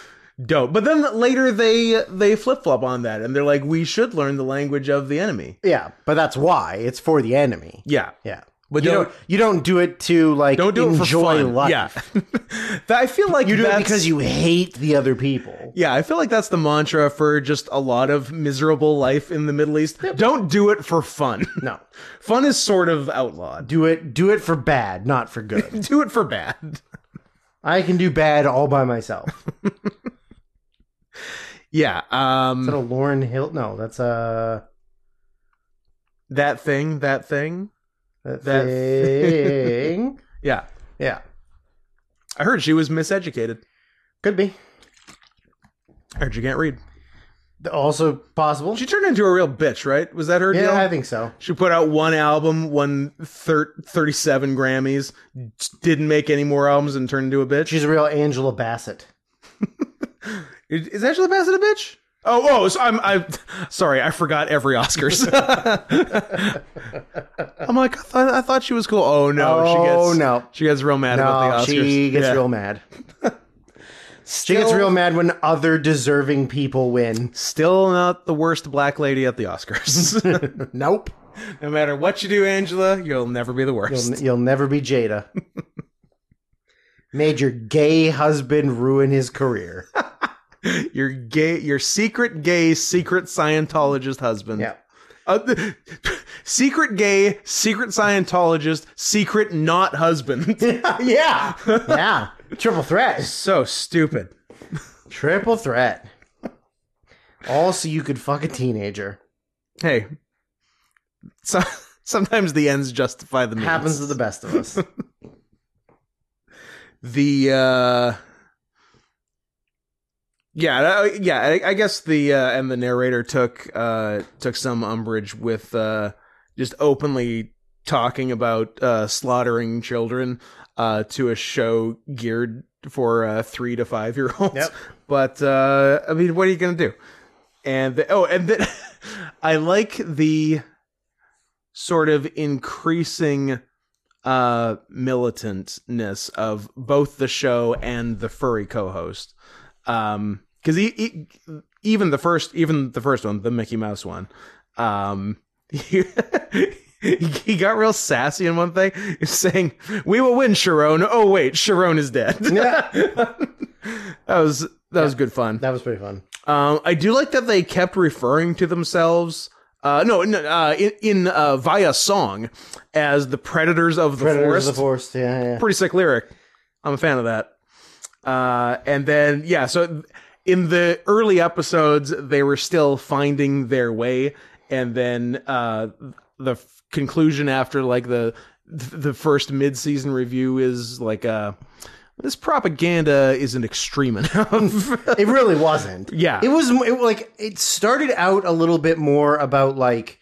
S2: don't." But then later they they flip flop on that, and they're like, "We should learn the language of the enemy."
S1: Yeah, but that's why it's for the enemy.
S2: Yeah,
S1: Yeah.
S2: But
S1: You
S2: don't
S1: don't you don't do it to like
S2: don't do
S1: enjoy
S2: it for fun.
S1: life.
S2: Yeah, That- I feel like
S1: You do
S2: that's,
S1: it because you hate the other people.
S2: Yeah, I feel like that's the mantra for just a lot of miserable life in the Middle East.
S3: Don't do it for fun.
S1: No.
S2: Fun is sort of outlawed.
S1: Do it do it for bad, not for good.
S2: Do it for bad.
S1: I can do bad all by myself. Is
S2: Yeah. Um
S1: that a Lauren Hill? No, that's a
S2: that thing, that thing.
S1: that,
S2: That-
S1: thing.
S2: Yeah.
S1: yeah.
S2: I heard she was miseducated.
S1: Could be.
S2: I heard you can't read.
S1: Also possible.
S2: She turned into a real bitch, right? Was that her deal?
S1: Yeah, I think so.
S2: She put out one album, won thir- 37 Grammys, didn't make any more albums and turned into a bitch.
S1: She's a real Angela Bassett.
S2: Is is Angela Bassett a bitch? Oh, oh, so I'm, I'm sorry. I forgot every Oscars. I'm like, I thought, I thought she was cool. Oh no,
S1: Oh,
S2: she gets
S1: no.
S2: she gets real mad
S1: No,
S2: about the Oscars.
S1: she gets
S2: Yeah.
S1: real mad. she gets real mad when other deserving people win.
S2: Still not the worst black lady at the Oscars.
S1: Nope.
S2: no matter what you do, Angela, you'll never be the worst.
S1: You'll, you'll never be Jada. Made your gay husband ruin his career.
S2: your gay, your secret gay, secret Scientologist husband.
S1: Yeah.
S2: Uh, th- secret gay, secret Scientologist, secret not husband.
S1: yeah. Yeah. Triple threat.
S2: so stupid.
S1: Triple threat. Also, you could fuck a teenager.
S2: hey, so, sometimes the ends justify the means.
S1: Happens to the best of us.
S2: The uh, yeah, uh, yeah. I, I guess the uh, and the narrator took uh, took some umbrage with uh, just openly talking about uh, slaughtering children uh, to a show geared for uh, three to five year olds.
S1: Yep.
S2: But uh, I mean, what are you gonna do? And the, oh, and then I like the sort of increasing uh militantness of both the show and the furry co-host um because he, he, even the first even the first one the mickey mouse one um he, he got real sassy in one thing he's saying we will win sharon oh wait sharon is dead
S1: Yeah.
S2: that was that was good fun
S1: That was pretty fun.
S2: um, I do like that they kept referring to themselves. Uh, no, in, uh, in, in uh, via song as the predators of the
S1: Predators
S2: forest.
S1: of the Forest. Yeah, yeah.
S2: Pretty sick lyric. I'm a fan of that. Uh, and then yeah, so in the early episodes, they were still finding their way, and then uh, the f- conclusion after like the the first mid-season review is like uh, this propaganda isn't extreme enough.
S1: It really wasn't.
S2: Yeah.
S1: It was it, like it started out a little bit more about like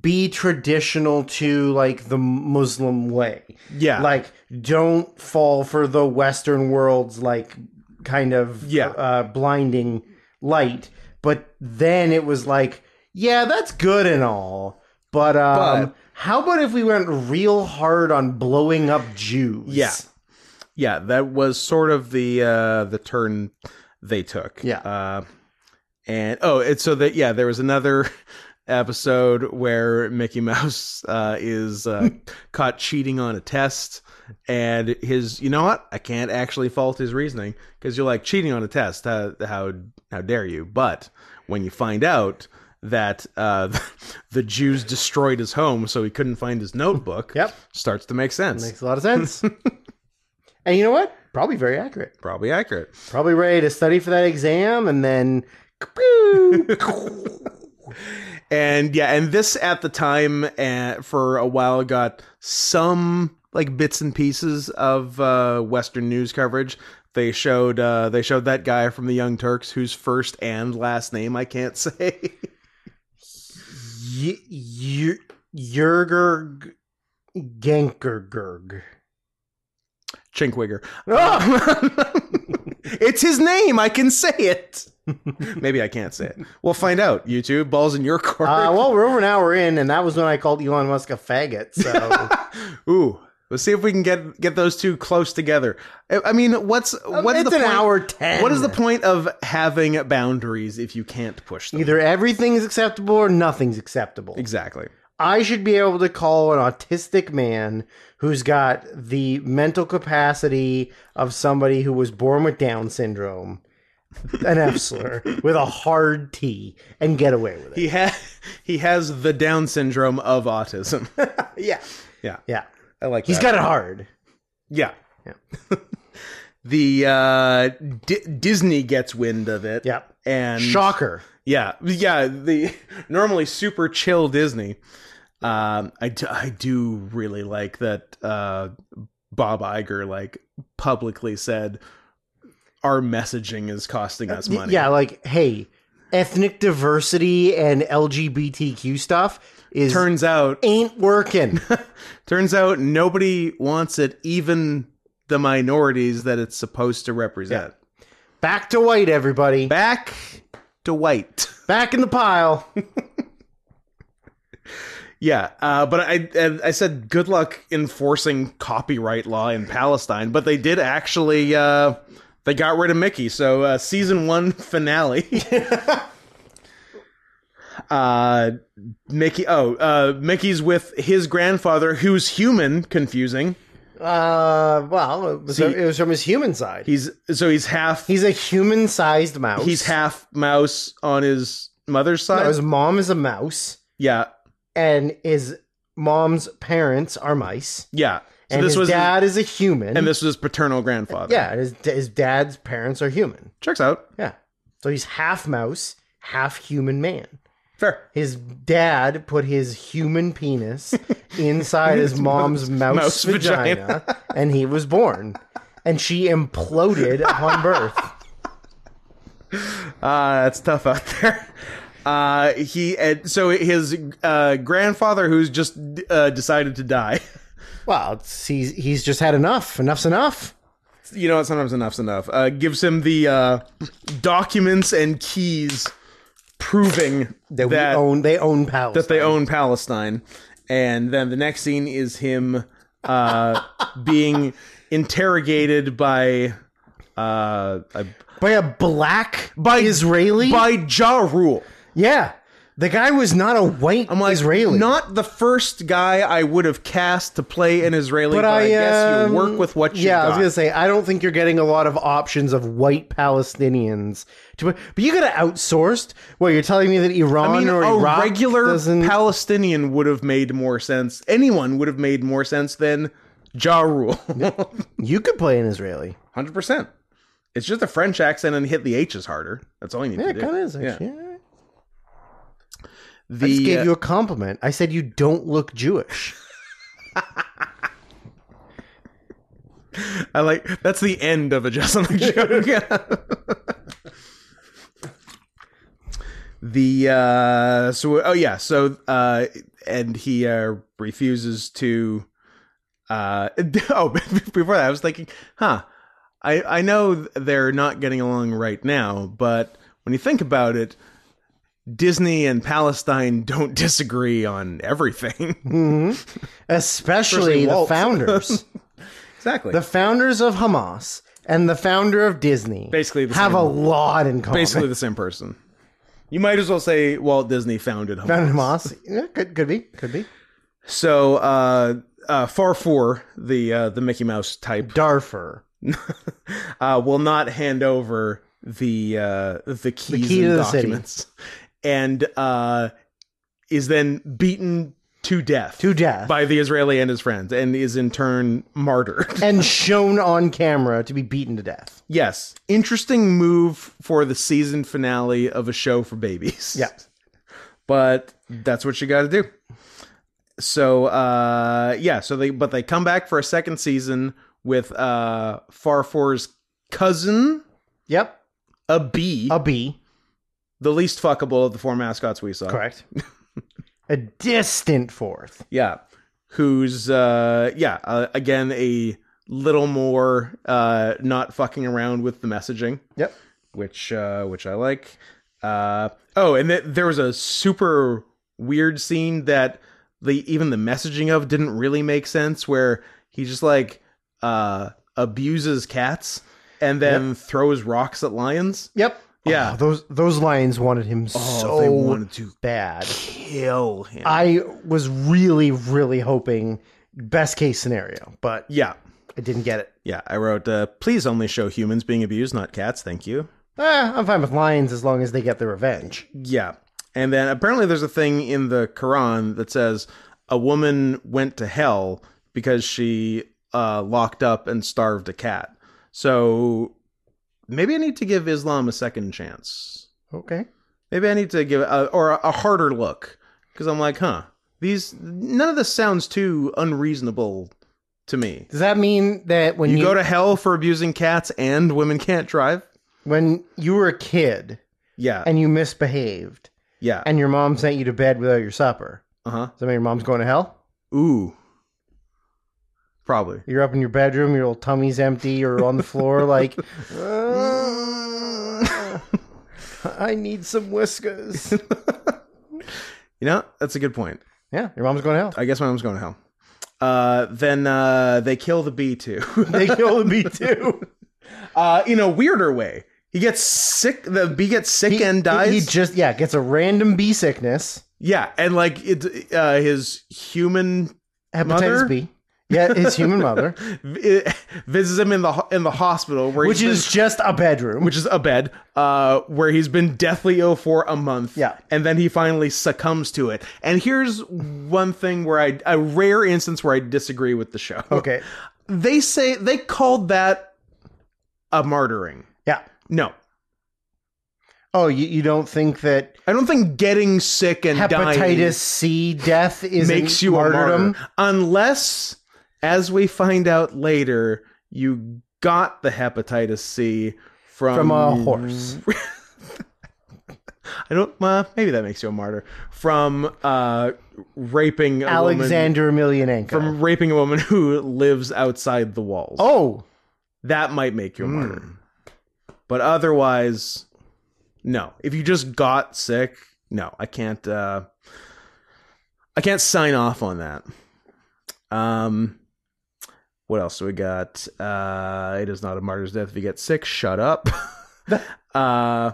S1: be traditional to like the Muslim way.
S2: yeah,
S1: Like don't fall for the western world's like kind of
S2: Yeah.
S1: uh, blinding light. But then it was like yeah, that's good and all. But um
S2: But-
S1: how about if we went real hard on blowing up Jews?
S2: Yeah. yeah that was sort of the uh the turn they took
S1: Yeah.
S2: uh and oh and so that yeah there was another episode where mickey mouse uh is uh caught cheating on a test and his you know what i can't actually fault his reasoning because you're like cheating on a test how how how dare you but when you find out that uh the jews destroyed his home so he couldn't find his notebook
S1: Yep.
S2: starts to make sense
S1: Makes a lot of sense. and you know what? Probably very accurate.
S2: probably accurate
S1: probably ready to study for that exam and then
S2: and yeah, and this at the time uh, for a while got some like bits and pieces of uh, Western news coverage. They showed uh, they showed that guy from the Young Turks whose first and last name I can't say.
S1: y- y- Yerger Genkergerg.
S2: Chinkwigger. Ah! it's his name. I can say it. Maybe I can't say it. We'll find out. YouTube balls in your court.
S1: Uh, well, we're over an hour in, and that was when I called Elon Musk a faggot. So
S2: Ooh, let's see if we can get get those two close together. I, I mean, what's
S1: Um,
S2: what's
S1: it's
S2: the
S1: an
S2: point?
S1: hour ten.
S2: What is the point of having boundaries if you can't push them?
S1: Either everything's acceptable or nothing's acceptable.
S2: Exactly.
S1: I should be able to call an autistic man who's got the mental capacity of somebody who was born with Down syndrome an F slur with a hard T and get away with it.
S2: He ha- he has the Down syndrome of autism.
S1: Yeah.
S2: Yeah.
S1: Yeah.
S2: I like
S1: He's
S2: that.
S1: got it hard.
S2: yeah.
S1: Yeah.
S2: the uh, D- Disney gets wind of it.
S1: Yep.
S2: And
S1: Shocker.
S2: Yeah, yeah. The normally super chill Disney. Um, I d- I do really like that. Uh, Bob Iger like publicly said, "Our messaging is costing us money."
S1: Yeah, like, hey, ethnic diversity and LGBTQ stuff is
S2: Turns out,
S1: ain't working.
S2: turns out nobody wants it. Even the minorities that it's supposed to represent.
S1: Back to white, everybody.
S2: Back to white.
S1: Back in the pile.
S2: Yeah, uh, but I and I said good luck enforcing copyright law in Palestine, but they did actually uh, they got rid of Mickey. So uh, season one finale, uh, Mickey. Oh, uh, Mickey's with his grandfather, who's human. Confusing.
S1: Uh, well, it was,
S2: See-
S1: it was from his human side.
S2: He's so he's half
S1: He's a human-sized mouse.
S2: he's half mouse on his mother's
S1: No,
S2: side.
S1: his mom is a mouse,
S2: yeah,
S1: and his mom's parents are mice,
S2: yeah. So
S1: and
S2: this
S1: his
S2: was
S1: dad is a human.
S2: and this was paternal grandfather.
S1: yeah, and his, his dad's parents are human.
S2: checks out.
S1: Yeah, so he's half mouse, half human man.
S2: Fair.
S1: His dad put his human penis inside his mom's mouse,
S2: mouse
S1: vagina, and he was born. And she imploded upon birth.
S2: Uh, that's tough out there. Uh, he and so his uh, grandfather, who's just uh, decided to die.
S1: Well, it's, he's he's just had enough. Enough's enough.
S2: You know, what? sometimes enough's enough. Uh, gives him the uh, documents and keys proving
S1: That,
S2: that
S1: we own. They own Palestine.
S2: that they own Palestine. And then the next scene is him uh, being interrogated by uh, a-
S1: by a black
S2: By-
S1: Israeli.
S2: by Ja Rule.
S1: yeah, the guy was not a white
S2: I'm like,
S1: Israeli.
S2: Not the first guy I would have cast to play an Israeli, but, I, guess
S1: um,
S2: you work with what you
S1: yeah, I
S2: got.
S1: was gonna say I don't think you're getting a lot of options of white Palestinians. To, but you got to outsourced. Well, you're telling me that Iran
S2: I mean,
S1: or
S2: a
S1: Iraq
S2: regular
S1: doesn't.
S2: Palestinian would have made more sense. Anyone would have made more sense than Ja Rule.
S1: you could play an Israeli.
S2: 100%. It's just a French accent and hit the H's harder. That's all you need
S1: Yeah,
S2: to
S1: it
S2: do.
S1: kind of is. Actually.
S2: Yeah.
S1: Yeah. I just
S2: The,
S1: gave you a compliment. I said you don't look Jewish.
S2: I like that's the end of a Just on the Joke. the uh, so oh yeah, so uh, and he uh, refuses to. Uh, oh, before that, I was thinking, huh? I I know they're not getting along right now, but when you think about it. Disney and Palestine don't disagree on everything.
S1: Especially the
S2: Waltz.
S1: founders.
S2: exactly.
S1: the founders of Hamas and the founder of Disney
S2: Basically the
S1: have
S2: same-
S1: a lot in common.
S2: basically the same person. You might as well say Walt Disney founded Hamas.
S1: Founded Hamas. Yeah, could could be. Could be.
S2: So uh, uh, Farfour, the uh, the Mickey Mouse type,
S1: Darfur.
S2: uh, will not hand over the uh, the keys
S1: key
S2: and
S1: to the city.
S2: documents, and uh, is then beaten to death
S1: To death.
S2: by the Israeli and his friends, and is in turn martyred.
S1: and shown on camera to be beaten to death.
S2: Yes. Interesting move for the season finale of a show for babies.
S1: Yeah.
S2: But that's what you got to do. So, uh yeah, so they but they come back for a second season with uh Farfour's cousin,
S1: Yep.
S2: a bee,
S1: A B.
S2: the least fuckable of the four mascots we saw.
S1: Correct. a distant fourth.
S2: Yeah. Who's uh yeah, uh, again a little more uh not fucking around with the messaging.
S1: Yep.
S2: which uh, which I like. Uh, oh, and th- there was a super weird scene that the even the messaging of didn't really make sense, where he just like uh, abuses cats and then throws rocks at lions.
S1: Yep.
S2: Yeah.
S1: Oh,
S2: Oh,
S1: Those those lions wanted him so
S2: they wanted to
S1: bad.
S2: kill him.
S1: I was really, really hoping best case scenario, but
S2: yeah.
S1: I didn't get it.
S2: Yeah. I wrote, uh, please only show humans being abused, not cats. Thank you.
S1: Eh, I'm fine with lions as long as they get their revenge.
S2: Yeah. And then apparently there's a thing in the Quran that says a woman went to hell because she uh, locked up and starved a cat. So maybe I need to give Islam a second chance.
S1: Okay.
S2: Maybe I need to give a, or a, a harder look because I'm like, huh, these none of this sounds too unreasonable to me.
S1: Does that mean that when
S2: You
S1: you,
S2: go to hell for abusing cats and women can't drive?
S1: when you were a kid
S2: Yeah.
S1: and you misbehaved
S2: Yeah.
S1: and your mom sent you to bed without your supper,
S2: Uh huh.
S1: does that mean your mom's going to hell?
S2: Ooh. Probably.
S1: You're up in your bedroom, your little tummy's empty, you're on the floor like, "Uh, I need some whiskers.
S2: You know, that's a good point.
S1: yeah, your mom's going to hell.
S2: I guess my mom's going to hell. Uh, then uh, they kill the bee too.
S1: They killed me too.
S2: uh, in a weirder way. He gets sick. The bee gets sick and dies.
S1: He just yeah gets a random bee sickness.
S2: yeah, and like it, uh, his human
S1: Hepatitis
S2: Mother?
S1: B. Yeah, his human mother,
S2: vi- visits him in the ho- in the hospital, where
S1: which
S2: he's been-
S1: is just a bedroom.
S2: which is a bed, uh, where he's been deathly ill for a month.
S1: Yeah.
S2: and then he finally succumbs to it. And here's one thing where I a rare instance where I disagree with the show.
S1: okay,
S2: they say they called that a martyring.
S1: yeah.
S2: No,
S1: Oh, you, you don't think that
S2: I don't think getting sick and
S1: hepatitis
S2: dying
S1: C death is
S2: makes you a
S1: martyrdom?
S2: martyr, unless, as we find out later, you got the hepatitis C from
S1: from a horse?
S2: I don't. Uh, maybe that makes you a martyr from uh, raping a woman,
S1: Alexander Emelianenko.
S2: from raping a woman who lives outside the walls.
S1: oh,
S2: that might make you a martyr.
S1: Hmm.
S2: But otherwise, no. If you just got sick, no, I can't. Uh, I can't sign off on that. Um, what else do we got? Uh, it is not a martyr's death if you get sick. Shut up. uh,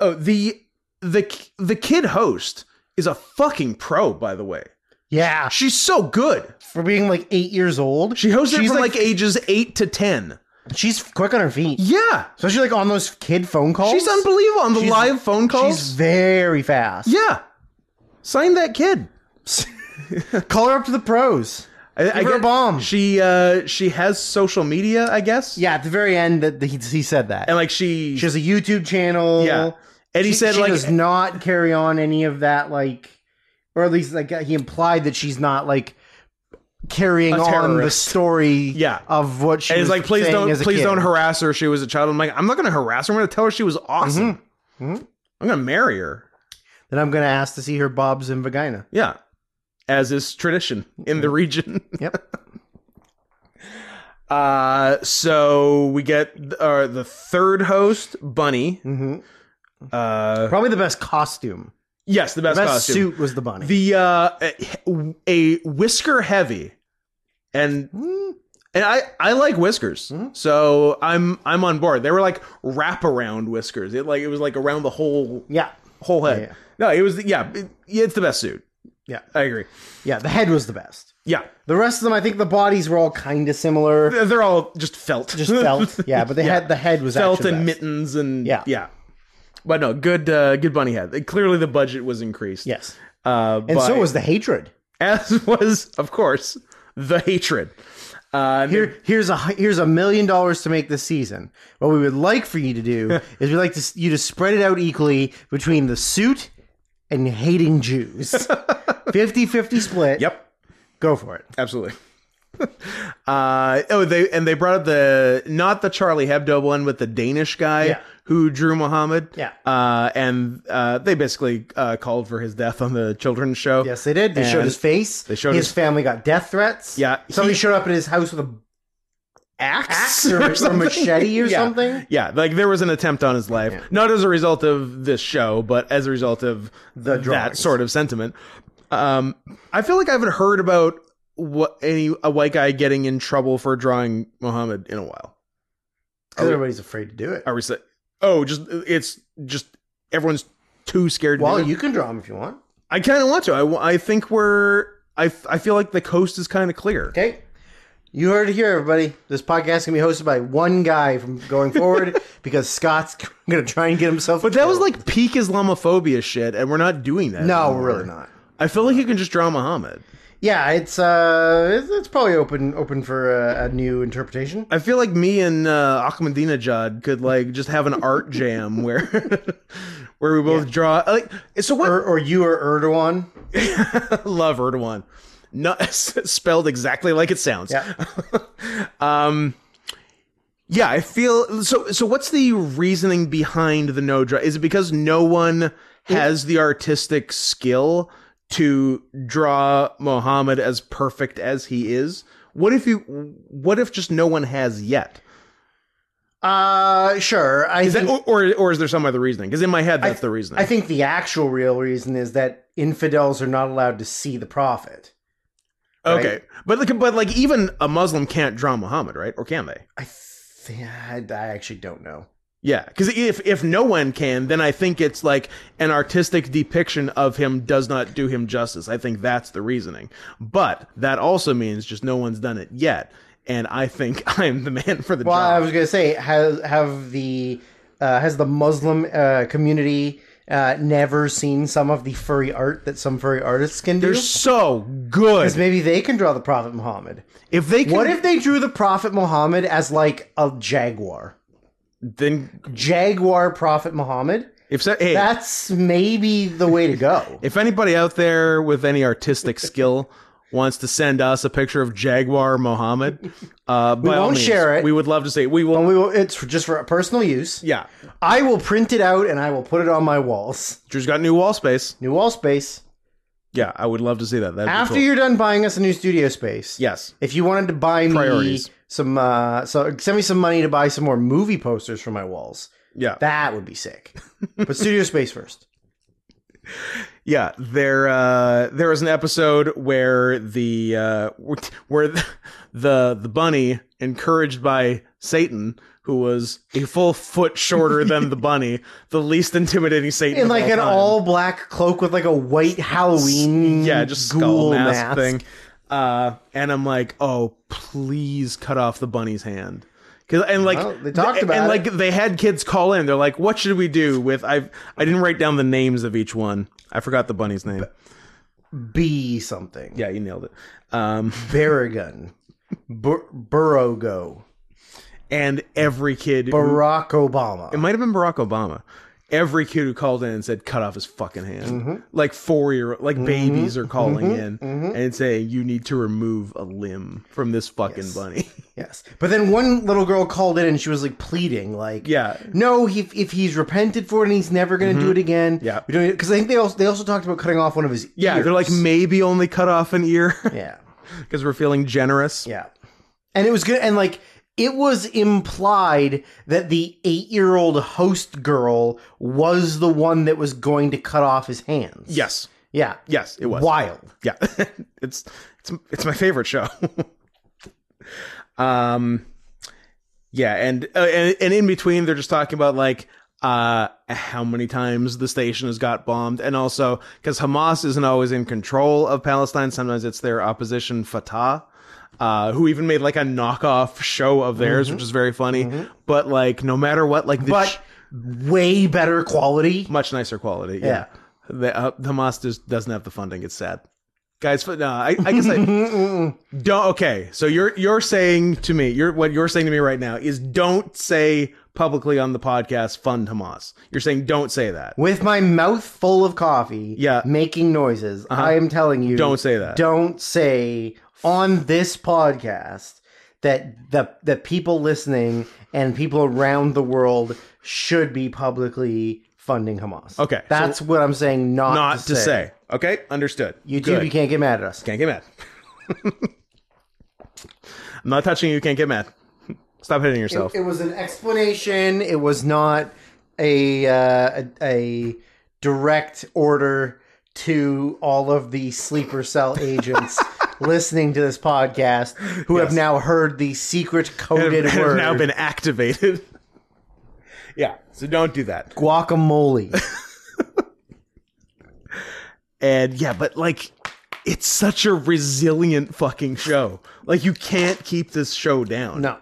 S2: oh, the the the kid host is a fucking pro, by the way.
S1: yeah.
S2: She's so good.
S1: For being like eight years old,
S2: She hosted it
S1: She's
S2: from
S1: like-
S2: like ages eight to ten.
S1: she's quick on her feet.
S2: Yeah,
S1: So she's like on those kid phone calls.
S2: She's unbelievable on the
S1: She's-
S2: live phone calls.
S1: She's very fast.
S2: yeah, sign that kid.
S1: Call her up to the pros.
S2: I, I
S1: her a
S2: get-
S1: bomb.
S2: She uh, she has social media, I guess.
S1: Yeah, at the very end that he, he said that.
S2: and like she,
S1: She has a YouTube channel.
S2: yeah. And he
S1: She-
S2: said
S1: she
S2: like
S1: does not carry on any of that like, or at least like he implied that she's not like carrying
S2: A
S1: on the
S2: terrorist.
S1: story
S2: Yeah.
S1: of what she
S2: and he's
S1: was
S2: like please
S1: saying
S2: don't
S1: as a
S2: please
S1: kid.
S2: don't harass her. She was a child. I'm like I'm not gonna harass her. I'm gonna tell her she was awesome. Mm-hmm.
S1: Mhm.
S2: I'm gonna marry her.
S1: Then I'm gonna ask to see her bobs and vagina.
S2: Yeah, as is tradition in the region.
S1: Yep.
S2: Uh, so we get uh, the third host, Bunny.
S1: hmm
S2: Uh,
S1: Probably the best costume.
S2: yes, the
S1: The
S2: best,
S1: best
S2: costume.
S1: suit was the bunny.
S2: the uh a, a whisker heavy and
S1: Mm.
S2: and i i like whiskers
S1: Mm-hmm.
S2: so i'm i'm on board they were like wrap around whiskers it like it was like around the whole
S1: yeah,
S2: whole head
S1: Yeah, yeah.
S2: no it was yeah it- yeah, it's the best suit
S1: Yeah.
S2: i agree
S1: yeah. The head was the best.
S2: yeah
S1: The rest of them, I think the bodies were all kind of similar.
S2: they're all just felt
S1: Just felt, yeah, but they had the head was
S2: felt
S1: actually
S2: and
S1: best.
S2: mittens and
S1: Yeah.
S2: yeah but no good uh good bunny head clearly the budget was increased
S1: Yes,
S2: uh
S1: and so was the hatred.
S2: as was of course the hatred uh
S1: Here, here's a here's a million dollars to make this season. What we would like for you to do is we'd like to, you to spread it out equally between the suit and hating Jews. 50-50 split.
S2: yep
S1: Go for it.
S2: Absolutely. uh, oh, they and they brought up the not the Charlie Hebdo one, but the Danish guy
S1: Yeah.
S2: who drew Muhammad.
S1: Yeah.
S2: Uh, and uh, they basically uh, called for his death on the children's show.
S1: Yes, they did. They
S2: And-
S1: showed his face. They
S2: showed
S1: his,
S2: his-
S1: family got death threats.
S2: Yeah,
S1: Somebody
S2: he-
S1: showed up at his house with a
S2: Axe,
S1: axe or, or
S2: something.
S1: machete or
S2: Yeah.
S1: something.
S2: Yeah, like there was an attempt on his life, not as a result of this show, but as a result of
S1: The
S2: that
S1: drawings.
S2: sort of sentiment. Um, I feel like I haven't heard about what any a white guy getting in trouble for drawing Muhammad in a while.
S1: Because everybody's afraid to do it.
S2: Are we say? oh, just it's just everyone's too scared. To
S1: Well,
S2: do it.
S1: you can draw them if you want.
S2: I kind of want to. I, w- I think we're. I, f- I feel like the coast is kind of clear.
S1: Okay. You heard it here, everybody. This podcast can be hosted by one guy from going forward because Scott's going to try and get himself.
S2: But that was like peak Islamophobia shit, and we're not doing that.
S1: no,
S2: anymore.
S1: we're really not.
S2: I feel like you can just draw Muhammad.
S1: Yeah, it's uh, it's, it's probably open open for a, a new interpretation.
S2: I feel like me and uh, Ahmadinejad could like just have an art jam where where we both draw. Like, so what?
S1: Or, or you or Erdogan.
S2: Love Erdogan, not spelled exactly like it sounds.
S1: Yeah.
S2: Yeah, I feel so. So, what's the reasoning behind the no draw? Is it because no one has the artistic skill to draw Mohammed as perfect as he is? What if you? What if just no one has yet?
S1: Uh, sure. I
S2: Is that,
S1: think,
S2: or, or or is there some other reasoning? Because in my head, that's the reasoning.
S1: I think the actual real reason is that infidels are not allowed to see the prophet.
S2: okay, but like, but like, even a Muslim can't draw Muhammad, right? Or can they?
S1: I th- I, I actually don't know.
S2: Yeah, because if if no one can, then I think it's like an artistic depiction of him does not do him justice. I think that's the reasoning. But that also means just no one's done it yet, and I think I'm the man for the
S1: Well, I
S2: job.
S1: was gonna say has have the uh, has the Muslim uh, community uh, never seen some of the furry art that some furry artists can do?
S2: They're so good.
S1: Maybe they can draw the Prophet Muhammad.
S2: If they can,
S1: What if they drew the Prophet Muhammad as like a jaguar?
S2: then
S1: Jaguar Prophet Muhammad.
S2: if so, hey,
S1: That's maybe the way to go.
S2: if anybody out there with any artistic skill wants to send us a picture of Jaguar Mohammed, uh, we
S1: won't share it.
S2: We would love to see. It. We will.
S1: And we will, it's for- just for personal use.
S2: yeah,
S1: I will print it out and I will put it on my walls.
S2: Drew's got new wall space.
S1: New wall space.
S2: Yeah, I would love to see that. That'd
S1: After
S2: be cool.
S1: you're done buying us a new studio space,
S2: yes.
S1: if you wanted to buy
S2: Priorities.
S1: me some, uh, so send me some money to buy some more movie posters for my walls.
S2: Yeah.
S1: That would be sick. but studio space first.
S2: yeah. There uh there was an episode where the uh where the the, the bunny encouraged by Satan who was a full foot shorter than the bunny, the least intimidating Satan
S1: In
S2: of
S1: like
S2: all
S1: an
S2: time.
S1: all black cloak with like a white Halloween,
S2: yeah, just skull
S1: ghoul
S2: mask,
S1: mask
S2: thing. Uh, and I'm like, oh, please cut off the bunny's hand. Cause, and like
S1: Well, they talked about
S2: and
S1: it.
S2: like they had kids call in. They're like, "What should we do with?" I I didn't write down the names of each one. I forgot the bunny's name.
S1: Be something.
S2: Yeah, you nailed it. Um,
S1: Barragon. Bur- Burrogo.
S2: and every kid, who-
S1: Barack Obama.
S2: it might have been Barack Obama. Every kid who called in and said, "Cut off his fucking hand," like four year, like babies are calling in and saying, "You need to remove a limb from this fucking bunny."
S1: Yes, but then one little girl called in and she was like pleading, like,
S2: Yeah. Mm-hmm.
S1: no, he, if he's repented for it and he's never going to do it again,
S2: Yeah.
S1: we don't because I think they also they also talked about cutting off one of his
S2: Yeah, they're like
S1: ears.
S2: maybe only cut off an ear
S1: yeah,
S2: because we're feeling generous.
S1: yeah, and it was good, and like it was implied that the eight year old host girl was the one that was going to cut off his hands.
S2: Yes,
S1: yeah,
S2: yes, it was.
S1: wild.
S2: Yeah, it's it's it's my favorite show. um, yeah, and, uh, and and in between, they're just talking about like uh how many times the station has got bombed, and also because Hamas isn't always in control of Palestine. Sometimes it's their opposition Fatah. Uh, who even made like a knockoff show of theirs, which is very funny. But like, no matter what, like, the sh-
S1: But way better quality.
S2: much nicer quality. Yeah, The, uh, Hamas just doesn't have the funding. It's sad, guys. No, I, I guess I don't. Okay, so you're you're saying to me, you're what you're saying to me right now is don't say publicly on the podcast fund Hamas. You're saying don't say that.
S1: With my mouth full of coffee,
S2: Yeah. Uh-huh.
S1: making noises, I am telling you,
S2: Don't say that.
S1: Don't say on this podcast that the that people listening and people around the world should be publicly funding Hamas.
S2: Okay, so-
S1: that's what I'm saying. Not,
S2: Not to say. Okay, understood.
S1: You
S2: Good.
S1: do. You can't get mad at us.
S2: Can't get mad. I'm not touching you. Can't get mad. Stop hitting yourself.
S1: It was an explanation. It was not a uh, a, a direct order to all of the sleeper cell agents listening to this podcast who have now heard the secret
S2: have,
S1: coded
S2: have
S1: word.
S2: now been activated. Yeah. So don't do that.
S1: Guacamole.
S2: And yeah, but like it's such a resilient fucking show. Like you can't keep this show down.
S1: No.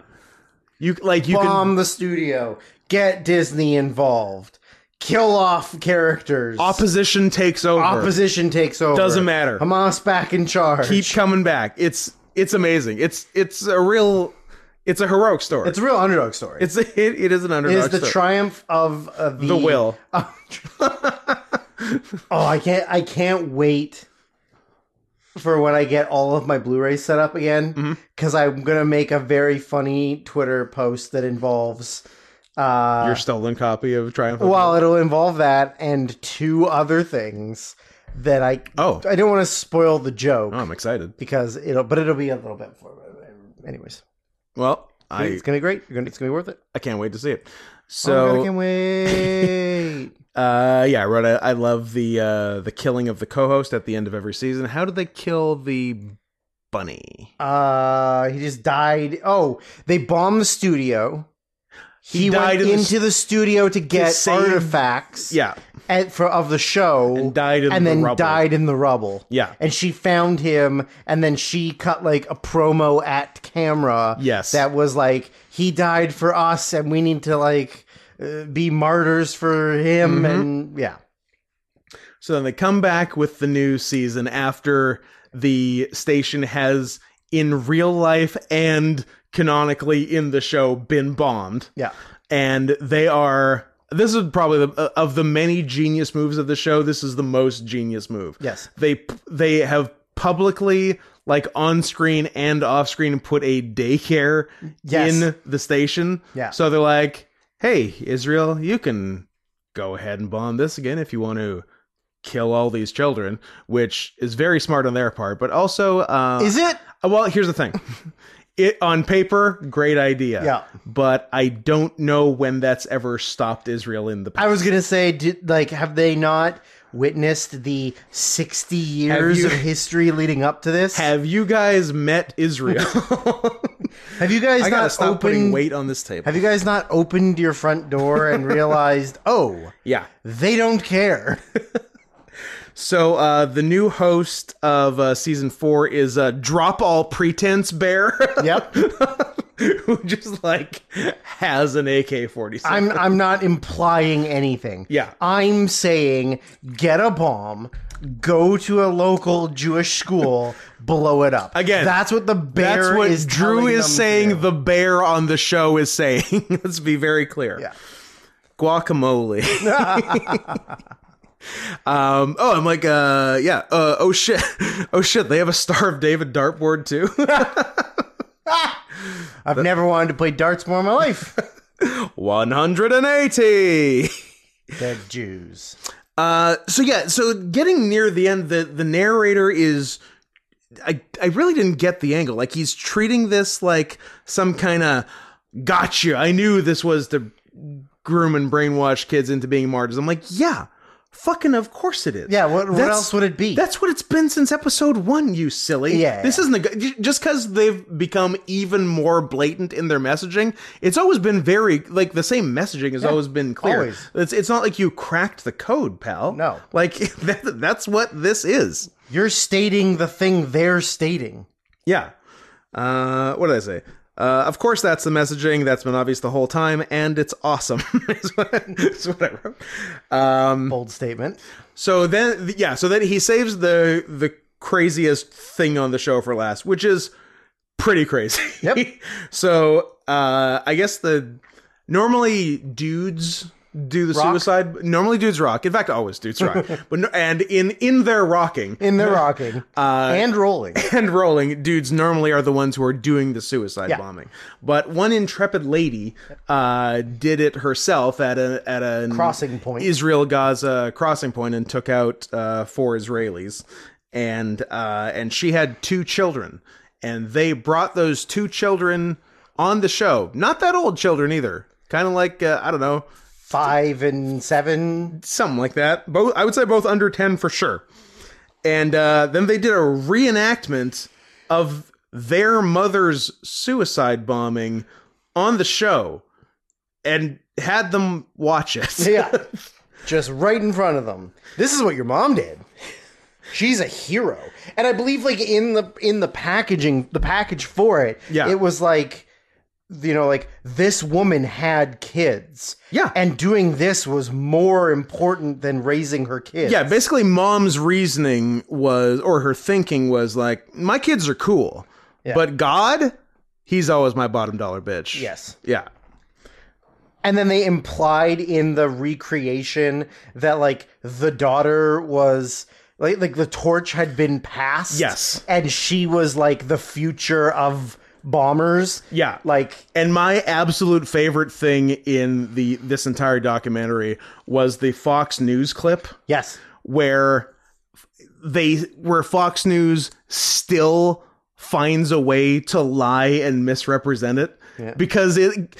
S2: You like you
S1: Bomb the studio. Get Disney involved. Kill off characters.
S2: can opposition takes over.
S1: Opposition takes over.
S2: Doesn't matter.
S1: Hamas back in charge.
S2: keep coming back. It's it's amazing. It's it's a real it's a heroic story.
S1: it's a real underdog story.
S2: it's a, it, it is an
S1: It
S2: underdog
S1: is the
S2: story.
S1: triumph of uh, the,
S2: the will.
S1: Oh, I can't! I can't wait for when I get all of my Blu-rays set up
S2: Mm-hmm.
S1: again because I'm gonna make a very funny Twitter post that involves. Uh,
S2: Your stolen copy of Triumph. of
S1: well, it'll involve that and two other things that I.
S2: Oh.
S1: I don't want to spoil the joke
S2: Oh, I'm excited.
S1: because it'll, but it'll be a little bit. Before, anyways,
S2: Well, I
S1: it's gonna be great. You're gonna, it's gonna be worth it.
S2: I can't wait to see
S1: Oh
S2: it.
S1: my God, I
S2: So
S1: can't wait.
S2: uh, yeah, I wrote. I, I love the uh, the killing of the co-host at the end of every season. How did they kill the bunny?
S1: Uh, he just died. Oh, they bombed the studio. He,
S2: He died
S1: went
S2: in the
S1: into the studio to get
S2: save-
S1: artifacts.
S2: Yeah,
S1: at, for of the show
S2: And died in
S1: and
S2: the
S1: then
S2: rubble.
S1: died in the rubble.
S2: Yeah.
S1: and she found him, and then she cut like a promo at camera.
S2: Yes.
S1: that was like he died for us, and we need to like uh, be martyrs for him.
S2: Mm-hmm.
S1: And yeah,
S2: So then they come back with the new season after the station has, in real life and canonically in the show, been bombed.
S1: yeah,
S2: And they are. This is probably the, uh, of the many genius moves of the show. This is the most genius move.
S1: Yes.
S2: they they have publicly, like on screen and off screen, put a daycare
S1: Yes.
S2: in the station.
S1: Yeah.
S2: So they're like, "Hey, Israel, you can go ahead and bomb this again if you want to." kill all these children, which is very smart on their part, but also uh,
S1: is it?
S2: well, here's the thing. It on paper, great idea.
S1: Yeah.
S2: But I don't know when that's ever stopped Israel in the past.
S1: I was gonna say, did, like, have they not witnessed the sixty years
S2: you-
S1: of history leading up to this?
S2: Have you guys met Israel?
S1: Have you guys
S4: I gotta
S1: not
S4: stop putting
S1: opened?
S4: weight on this table.
S1: have you guys not opened your front door and realized, oh,
S2: yeah.
S1: they don't care?
S2: So uh, the new host of uh, season four is uh, Drop All Pretense Bear,
S1: Yep.
S2: who just like has an AK 47.
S1: I'm I'm not implying anything.
S2: Yeah.
S1: I'm saying get a bomb, go to a local Jewish school, blow it up.
S2: Again,
S1: That's what the bear
S2: That's what
S1: is
S2: Drew
S1: telling
S2: is
S1: them to do.
S2: saying, the bear on the show is saying. Let's be very clear.
S1: Yeah.
S2: guacamole. um, oh, I'm like, uh, yeah. Uh, oh shit. Oh shit. They have a Star of David dartboard too.
S1: I've never wanted to play darts more in my life.
S2: 180.
S1: Dead Jews.
S2: Uh, so yeah. So getting near the end, the the narrator is. I, I really didn't get the angle. Like he's treating this like some kind of gotcha. I knew this was to groom and brainwash kids into being martyrs. I'm like, yeah, fucking, of course it is.
S1: Yeah, what, what
S2: That's-
S1: else would it be?
S2: That's what it's been since episode one, you silly.
S1: Yeah.
S2: This isn't a, g- just because they've become even more blatant in their messaging. It's always been very like the same messaging has always been clear.
S1: always.
S2: It's it's not like you cracked the code, pal.
S1: No.
S2: like that, that's what this is.
S1: You're stating the thing they're stating.
S2: Yeah. Uh, what did I say? Uh, of course, that's the messaging that's been obvious the whole time, and it's awesome. is what, is what I wrote. Um,
S1: Bold statement.
S2: So then, th- yeah. So then he saves the the craziest thing on the show for last, which is pretty crazy.
S1: Yep.
S2: so uh, I guess the normally dudes do the suicide. Normally dudes rock. In fact, always dudes rock. but no, and in in their rocking
S1: In the rocking
S2: Uh,
S1: and rolling.
S2: and rolling, dudes normally are the ones who are doing the suicide
S1: Yeah.
S2: bombing. But one intrepid lady uh, did it herself at a at a
S1: Crossing point.
S2: Israel Gaza crossing point and took out uh, four Israelis, and uh, and she had two children, and they brought those two children on the show. Not that old children either. Kind of like uh, I don't know,
S1: Five and seven.
S2: something like that. Both I would say both under ten for sure. And uh, then they did a reenactment of their mother's suicide bombing on the show, and had them watch it.
S1: yeah, just right in front of them. This is what your mom did. She's a hero, and I believe like in the in the packaging, the package for it,
S2: Yeah.
S1: it was like you know like this woman had kids
S2: Yeah.
S1: and doing this was more important than raising her kids
S2: Yeah, basically, mom's reasoning was, or her thinking was like, my kids are cool,
S1: Yeah.
S2: but God, he's always my bottom dollar bitch.
S1: yes
S2: Yeah.
S1: And then they implied in the recreation that like the daughter was like like the torch had been passed.
S2: Yes.
S1: And she was like the future of bombers.
S2: Yeah.
S1: Like
S2: And my absolute favorite thing in the this entire documentary was the Fox News clip
S1: yes.
S2: where they where Fox News still finds a way to lie and misrepresent it because it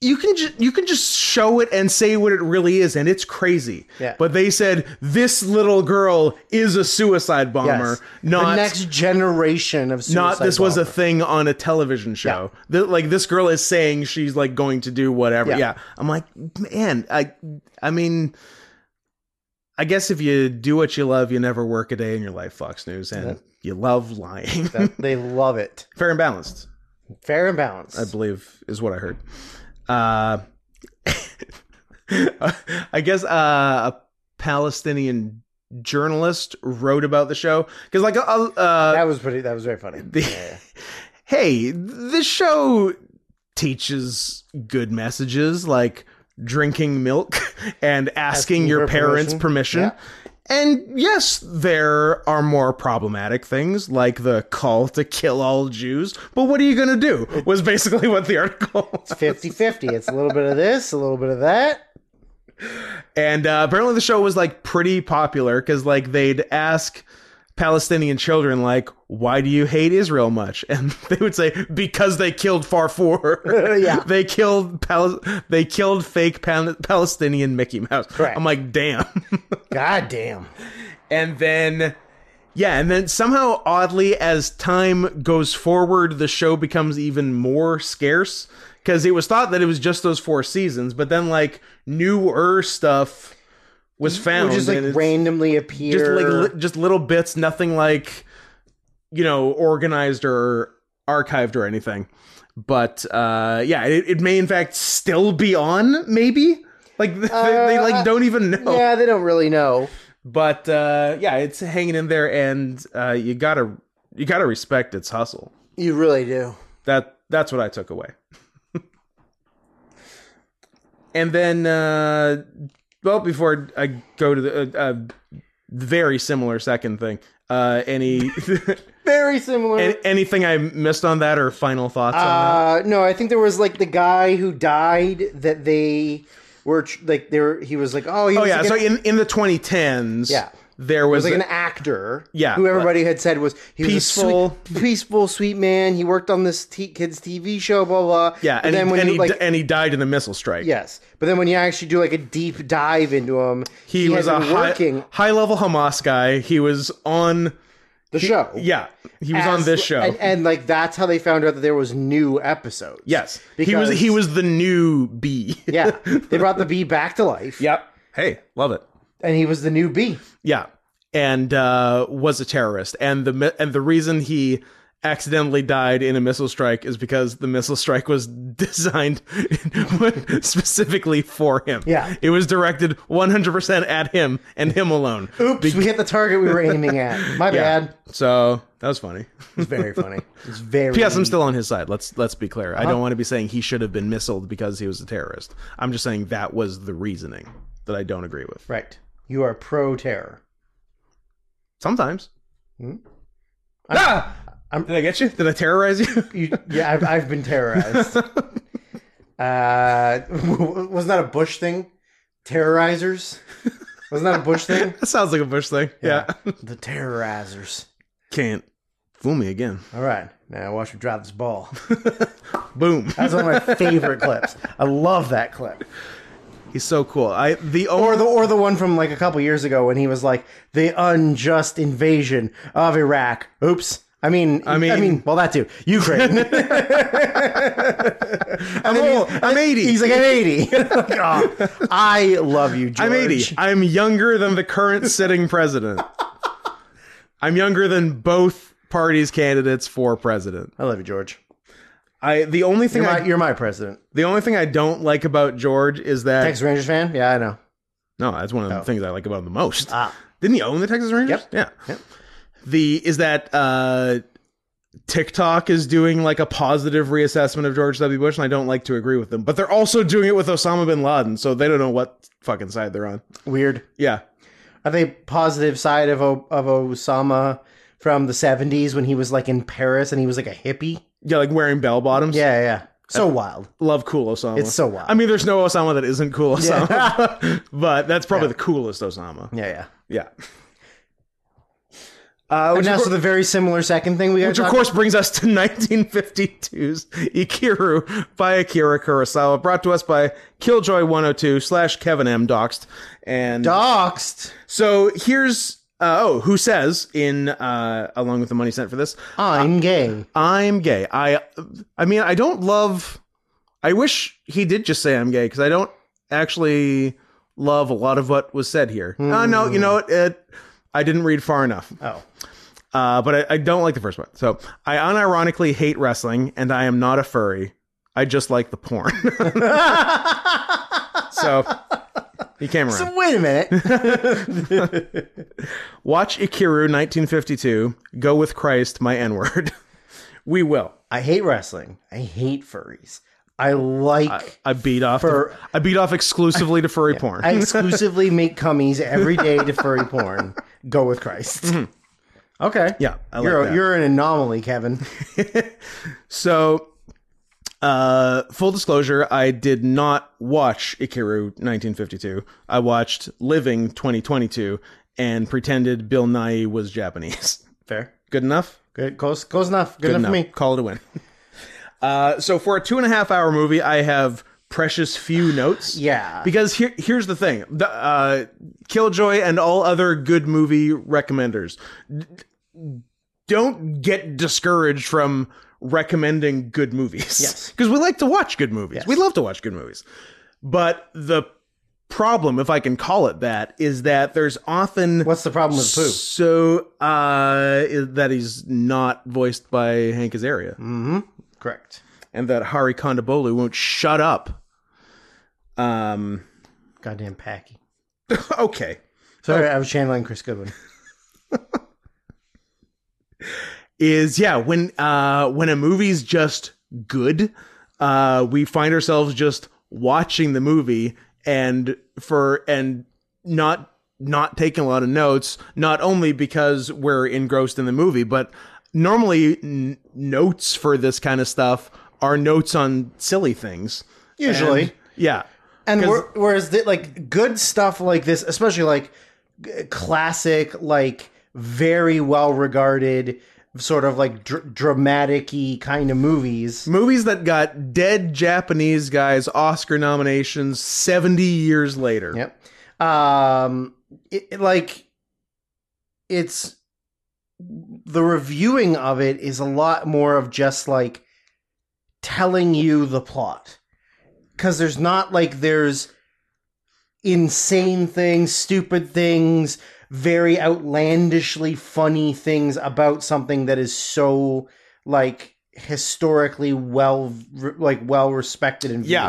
S2: you can ju- you can just show it and say what it really is and it's crazy.
S1: Yeah.
S2: But they said this little girl is a suicide bomber,
S1: yes.
S2: not
S1: the next generation of suicide
S2: not this was a
S1: bomber.
S2: thing on a television show. Th- like this girl is saying she's like going to do whatever.
S1: Yeah.
S2: Yeah. I'm like, man, I I mean I guess if you do what you love, you never work a day in your life, Fox News, and you love lying.
S1: That- they love it.
S2: Fair and balanced,
S1: Fair and balanced.
S2: I believe, is what I heard. Uh I guess uh, a Palestinian journalist wrote about the show because like uh, uh,
S1: that was pretty that was very funny.
S2: the- hey, this show teaches good messages like drinking milk and asking,
S1: Asking
S2: your
S1: for
S2: parents
S1: permission.
S2: permission. And yes, there are more problematic things like the call to kill all Jews, but what are you going to do? Was basically what the article was.
S1: 50-50. It's a little bit of this, a little bit of that.
S2: And uh, apparently the show was like pretty popular because like they'd ask Palestinian children like, "Why do you hate Israel much?" And they would say, "Because they killed Farfour.
S1: Yeah.
S2: they killed Pal- they killed fake Pal- Palestinian Mickey Mouse."
S1: Correct.
S2: I'm like, damn.
S1: God damn.
S2: and then. Yeah, and then somehow, oddly, as time goes forward, the show becomes even more scarce because it was thought that it was just those four seasons, but then like newer stuff was found,
S1: Which just
S2: and
S1: like
S2: it's-
S1: randomly appear.
S2: just like li- just little bits, nothing like you know organized or archived or anything. But uh, yeah, it, it may in fact still be on, maybe. Like they, they
S1: Uh,
S2: like don't even know.
S1: yeah, they don't really know.
S2: But uh, yeah, it's hanging in there, and uh, you gotta you gotta respect its hustle.
S1: You really do.
S2: That that's what I took away. and then, uh, well, before I go to the uh, uh, very similar second thing, uh, any
S1: Very similar.
S2: an- anything I missed on that or final thoughts on that?
S1: uh, no, I think there was like the guy who died that they were tr- like they were. He was like, oh, he
S2: Oh
S1: was
S2: yeah,
S1: like,
S2: so
S1: an,
S2: in in the 2010s,
S1: Yeah.
S2: there was,
S1: like an
S2: a-
S1: actor.
S2: Yeah,
S1: who everybody had said was he was a
S2: Peaceful.
S1: sweet, peaceful, sweet man. He worked on this t- kids TV show, blah blah.
S2: yeah,
S1: But
S2: and,
S1: then
S2: he,
S1: when
S2: and,
S1: you,
S2: he,
S1: like
S2: di- and he died in the missile strike.
S1: yes, but then when you actually do like a deep dive into him,
S2: He, was
S1: had
S2: a
S1: been working
S2: high, high level Hamas guy. He was on,
S1: the show.
S2: yeah, he was on
S1: As-
S2: this show.
S1: and, and like that's how they found out that there was new episodes.
S2: yes, he
S1: because-
S2: was he was the new B.
S1: yeah, they brought the bee back to life.
S2: Yep. Hey, love it.
S1: and he was the new bee.
S2: Yeah, and uh, was a terrorist, and the mi- and the reason he accidentally died in a missile strike is because the missile strike was designed specifically for him.
S1: Yeah.
S2: it was directed 100 percent at him and him alone.
S1: Oops, we hit the target we were aiming at. My bad.
S2: So that was funny.
S1: It's very funny. It's very.
S2: P.S. I'm still on his side. Let's let's be clear. I don't want to be saying he should have been missiled because he was a terrorist. I'm just saying that was the reasoning that I don't agree with.
S1: right. You are pro terror.
S2: Sometimes.
S1: Hmm?
S2: Ah!
S1: I'm-
S2: Did I get you? Did I terrorize you?
S1: You, yeah, I've, I've been terrorized. uh, wasn't that a Bush thing? Terrorizers. Wasn't that a Bush thing?
S2: That sounds like a Bush thing. Yeah.
S1: The terrorizers.
S2: Can't fool me again.
S1: All right. Now watch me drive this ball.
S2: Boom.
S1: That's one of my favorite clips. I love that clip.
S2: He's so cool. I the
S1: Or
S2: only
S1: the or the one from like a couple years ago when he was like the unjust invasion of Iraq. Oops, I mean, I mean,
S2: mean-
S1: I mean, well, that too. Ukraine.
S2: I'm old. I'm 80.
S1: He's like, I'm 80. Like, "Oh, I love you, George.
S2: I'm 80. I'm younger than the current sitting president.
S5: I'm younger than both parties' candidates for president.
S1: I love you, George.
S2: I the only thing
S1: You're
S2: I,
S1: my, you're my president.
S2: the only thing I don't like about George is that
S1: Texas Rangers fan? Yeah, I know.
S2: no, that's one of the things I like about him the most.
S1: Ah.
S2: Didn't he own the Texas Rangers?
S1: Yep.
S2: Yeah.
S1: Yep.
S2: The is that uh TikTok is doing like a positive reassessment of George W. Bush, and I don't like to agree with them. But they're also doing it with Osama bin Laden, so they don't know what fucking side they're on.
S1: Weird.
S2: Yeah.
S1: Are they positive side of O- of Osama from the 70s when he was like in Paris and he was like a hippie?
S2: Yeah, like wearing bell bottoms.
S1: Yeah, yeah, yeah. So wild.
S2: Love cool Osama.
S1: It's so wild.
S2: I mean, there's no Osama that isn't cool Osama.
S1: yeah,
S2: But that's probably the coolest Osama.
S1: yeah.
S2: Yeah. Uh,
S1: And
S2: which,
S1: now,
S2: of,
S1: so
S2: cour-
S1: the very similar second thing we got
S2: which of course brings us to 1952's Ikiru by Akira Kurosawa, brought to us by Killjoy 102 slash Kevin M. Doxed. And
S1: doxed.
S2: so here's, uh, oh, who says in, uh, along with the money sent for this,
S1: I'm gay.
S2: I'm gay. I, I mean, I don't love, I wish he did just say I'm gay because I don't actually love a lot of what was said here. Uh, no, you know what? It, I didn't read far enough.
S1: Hmm. Oh.
S2: Uh, but I, I don't like the first one. So I unironically hate wrestling, and I am not a furry. I just like the porn. so he came around.
S1: So wait a minute.
S2: Watch Ikiru 1952. Go with Christ, my N word. we will.
S1: I hate wrestling. I hate furries. I like.
S2: I beat off.
S1: Fur-
S2: I beat off exclusively to furry porn.
S1: I exclusively make cummies every day to furry porn. Go with Christ. Mm-hmm. Okay.
S2: yeah, I
S1: you're,
S2: like that.
S1: you're an anomaly, Kevin.
S2: So, uh, full disclosure, I did not watch Ikiru 1952. I watched Living 2022 and pretended Bill Nye was Japanese.
S1: Fair.
S2: Good enough?
S1: Good. Close, close enough. Good, enough
S2: No.
S1: for me.
S2: Call it a win. Uh, so, for a two and a half hour movie, I have precious few notes.
S1: Yeah.
S2: Because here, here's the thing: the, uh, Killjoy and all other good movie recommenders d- don't get discouraged from recommending good movies.
S1: Yes.
S2: because we like to watch good movies. We love to watch good movies, but the problem, if I can call it that, is that there's often
S1: What's the problem with poo?
S2: so uh, is that he's not voiced by Hank Azaria
S1: Correct.
S2: and that Hari Kondabolu won't shut up. Um.
S1: Goddamn packy.
S2: Okay.
S1: Sorry, I was channeling Chris Goodwin.
S2: is yeah when uh when a movie's just good uh we find ourselves just watching the movie and for and not not taking a lot of notes not only because we're engrossed in the movie but normally n- notes for this kind of stuff are notes on silly things
S1: Usually.
S2: And- yeah
S1: And
S2: 'Cause-
S1: where, whereas the, like good stuff like this, especially like g- classic, like very well regarded, sort of like dr- dramatic kind of movies.
S2: movies that got dead japanese guys oscar nominations 70 years later
S1: Yep. Um, it, it, like it's the reviewing of it is a lot more of just like telling you the plot because there's not like there's insane things, stupid things, very outlandishly funny things about something that is so like historically well like well respected and viewed.
S2: Yeah.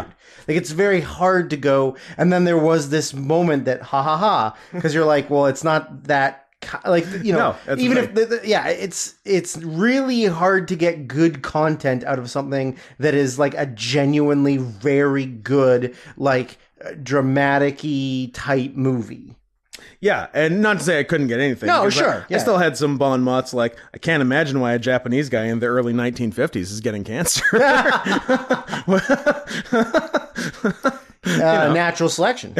S1: Like it's very hard to go and then there was this moment that ha ha ha because you're like, well, it's not that ki- like you know
S2: No, that's
S1: even
S2: the
S1: if the, the- yeah, it's it's really hard to get good content out of something that is like a genuinely very good like dramatic type movie.
S2: Yeah, and not to say I couldn't get anything.
S1: No,
S2: because I-
S1: sure,
S2: I,
S1: yeah.
S2: still had some bon mots like I can't imagine why a Japanese guy in the early 1950s is getting cancer.
S1: Uh, Natural selection.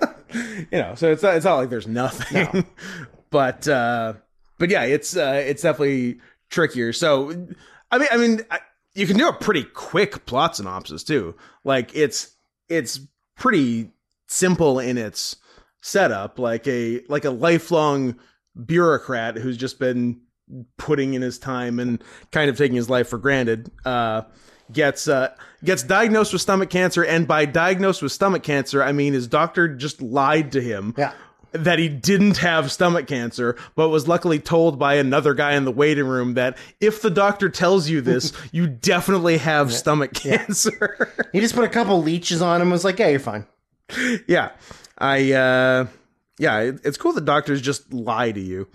S2: you know, so it's not, it's not like there's nothing. but uh, but yeah, it's uh, it's definitely trickier. So I mean, I mean, I, you can do a pretty quick plot synopsis too. Like it's it's pretty simple in its setup. Like a like a lifelong bureaucrat who's just been putting in his time and kind of taking his life for granted. Uh, gets uh, gets diagnosed with stomach cancer, and by diagnosed with stomach cancer, I mean his doctor just lied to him
S1: Yeah.
S2: that he didn't have stomach cancer, but was luckily told by another guy in the waiting room that if the doctor tells you this, you definitely have stomach cancer.
S1: He just put a couple leeches on him. and Was like, yeah, you're fine.
S2: yeah i uh yeah it, it's cool that doctors just lie to you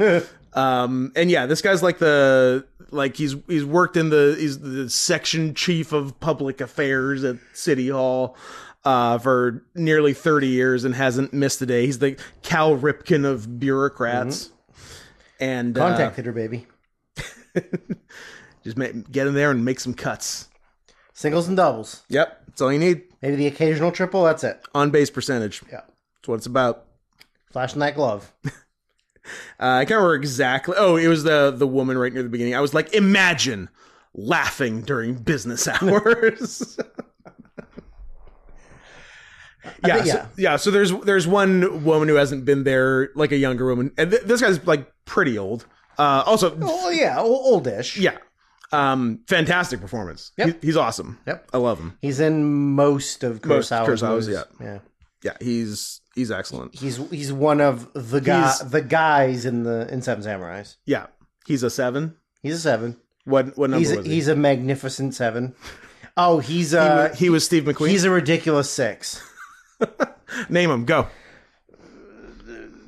S2: um and yeah this guy's like the like he's he's worked in the he's the section chief of public affairs at city hall uh, for nearly 30 years and hasn't missed a day. He's the Cal Ripken of bureaucrats. And uh,
S1: Contact hitter, baby.
S2: just ma- get in there and make some cuts.
S1: Singles and doubles.
S2: Yep. That's all you need.
S1: Maybe the occasional triple. That's it.
S2: On base percentage.
S1: Yeah.
S2: That's what it's about.
S1: Flashing that glove.
S2: Uh, I can't remember exactly. Oh, it was the the woman right near the beginning. I was like, imagine laughing during business hours. yeah,
S1: bet-
S2: so,
S1: yeah.
S2: yeah. So there's there's one woman who hasn't been there, like a younger woman, and th- this guy's like pretty old. Uh, also,
S1: Oh yeah, o- oldish.
S2: yeah, um, fantastic performance.
S1: Yep.
S2: He- he's awesome.
S1: Yep.
S2: I love him.
S1: He's in most of
S2: Most
S1: Kurosawa's
S2: Kurosawa's,
S1: movies.
S2: yeah.
S1: yeah.
S2: Yeah, he's he's excellent.
S1: He's he's one of the guy
S2: He's-
S1: the guys in the in Seven Samurais.
S2: Yeah, he's a seven.
S1: He's a seven.
S2: What what number
S1: He's a,
S2: was he?
S1: he's a magnificent seven. Oh, he's a
S2: he was Steve McQueen.
S1: he's a ridiculous six.
S2: Name him. Go.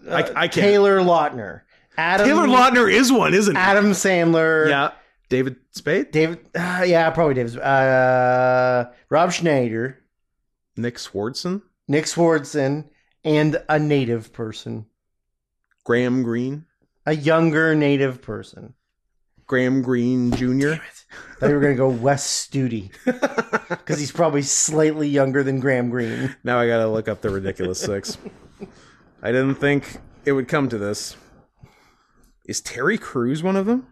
S2: I, I can't.
S1: Uh, Taylor Lautner, Adam
S2: Taylor Lautner is one, isn't he?
S1: Adam Sandler,
S2: Yeah. David Spade,
S1: David, uh, yeah, probably David, uh, Rob Schneider,
S2: Nick Swardson,
S1: Nick Swardson, and a native person,
S2: Graham Greene,
S1: a younger native person.
S2: Graham Greene Jr.
S1: Thought you were gonna go Wes Studi because he's probably slightly younger than Graham Greene.
S2: Now I gotta look up the ridiculous six. I didn't think it would come to this. Is Terry Crews one of them?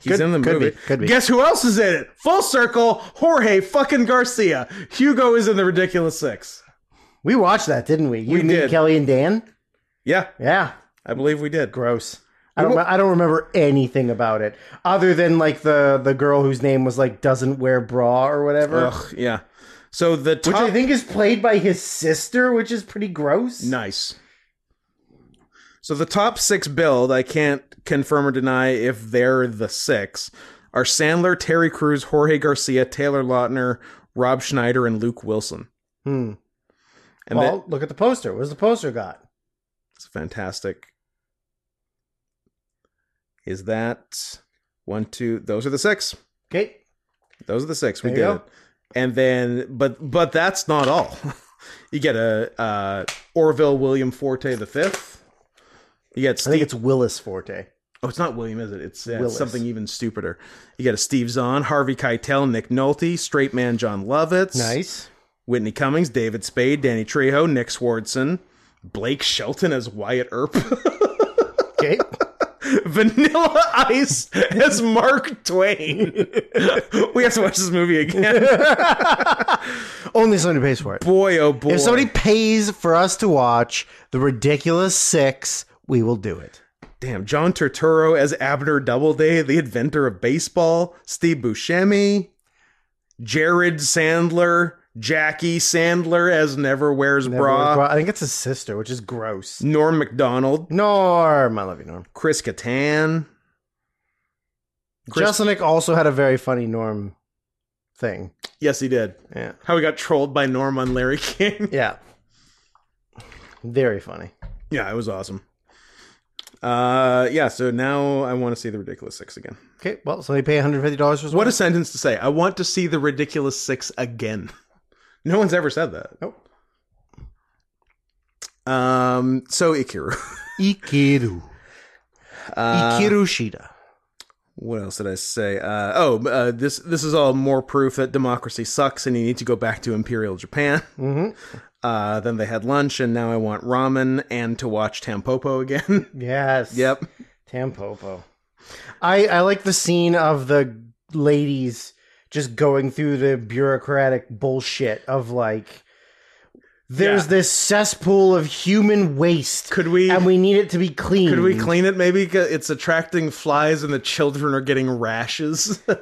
S2: He's
S1: Could-
S2: in the
S1: could
S2: movie.
S1: be, could be.
S2: Guess who else is in it? Full circle, Jorge fucking Garcia. Hugo is in the ridiculous six.
S1: We watched that, didn't we? You,
S2: We
S1: me,
S2: did.
S1: Kelly, and Dan.
S2: Yeah,
S1: Yeah,
S2: I believe we did.
S1: gross. I don't. I don't remember anything about it other than like the the girl whose name was like doesn't wear bra or whatever,
S2: Ugh, yeah. So the top
S1: which I think is played by his sister, which is pretty gross.
S2: Nice. So the top six build, I can't confirm or deny if they're the six, are Sandler, Terry Crews, Jorge Garcia, Taylor Lautner, Rob Schneider, and Luke Wilson.
S1: Hmm.
S2: And
S1: well,
S2: that-
S1: look at the poster. What does the poster got?
S2: that's fantastic. Is that one, two? Those are the six.
S1: Okay.
S2: Those are the six. We
S1: There you
S2: did it. And then, but but that's not all. you get a uh, Orville William Forte the fifth. You get
S1: I
S2: Steve
S1: think it's Willis Forte.
S2: Oh, it's not William, is it? It's, uh,
S1: Willis.
S2: something even stupider. You got a Steve Zahn, Harvey Keitel, Nick Nolte, Straight Man John Lovitz,
S1: Nice.
S2: Whitney Cummings, David Spade, Danny Trejo, Nick Swardson, Blake Shelton as Wyatt Earp,
S1: Okay.
S2: Vanilla Ice as Mark Twain. we have to watch this movie again.
S1: Only somebody pays for it.
S2: Boy, oh boy!
S1: If somebody pays for us to watch The Ridiculous Six, we will do it.
S2: Damn, John Turturro as Abner Doubleday, the inventor of baseball, Steve Buscemi, Jared Sandler, Jackie Sandler as Never Wears Bra,
S1: Bra- I think it's his sister, which is gross.
S2: Norm MacDonald,
S1: Norm, I love you, Norm.
S2: Chris Kattan. Chris-
S1: Jeselnik also had a very funny Norm thing.
S2: Yes, he did.
S1: Yeah.
S2: How he got trolled by Norm on Larry King.
S1: Yeah. Very funny.
S2: yeah, it was awesome. Uh, yeah, so now I want to see The Ridiculous Six again.
S1: Okay, well, somebody pay $150 for this
S2: What
S1: one.
S2: a sentence to say. I want to see The Ridiculous Six again. No one's ever said that.
S1: Nope.
S2: Um, so Ikiru.
S1: Ikiru.
S2: Uh,
S1: Ikiru Shida.
S2: What else did I say? Uh, oh, uh, this this is all more proof that democracy sucks, and you need to go back to Imperial Japan.
S1: Mm-hmm.
S2: Uh, then they had lunch, and now I want ramen and to watch Tampopo again.
S1: Yes.
S2: yep.
S1: Tampopo. I I like the scene of the ladies just going through the bureaucratic bullshit of like There's
S4: Yeah.
S1: this cesspool of human waste.
S2: Could we-
S1: And we need it to be clean.
S2: Could we clean it? Maybe 'Cause it's attracting flies, and the children are getting rashes. and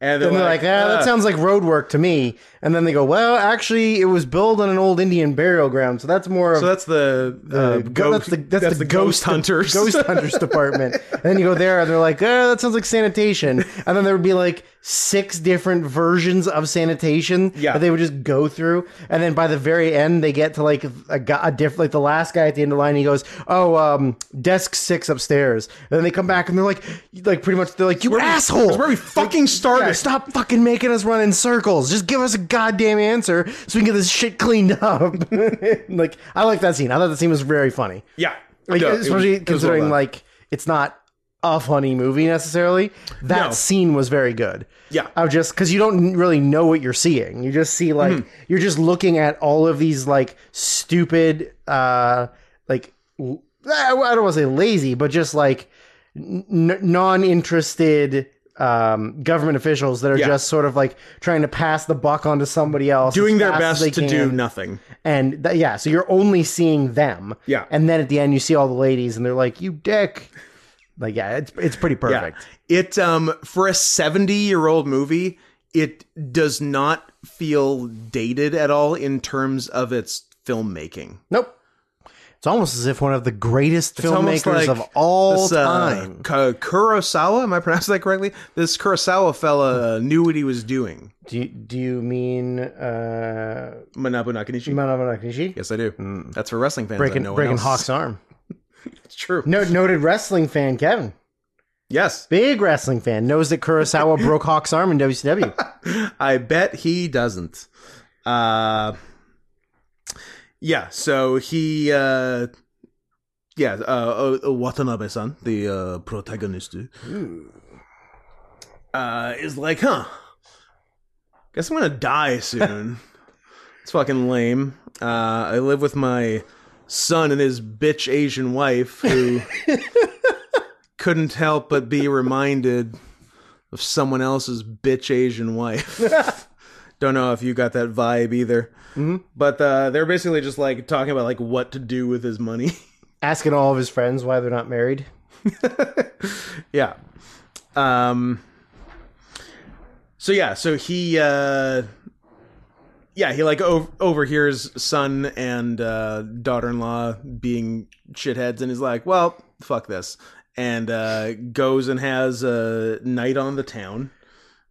S1: And they're like, ah,
S2: uh."
S1: that sounds like road work to me. And then they go, well, actually, it was built on an old Indian burial ground, so that's more of
S2: So that's the, uh,
S1: the-
S2: ghost,
S1: that's the that's, the, ghost,
S2: hunters.
S1: ghost hunters department. And then you go there, and they're like, oh, that sounds like sanitation. And then there would be like six different versions of sanitation
S4: Yeah.
S1: that they would just go through. And then by the very end, they get to like a, guy- a different, like the last guy at the end of the line, he goes, oh, um, desk six upstairs. And then they come back, and they're like, like pretty much, they're like, you asshole,
S2: That's where we fucking started.
S1: yeah, stop fucking making us run in circles. Just give us a goddamn answer so we can get this shit cleaned up. like, I like that scene. I thought that scene was very funny.
S4: Yeah.
S1: Like,
S4: No, it was-
S1: especially
S4: it was well
S1: considering,
S4: done.
S1: like, it's not a funny movie necessarily. That
S4: No.
S1: scene was very good.
S4: Yeah.
S1: I would just, because you don't really know what you're seeing. You just see,
S2: Hmm.
S1: like, you're just looking at all of these, like, stupid, uh, like, l- I don't want to say lazy, but just like, n- non-interested um, government officials that are
S4: Yeah.
S1: just sort of like trying to pass the buck on to somebody else,
S2: doing
S1: as
S2: their
S1: fast as
S2: best
S1: they
S2: to do
S1: can.
S2: nothing.
S1: And th- yeah, so you're only seeing them.
S4: Yeah.
S1: and then at the end you see all the ladies, and they're like, "You dick." Like yeah, it's it's pretty perfect.
S2: It um for a 70-year-old movie, it does not feel dated at all in terms of its filmmaking.
S1: Nope. It's almost as if one of the greatest
S2: It's
S1: filmmakers
S2: almost like
S1: of all
S2: this, uh,
S1: time.
S2: Ku- Kurosawa, am I pronouncing that correctly? This Kurosawa fella knew what he was doing.
S1: Do you, do you mean uh,
S4: Manabu Nakanishi.
S1: Manabu Nakanishi?
S2: Yes, I do. That's for wrestling fans.
S1: Hmm. breaking
S2: I know
S1: breaking
S2: else.
S1: Hawk's arm.
S4: It's true.
S1: No, noted wrestling fan Kevin.
S2: Yes,
S1: big wrestling fan, knows that Kurosawa broke Hawk's arm in WCW.
S2: I bet he doesn't. Uh, yeah, so he, uh, yeah, uh, uh, Watanabe-san, the uh, protagonist, uh, is like, huh, guess I'm gonna die soon. it's fucking lame. Uh, I live with my son and his bitch Asian wife who couldn't help but be reminded of someone else's bitch Asian wife. Don't know if you got that vibe either. But uh, they're basically just like talking about like what to do with his money.
S1: Asking all of his friends why they're not married.
S2: yeah. Um. So yeah, so he, uh, yeah, he like ov- overhears son and uh, daughter-in-law being shitheads, and is like, well, fuck this, and uh, goes and has a night on the town.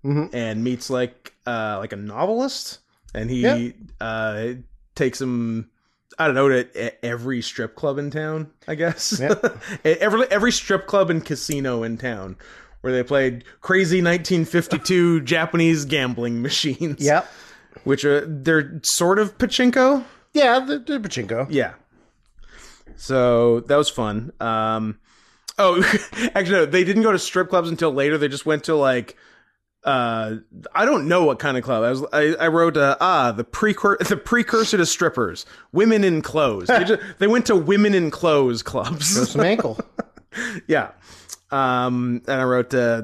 S1: Mhm.
S2: and meets like uh like a novelist and he
S1: Yeah.
S2: uh takes him I don't know to e- every strip club in town, I guess. E-,
S1: Yeah.
S2: every every strip club and casino in town where they played crazy 1952 Japanese gambling machines.
S1: Yep.
S2: Which are they're sort of pachinko.
S1: Yeah, the, the pachinko.
S2: Yeah. So that was fun. Um, oh, actually, no, they didn't go to strip clubs until later. They just went to like, uh, I don't know what kind of club. I was, I, I wrote, uh, ah, the precursor, the precursor to strippers, women in clothes. they, just, they went to women in clothes clubs.
S1: Some ankle.
S2: yeah. Um, and I wrote, uh,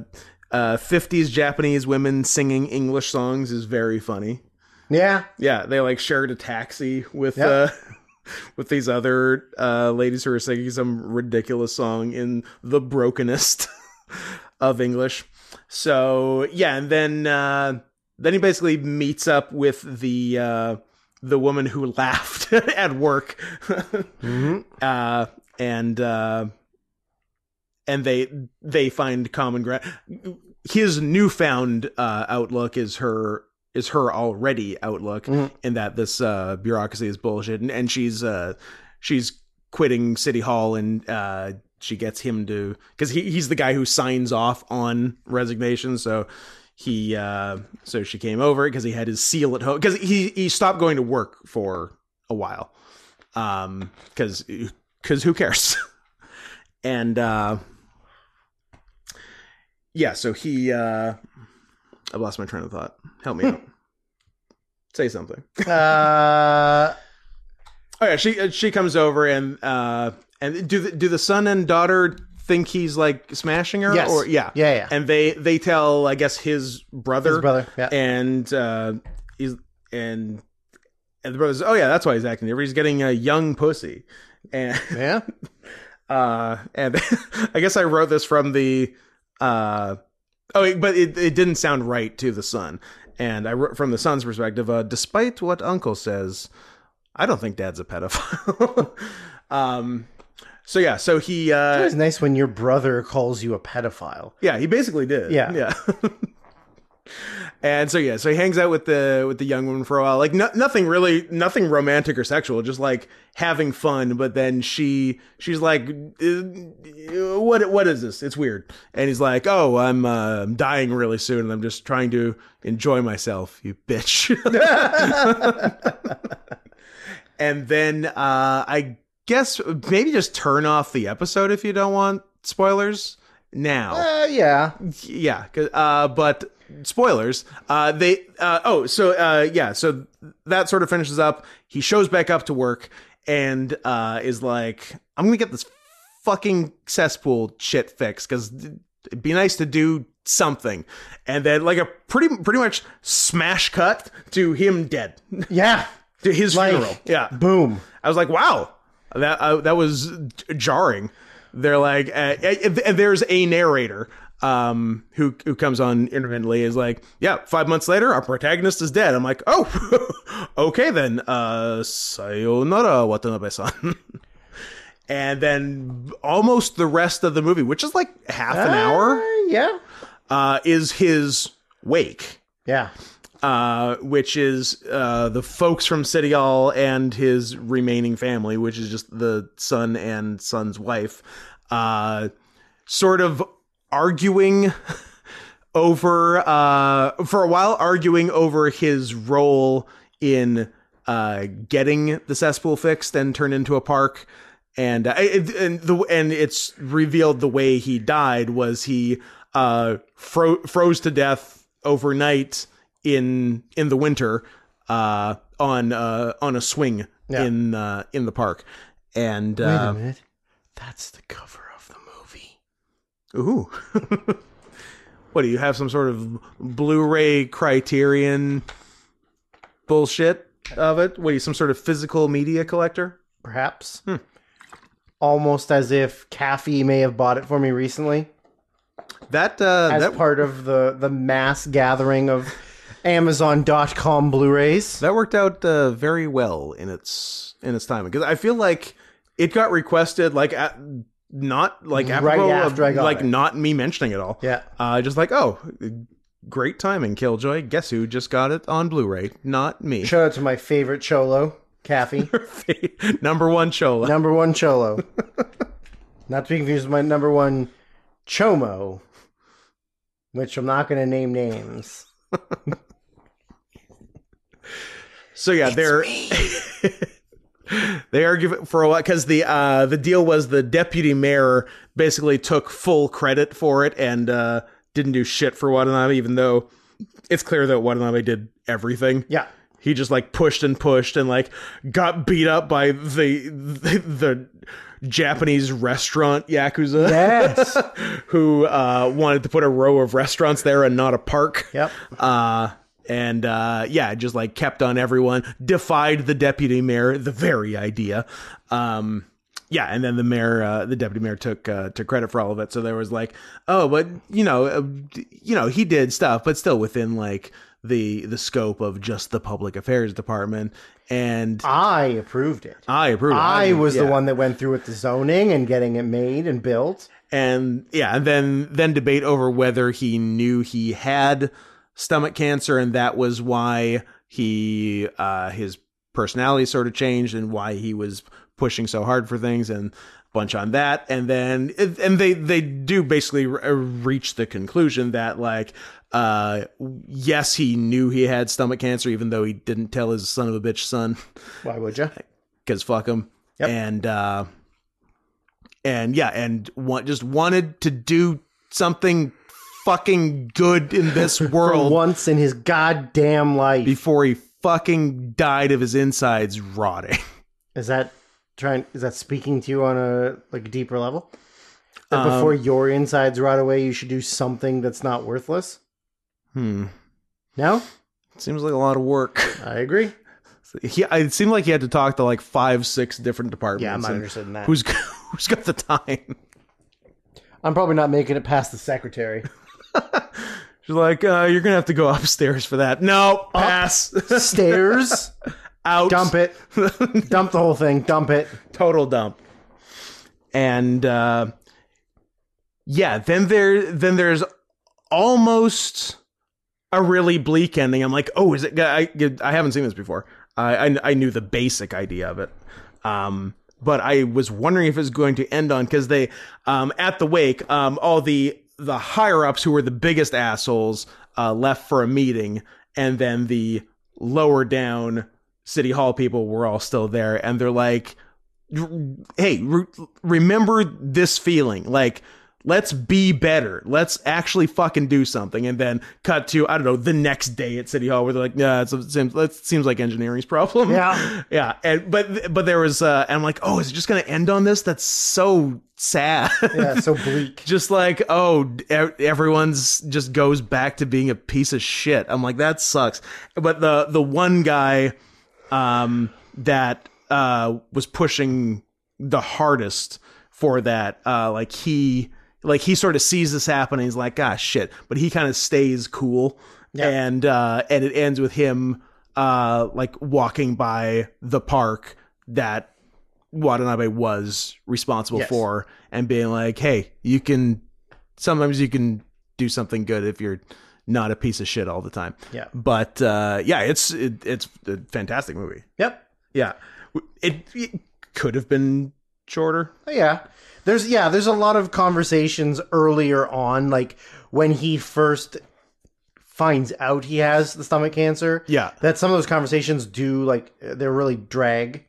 S2: uh, 50s Japanese women singing English songs is very funny.
S1: Yeah.
S2: Yeah, they like shared a taxi with
S1: Yeah.
S2: uh with these other uh ladies who were singing some ridiculous song in the brokenest of English. So yeah, and then uh then he basically meets up with the uh the woman who laughed at work.
S1: Mm-hmm.
S2: Uh and uh and they they find common ground. His newfound uh, outlook is her is her already outlook in that this uh, bureaucracy is bullshit, and, and she's uh, she's quitting city hall, and uh, she gets him to because he, he's the guy who signs off on resignation, so. He uh so she came over because he had his seal at home because he he stopped going to work for a while um because because who cares and uh yeah so he uh i've lost my train of thought help me out say something
S1: Uh,
S2: oh yeah she uh, she comes over and uh and do the, do the son and daughter think he's like smashing her
S1: yes.
S2: or yeah
S1: Yeah, yeah.
S2: and they they tell i guess his brother
S1: His brother. Yeah.
S2: and uh he's and And the brother's, oh yeah, that's why he's acting different. He's getting a young pussy, and
S1: Yeah.
S2: uh, and I guess I wrote this from the uh, oh, wait, but it, it didn't sound right to the son, and I wrote from the son's perspective. Uh, despite what Uncle says, I don't think Dad's a pedophile. um, so yeah, so he uh,
S1: It's nice when your brother calls you a pedophile.
S2: yeah, he basically did.
S1: Yeah.
S2: yeah. and so yeah, so he hangs out with the with the young woman for a while. Like no, nothing really, nothing romantic or sexual, just like having fun. But then she she's like, "Uh, what what is this? It's weird. And he's like, oh, I'm uh, I'm dying really soon, and I'm just trying to enjoy myself. You bitch. and then uh, I guess maybe just turn off the episode if you don't want spoilers now
S1: Uh, yeah.
S2: yeah 'cause- uh but spoilers uh they uh oh so uh yeah so that sort of finishes up he shows back up to work and uh is like i'm gonna get this fucking cesspool shit fixed because it'd be nice to do something and then like a pretty pretty much smash cut to him dead
S1: Yeah.
S2: to his
S1: Like-
S2: funeral yeah
S1: Boom.
S2: I was like, wow, that uh, that was j- jarring. They're like, uh, and and there's a narrator um, who who comes on intermittently is like, yeah, five months later, our protagonist is dead. I'm like, oh, okay then, uh, sayonara Watanabe-san. and then almost the rest of the movie, which is like half an hour,
S1: Uh, yeah.
S2: uh, is his wake
S1: Yeah.
S2: uh, which is uh, the folks from City Hall and his remaining family, which is just the son and son's wife, uh, sort of arguing over uh, for a while, arguing over his role in uh, getting the cesspool fixed and turned into a park. And uh, it, and the and it's revealed the way he died was he uh, fro- froze to death overnight in in the winter uh, on uh, on a swing
S1: Yeah.
S2: in uh, in the park. And
S1: Wait
S2: uh,
S1: a minute. Um, That's the cover of the movie.
S2: Ooh. what do you have? Some sort of Blu-ray criterion bullshit of it? What are you? Some sort of physical media collector?
S1: Perhaps. Almost as if Kathy may have bought it for me recently
S2: That uh,
S1: as
S2: that
S1: part of the, the mass gathering of Amazon.com Blu-rays.
S2: that worked out uh, very well in its in its timing because I feel like it got requested like at, not like
S1: Right
S2: apropos of,
S1: after I got
S2: like
S1: it.
S2: not me mentioning it all.
S1: Yeah.
S2: Uh, just like oh, great timing, Killjoy. Guess who just got it on Blu-ray? Not me.
S1: Shout out to my favorite Cholo, Kathy.
S2: Number one Chola.
S1: number one Cholo. not to be confused with my number one Chomo, which I'm not going to name names.
S2: So yeah, they're they argue for a while because the uh, the deal was the deputy mayor basically took full credit for it and uh, didn't do shit for Watanabe, even though it's clear that Watanabe did everything.
S1: Yeah.
S2: He just like pushed and pushed and like got beat up by the the, the Japanese restaurant yakuza
S1: Yes.
S2: who uh, wanted to put a row of restaurants there and not a park.
S1: Yep.
S2: Uh, and uh, yeah, just like kept on everyone, defied the deputy mayor, the very idea. Um, yeah, and then the mayor, uh, the deputy mayor took uh, took credit for all of it. So there was like, oh, but you know, uh, you know, he did stuff, but still within like the the scope of just the public affairs department. And
S1: I approved it.
S2: I approve.
S1: I was
S2: yeah.
S1: the one that went through with the zoning and getting it made and built.
S2: and yeah, and then then debate over whether he knew he had stomach cancer, and that was why he uh, his personality sort of changed, and why he was pushing so hard for things, and bunch on that, and then and they they do basically re- uh, reach the conclusion that like uh yes he knew he had stomach cancer even though he didn't tell his son of a bitch son
S1: Why would you?
S2: because fuck him.
S1: Yep.
S2: And uh, and yeah, and want, just wanted to do something fucking good in this world
S1: Once in his goddamn life.
S2: before he fucking died of his insides rotting.
S1: is that trying? Is that speaking to you on a like a deeper level? That
S2: Um,
S1: before your insides rot away, you should do something that's not worthless.
S2: Hmm.
S1: No,
S2: Seems like a lot of work.
S1: I agree.
S2: He, I- it seemed like he had to talk to like five, six different departments.
S1: I'm not
S2: and
S1: interested in that.
S2: Who's who's got the time?
S1: I'm probably not making it past the secretary.
S2: She's like, uh, you're gonna have to go upstairs for that. No, pass
S1: Stairs.
S2: out.
S1: Dump it. Dump the whole thing. Dump it.
S2: total dump. And uh, yeah, then there then there's almost a really bleak ending. I'm like, oh, is it? I I haven't seen this before. I I, I knew the basic idea of it, um, but I was wondering if it was going to end on because they um, at the wake um, all the the higher ups who were the biggest assholes uh, left for a meeting, and then the lower down city hall people were all still there, and they're like, hey, re- remember this feeling. Like, let's be better. Let's actually fucking do something. And then cut to, I don't know, the next day at City Hall where they're like, yeah, it's, it, seems, it seems like engineering's problem.
S1: Yeah.
S2: Yeah. And, but, but there was, uh, and I'm like, oh, is it just going to end on this? That's so sad.
S1: Yeah, so bleak.
S2: just like, oh, e- everyone's just goes back to being a piece of shit. I'm like, that sucks. But the, the one guy, um, that uh, was pushing the hardest for that. Uh, like he, like he sort of sees this happening. He's like, "Gosh, shit!" But he kind of stays cool, and uh, and it ends with him uh, like walking by the park that Watanabe was responsible
S1: Yes.
S2: for, and being like, "Hey, you can." Sometimes you can do something good if you're not a piece of shit all the time.
S1: Yeah.
S2: But uh, yeah, it's it, it's a fantastic movie.
S1: Yep.
S2: Yeah, it, it could have been shorter.
S1: Oh, Yeah. There's yeah, there's a lot of conversations earlier on like when he first finds out he has the stomach cancer.
S2: Yeah.
S1: That some of those conversations do like they're really drag.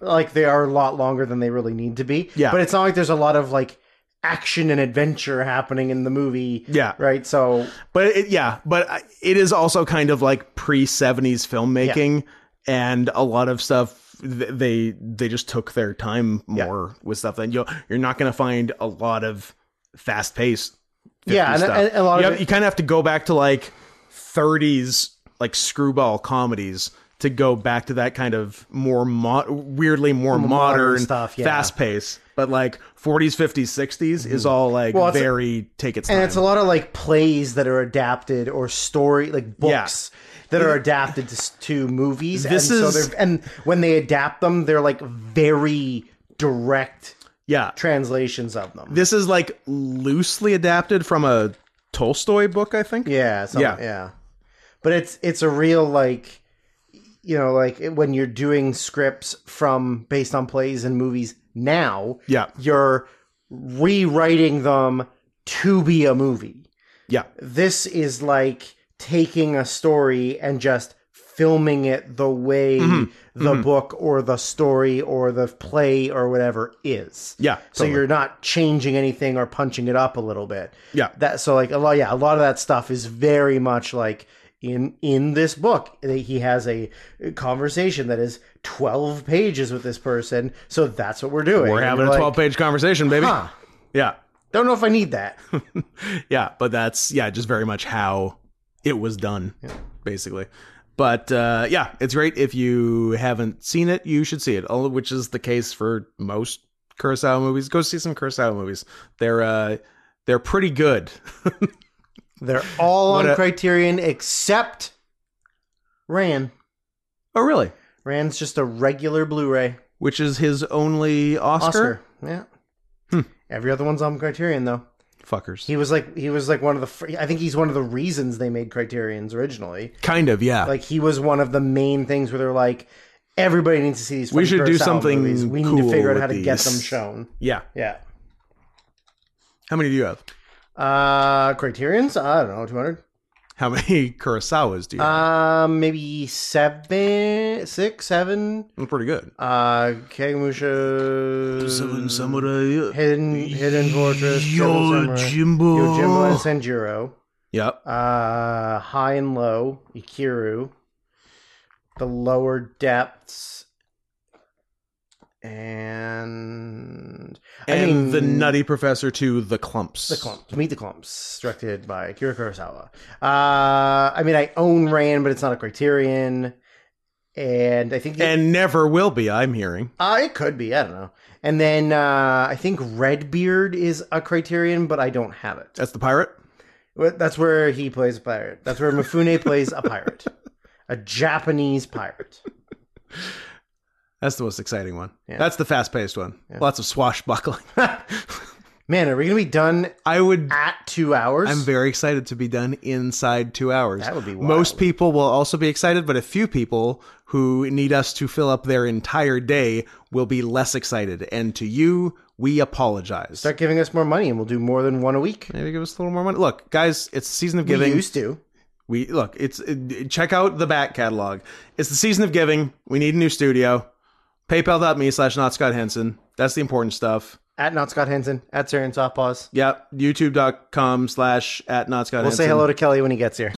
S1: Like they are a lot longer than they really need to be.
S2: Mm-hmm. Yeah.
S1: But it's not like there's a lot of like action and adventure happening in the movie.
S2: Yeah.
S1: Right? So
S2: But it, yeah, but I- it is also kind of like pre seventies filmmaking, and a lot of stuff th- they they just took their time more with stuff. Then you you're not going to find a lot of fast paced.
S1: yeah, and,
S2: stuff.
S1: and a lot
S2: you,
S1: of it-
S2: have- you kind of have to go back to like thirties like screwball comedies to go back to that kind of more mo- weirdly more modern,
S1: stuff, yeah.
S2: fast pace. But like forties, fifties, sixties is all like
S1: Mm-hmm. Well, it's-
S2: very take its time.
S1: and it's a lot of like plays that are adapted or story like books that are adapted to, s- to movies
S2: This
S1: and
S2: is-
S1: so they're and when they adapt them they're like very direct
S2: yeah.
S1: translations of them
S2: This is like loosely adapted from a Tolstoy book, I think.
S1: yeah some,
S2: Yeah.
S1: yeah but it's it's a real like you know like when you're doing scripts from based on plays and movies now
S2: Yeah.
S1: you're rewriting them to be a movie
S2: Yeah.
S1: this is like taking a story and just filming it the way
S2: Mm-hmm.
S1: the book or the story or the play or whatever is.
S2: Yeah,
S1: So
S2: totally.
S1: you're not changing anything or punching it up a little bit.
S2: Yeah.
S1: That so like a lot yeah, a lot of that stuff is very much like in in this book he has a conversation that is 12 pages with this person. So that's what we're doing.
S2: We're
S1: And
S2: having a
S1: you're like,
S2: 12 page conversation, baby.
S1: Huh.
S2: Yeah.
S1: Don't know if I need that.
S2: yeah, but that's yeah, just very much how it was done, basically. But uh, yeah, it's great. If you haven't seen it, you should see it. All which is the case for most Kurosawa movies. Go see some Kurosawa movies. They're uh, they're pretty good.
S1: They're all
S2: What
S1: on
S2: a-
S1: Criterion except Ran.
S2: oh, really?
S1: Ran's just a regular Blu-ray.
S2: Which is his only Oscar? Hmm.
S1: Oscar. Yeah. Every other one's on Criterion though.
S2: Fuckers.
S1: He was like he was like one of the fir- I think he's one of the reasons they made Criterion's originally.
S2: kind of, yeah.
S1: Like he was one of the main things where they're like everybody needs to see these.
S2: We
S1: fucking
S2: should do
S1: Kurosawa
S2: something
S1: movies. We need
S2: cool
S1: to figure out
S2: with
S1: how to get
S2: these."
S1: them shown.
S2: yeah.
S1: Yeah.
S2: How many do you have?
S1: Uh Criterion's, I don't know, 200.
S2: How many Kurosawas do you have?
S1: Um maybe seven, six, seven.
S2: pretty good.
S1: Uh, Kagemusha.
S2: Samurai.
S1: Hidden, uh, Hidden Fortress. Seven Samurai, Yojimbo and Sanjuro.
S2: Yep.
S1: Uh, High and Low. Ikiru. The Lower Depths. And. I
S2: and
S1: mean,
S2: the Nutty Professor to the Clumps.
S1: The Clumps. Meet the Clumps. Directed by Akira Kurosawa. Uh, I mean, I own Ran, but it's not a criterion. and I think the-
S2: and never will be. I'm hearing.
S1: uh, it could be. I don't know. And then uh, I think Redbeard is a criterion, but I don't have it.
S2: That's the pirate.
S1: Well, That's where he plays a pirate. That's where Mifune plays a pirate, a Japanese pirate.
S2: That's the most exciting one.
S1: Yeah.
S2: That's the fast paced one. Lots of swashbuckling.
S1: Man, are we gonna be done
S2: I would.
S1: at two hours?
S2: I'm very excited to be done inside two hours.
S1: That would be
S2: Most
S1: wild.
S2: people will also be excited, but a few people who need us to fill up their entire day will be less excited. And to you, we apologize.
S1: Start giving us more money, and we'll do more than one a week.
S2: Maybe give us a little more money. Look, guys, it's the season of
S1: We
S2: giving.
S1: used to.
S2: We look, it's it, check out the back catalog. It's the season of giving. We need a new studio. PayPal.me slash not Scott Henson. That's the important stuff.
S1: At not Scott Henson, at Sir and Softpaws.
S2: Yep. YouTube.com slash at not Scott
S1: We'll
S2: Henson.
S1: say hello to Kelly when he gets here.